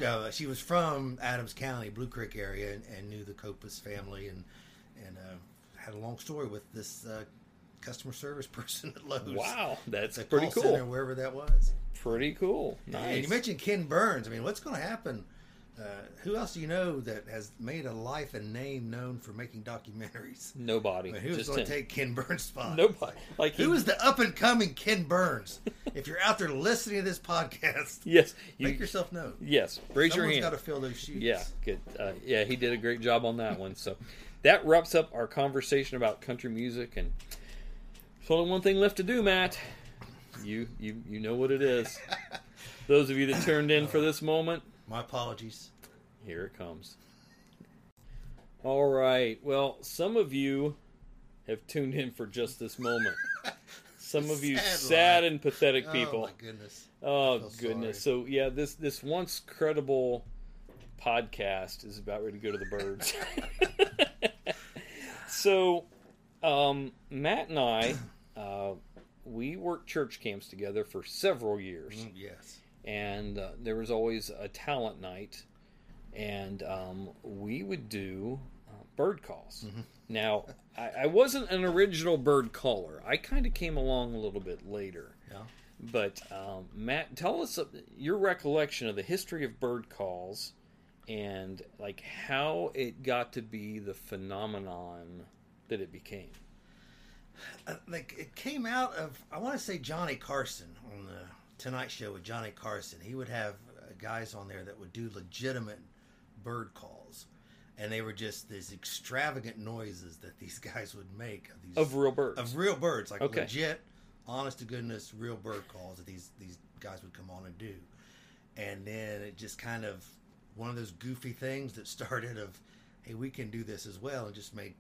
S5: uh, she was from Adams County, Blue Creek area, and, and knew the Copus family, and and uh, had a long story with this. Uh, Customer service person at Lowe's.
S8: Wow, that's
S5: The
S8: pretty
S5: call center,
S8: cool.
S5: wherever that was.
S8: Pretty cool.
S5: And
S8: Nice.
S5: you mentioned Ken Burns. I mean, what's going to happen? Uh, who else do you know that has made a life and name known for making documentaries?
S8: Nobody.
S5: I mean, who's
S8: Mm, Just
S5: going
S8: him.
S5: to take Ken Burns' spot?
S8: Nobody. Like
S5: Who
S8: he-
S5: is the up and coming Ken Burns? if you're out there listening to this podcast,
S8: Yes. You,
S5: make yourself known.
S8: yes. Raise your hand.
S5: got to fill those shoes.
S8: Yeah, good. Uh, yeah, he did a great job on that one. So that wraps up our conversation about country music, and there's only one thing left to do, Matt. You you you know what it is. Those of you that turned in for this moment,
S5: My apologies.
S8: here it comes. All right. Well, some of you have tuned in for just this moment. Some of you
S5: Sad
S8: sad,
S5: life.
S8: and pathetic
S5: Oh,
S8: people.
S5: my goodness. I
S8: Oh
S5: feel
S8: goodness! So yeah, this this once credible podcast is about ready to go to the birds. so, um, Matt and I, uh, we worked church camps together for several years,
S5: Mm, Yes.
S8: and uh, there was always a talent night, and um, we would do uh, bird calls.
S5: Mm-hmm.
S8: Now, I, I wasn't an original bird caller. I kind of came along a little bit later.
S5: Yeah.
S8: But um, Matt, tell us uh, your recollection of the history of bird calls and like how it got to be the phenomenon that it became.
S5: uh, like it came out of I want to say Johnny Carson on the Tonight Show with Johnny Carson. He would have uh, guys on there that would do legitimate bird calls, and they were just these extravagant noises that these guys would make of these
S8: Of real birds.
S5: of real birds, like
S8: Okay.
S5: legit, honest to goodness, real bird calls that these these guys would come on and do. And then it just kind of one of those goofy things that started of, hey, we can do this as well, and just make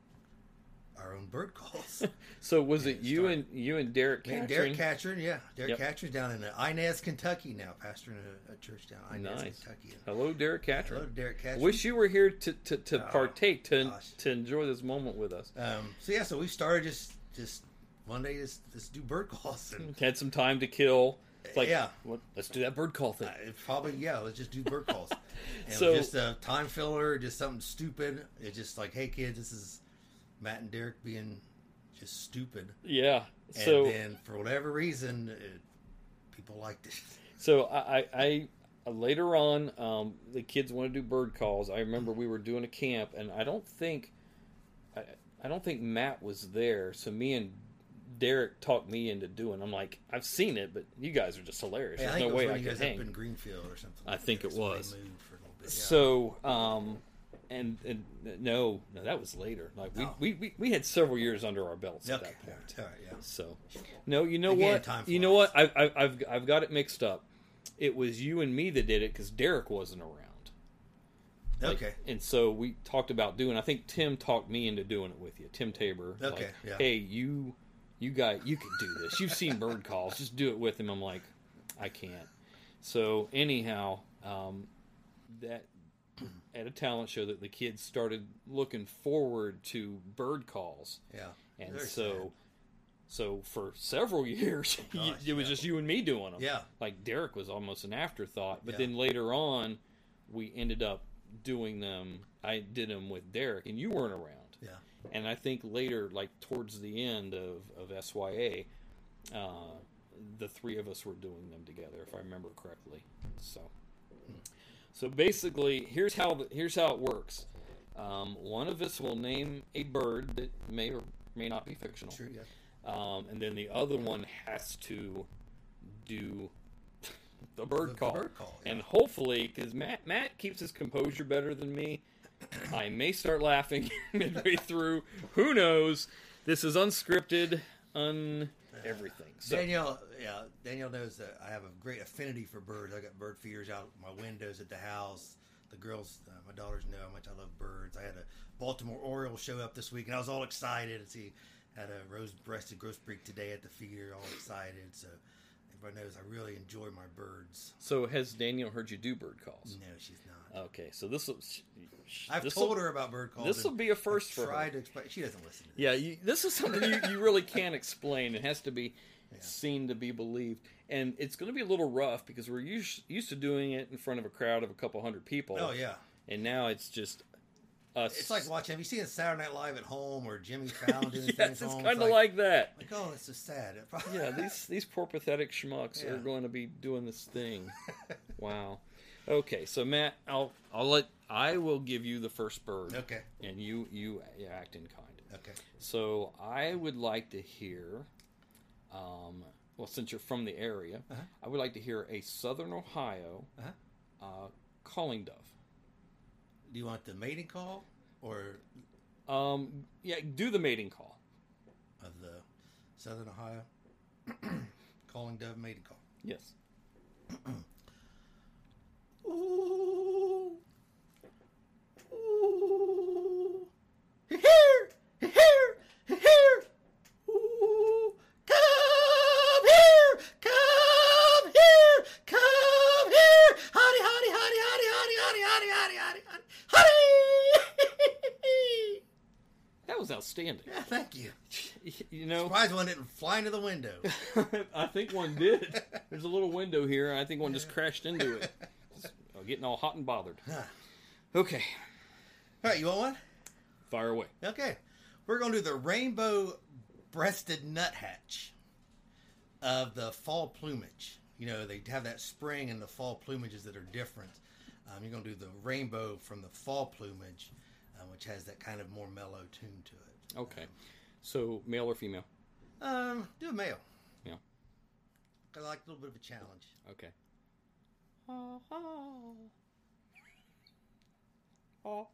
S5: our own bird calls.
S8: so was
S5: Yeah,
S8: it you
S5: start-
S8: and you and Derek
S5: Yeah,
S8: Catron?
S5: Derek Catron, yeah, Derek
S8: Yep.
S5: Catron's down in uh, Inez, Kentucky now, pastoring a, a church down in Inez,
S8: Nice.
S5: Kentucky. And
S8: Hello, Derek Catron.
S5: Hello, Derek Catron.
S8: Wish you were here to, to, to
S5: Oh,
S8: partake to
S5: gosh.
S8: to enjoy this moment with us.
S5: um, so yeah, so we started just just one day just, just do bird calls and
S8: Had some time to kill. It's like,
S5: Yeah.
S8: what- let's do that bird call thing.
S5: uh, it probably yeah, let's just do bird calls. And
S8: So-
S5: just a time filler, just something stupid. It's just like, hey kids, this is Matt and Derek being just stupid.
S8: yeah.
S5: And
S8: So
S5: then for whatever reason, it, people liked it.
S8: So I, I, I uh, later on, um, the kids want to do bird calls. I remember we were doing a camp, and I don't think, I, I don't think Matt was there. So me and Derek talked me into doing. I'm like, I've seen it, but you guys are just hilarious.
S5: Yeah, I
S8: There's no
S5: think it was
S8: way
S5: when
S8: I
S5: you
S8: could
S5: guys
S8: hang.
S5: up in Greenfield or something.
S8: I
S5: like
S8: think
S5: that,
S8: it
S5: so they
S8: was.
S5: moved for a little bit, yeah.
S8: So, um, and and no, no, that was later. Like we, we, we, we had several years under our belts at
S5: Okay.
S8: that point.
S5: All right, yeah.
S8: So, no, you know
S5: Again,
S8: what?
S5: time
S8: you know what? I, I, I've I've got it mixed up. It was you and me that did it because Derek wasn't around. Like,
S5: Okay.
S8: And so we talked about doing. I think Tim talked me into doing it with you, Tim Tabor.
S5: Okay,
S8: Like,
S5: yeah.
S8: Hey, you, you got you can do this. You've seen bird calls. Just do it with him. I'm like, I can't. So anyhow, um, that at a talent show that the kids started looking forward to bird calls.
S5: Yeah.
S8: And
S5: Very
S8: so, so for several years,
S5: Gosh,
S8: it was
S5: yeah.
S8: just you and me doing them.
S5: Yeah.
S8: Like Derek was almost an afterthought, but
S5: Yeah.
S8: then later on, we ended up doing them. I did them with Derek, and you weren't around.
S5: Yeah.
S8: And I think later, like towards the end of of Sya, uh, the three of us were doing them together, if I remember correctly. So, so basically, here's how the, here's how it works. Um, one of us will name a bird that may or may not be fictional,
S5: Sure, yeah.
S8: um, and then the other one has to do the bird
S5: The
S8: call.
S5: bird call, yeah.
S8: And hopefully, because Matt Matt keeps his composure better than me, I may start laughing midway through. Who knows? This is unscripted, un everything. So
S5: Danielle, yeah, Danielle knows that I have a great affinity for birds. I got bird feeders out my windows at the house. The girls, uh, my daughters, know how much I love birds. I had a Baltimore Oriole show up this week, and I was all excited to see. Had a rose-breasted grosbeak today at the feeder, all excited. So everybody knows I really enjoy my birds.
S8: so has Daniel heard you do bird calls?
S5: No, she's not.
S8: Okay, so this will.
S5: I've told her about bird calls.
S8: this'll
S5: and
S8: be a first
S5: I've
S8: for her.
S5: tried to explain. She doesn't listen. To this.
S8: Yeah, you, this is something you, you really can't explain. It has to be seen to be believed, and it's going to be a little rough because we're used, used to doing it in front of a crowd of a couple hundred people.
S5: Oh yeah.
S8: and now it's just us.
S5: It's like watching. Have you seen Saturday Night Live at home or Jimmy Fallon doing
S8: yes,
S5: things
S8: it's
S5: at home?
S8: kind of like, that.
S5: Like, oh, that's so sad. It probably-
S8: Yeah, these these poor pathetic schmucks are
S5: Yeah.
S8: going to be doing this thing. wow. Okay, so Matt, I'll I'll let I will give you the first bird.
S5: Okay.
S8: and you you act in kind.
S5: Okay.
S8: So I would like to hear, um, well, since you're from the area, I would like to hear a Southern Ohio
S5: Uh-huh.
S8: uh, calling dove.
S5: Do you want the mating call or
S8: Um, yeah, do the mating call.
S5: of the Southern Ohio calling dove mating call?
S8: Yes.
S5: Ooh, ooh, here, here, here. Ooh, come here, come here, come here, honey, honey, honey, honey, honey, honey, honey, honey, honey, honey, honey.
S8: That was outstanding.
S5: Yeah, Thank you.
S8: You know,
S5: Surprised one didn't fly into the window.
S8: I think one did. There's a little window here. and I think one just crashed into it. It's, uh, getting all hot and bothered. Okay,
S5: All right, you want one?
S8: fire away.
S5: Okay. We're going to do the rainbow breasted nuthatch of the fall plumage. You know, they have that spring and the fall plumages that are different. Um, you're going to do the rainbow from the fall plumage, um, which has that kind of more mellow tune to it.
S8: Okay, so male or female?
S5: Um, do a male.
S8: Yeah.
S5: 'cause I like a little bit of a challenge.
S8: Okay.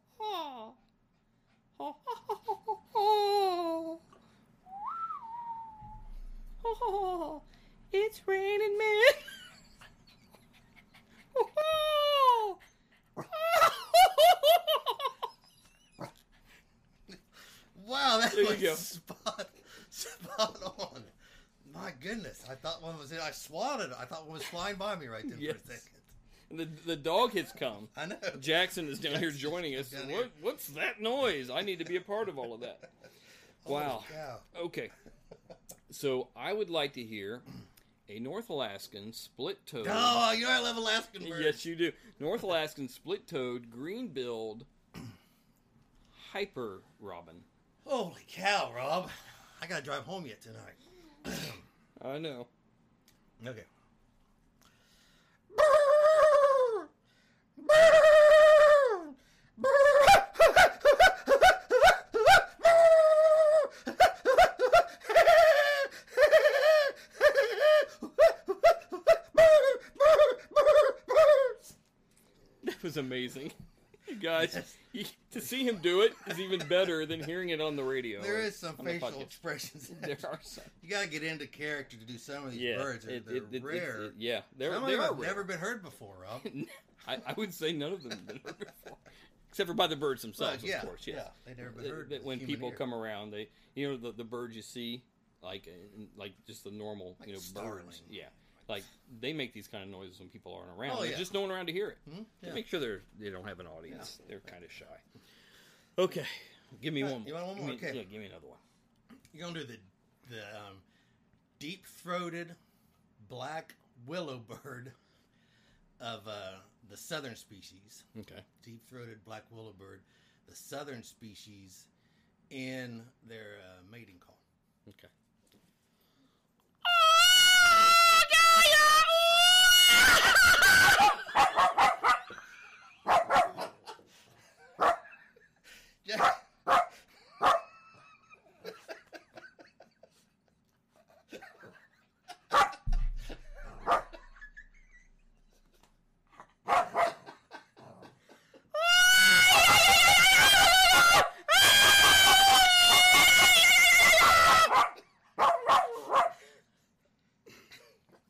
S7: It's raining, man. Oh.
S5: Wow, that
S8: There you
S5: was
S8: go.
S5: spot spot on. My goodness, I thought one was. I swatted. it. I thought one was flying by me right then
S8: Yes.
S5: for a second.
S8: The the dog has come.
S5: I know.
S8: Jackson is down here joining us.
S5: Down
S8: What what's that noise? I need to be a part of all of that. Wow.
S5: Yeah.
S8: Okay. So I would like to hear a North Alaskan split toed.
S5: Oh, you know I love Alaskan birds.
S8: Yes, you do. North Alaskan split toed, green billed, hyper robin.
S5: Holy cow, Rob! I gotta drive home yet tonight.
S8: I know.
S5: Okay.
S8: That was amazing. You guys, he- to see him do it is even better than hearing it on the radio.
S5: There
S8: or
S5: is some
S8: on the
S5: facial
S8: podcast.
S5: expressions. in
S8: There
S5: it.
S8: are some.
S5: You gotta get into character to do some of these
S8: Yeah,
S5: birds. They're,
S8: it-
S5: they're
S8: it- it- it-
S5: rare.
S8: it- yeah, they're-
S5: some of
S8: they
S5: them
S8: are
S5: have
S8: rare.
S5: never been heard before, Rob.
S8: I, I would say none of them have been heard before, except for by the birds themselves,
S5: Well, yeah,
S8: of course. Yes.
S5: yeah, they've never been
S8: That-
S5: heard
S8: that
S5: with
S8: when
S5: human
S8: people
S5: ear.
S8: come around, they you know the, the birds you see, like uh, like just the normal
S5: Like
S8: you know birds.
S5: starling.
S8: Yeah, like they make these kind of noises when people aren't around.
S5: Oh,
S8: There's
S5: yeah. Hmm?
S8: just no one around to hear it. They
S5: Yeah.
S8: make sure they're they don't have an audience. They're kind of shy. Okay, give me
S5: All right,
S8: one.
S5: you want one
S8: Give
S5: more?
S8: me-
S5: Okay.
S8: Yeah, give me another one.
S5: You're gonna do the the um, deep throated black willow bird of uh, the southern species.
S8: Okay.
S5: Deep throated black willow bird, the southern species, in their uh, mating call.
S8: Okay.
S5: Jack-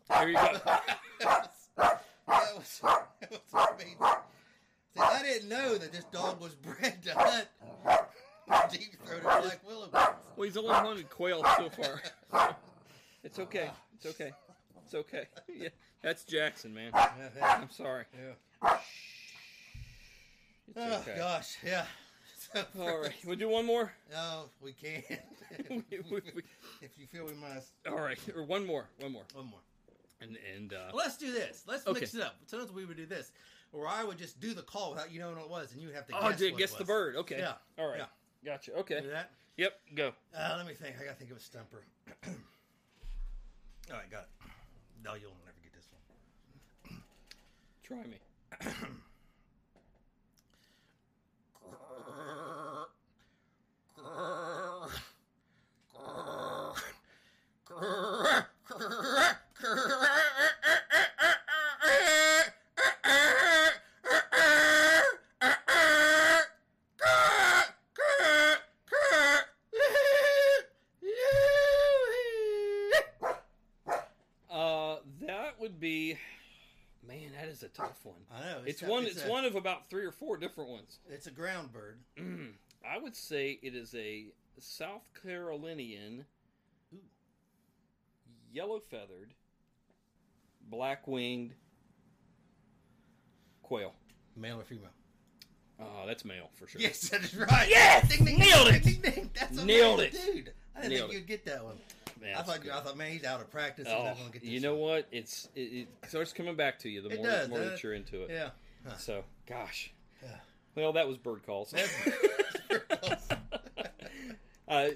S8: There you go.
S5: That was, that was amazing. See, I didn't know that this dog was bred to hunt deep throated black willow birds.
S8: well, he's only hunted quail so far. it's okay. It's okay. It's okay. Yeah, that's Jackson, man. I'm sorry.
S5: Yeah.
S8: It's
S5: Oh
S8: okay.
S5: gosh, yeah. So
S8: All right, we'll do one more.
S5: No, we can't.
S8: We- we- we-
S5: if you feel we must,
S8: all right, or one more, one more,
S5: one more.
S8: and and uh,
S5: Well, let's do this. Let's
S8: Okay.
S5: mix it up. Sometimes we would do this, or I would just do the call without you knowing what it was, and you have to.
S8: oh,
S5: guess
S8: did
S5: what
S8: guess
S5: it
S8: the
S5: was.
S8: bird? Okay,
S5: Yeah.
S8: all right,
S5: Yeah.
S8: gotcha. Okay,
S5: Do that.
S8: yep, go.
S5: Uh, let me think. I gotta think of a stumper. all right, got it. No, you'll never get this one.
S8: Try me. Uh, that would be, man, that is a tough one.
S5: I know,
S8: It's,
S5: it's tough.
S8: one.
S5: It's
S8: It's,
S5: a-
S8: one of about three or four different ones.
S5: It's a ground bird.
S8: I would say it is a South Carolinian
S5: Ooh.
S8: yellow feathered, black winged quail.
S5: Male or female?
S8: Oh, that's male for sure.
S5: Yes, that is right. Yes, ding, ding,
S8: Nailed
S5: ding,
S8: it.
S5: Ding, ding, ding. That's amazing,
S8: Nailed it.
S5: dude. I didn't
S8: Nailed
S5: think
S8: it.
S5: you'd get that one.
S8: Man,
S5: I
S8: that's
S5: thought
S8: good.
S5: you, I thought man, he's out of practice. He's
S8: Oh,
S5: not gonna get this
S8: you know
S5: one.
S8: what? It's it, it starts coming back to you the
S5: It
S8: more,
S5: does,
S8: more
S5: doesn't
S8: that
S5: it?
S8: you're into it.
S5: Yeah. Huh.
S8: So, gosh. Well, that was bird calls. uh,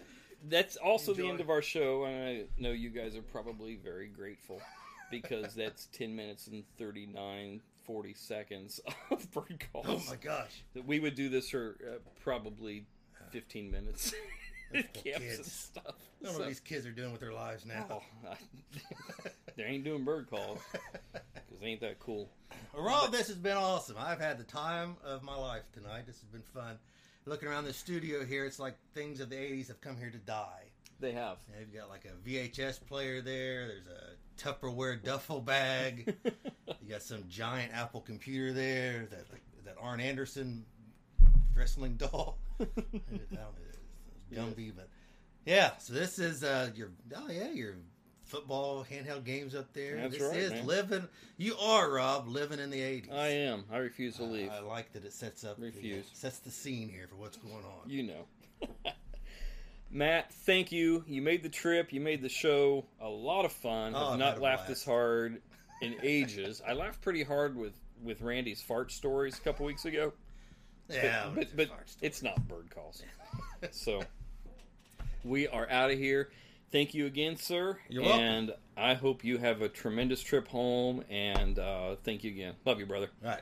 S8: that's also the
S5: Enjoy.
S8: end of our show, and I know you guys are probably very grateful because that's ten minutes and 39, 40 seconds of bird calls.
S5: Oh my gosh.
S8: that we would do this for uh, probably 15 minutes at camps and
S5: kids.
S8: stuff.
S5: I don't know
S8: So-
S5: what these kids are doing with their lives now.
S8: oh, I- they ain't doing bird calls because they ain't that cool.
S5: Rob, this has been awesome. I've had the time of my life tonight. This has been fun. Looking around the studio here, it's like things of the 80s have come here to die.
S8: They have.
S5: Yeah, They've got like a VHS player there. There's a Tupperware duffel bag. you got some giant Apple computer there. That that Arn Anderson wrestling doll. I don't know, it's Gumby, but yeah. So this is uh, your oh yeah your football handheld games up there.
S8: That's
S5: this
S8: right,
S5: is
S8: man.
S5: living. You are Rob living in the eighties.
S8: I am. I refuse to leave.
S5: I like that it sets up the-
S8: Refuse.
S5: sets the scene here for what's going on.
S8: you know. Matt, thank you. You made the trip. You made the show a lot of fun.
S5: Oh,
S8: Have
S5: I've
S8: not
S5: had a
S8: laughed
S5: blast.
S8: this hard in ages. I laughed pretty hard with with Randy's fart stories a couple weeks ago.
S5: yeah,
S8: but
S5: it's
S8: but
S5: our story.
S8: it's not bird calls. so we are out of here. Thank you again, sir.
S5: You're welcome.
S8: and I hope you have a tremendous trip home. And uh, thank you again. Love you, brother.
S5: all right.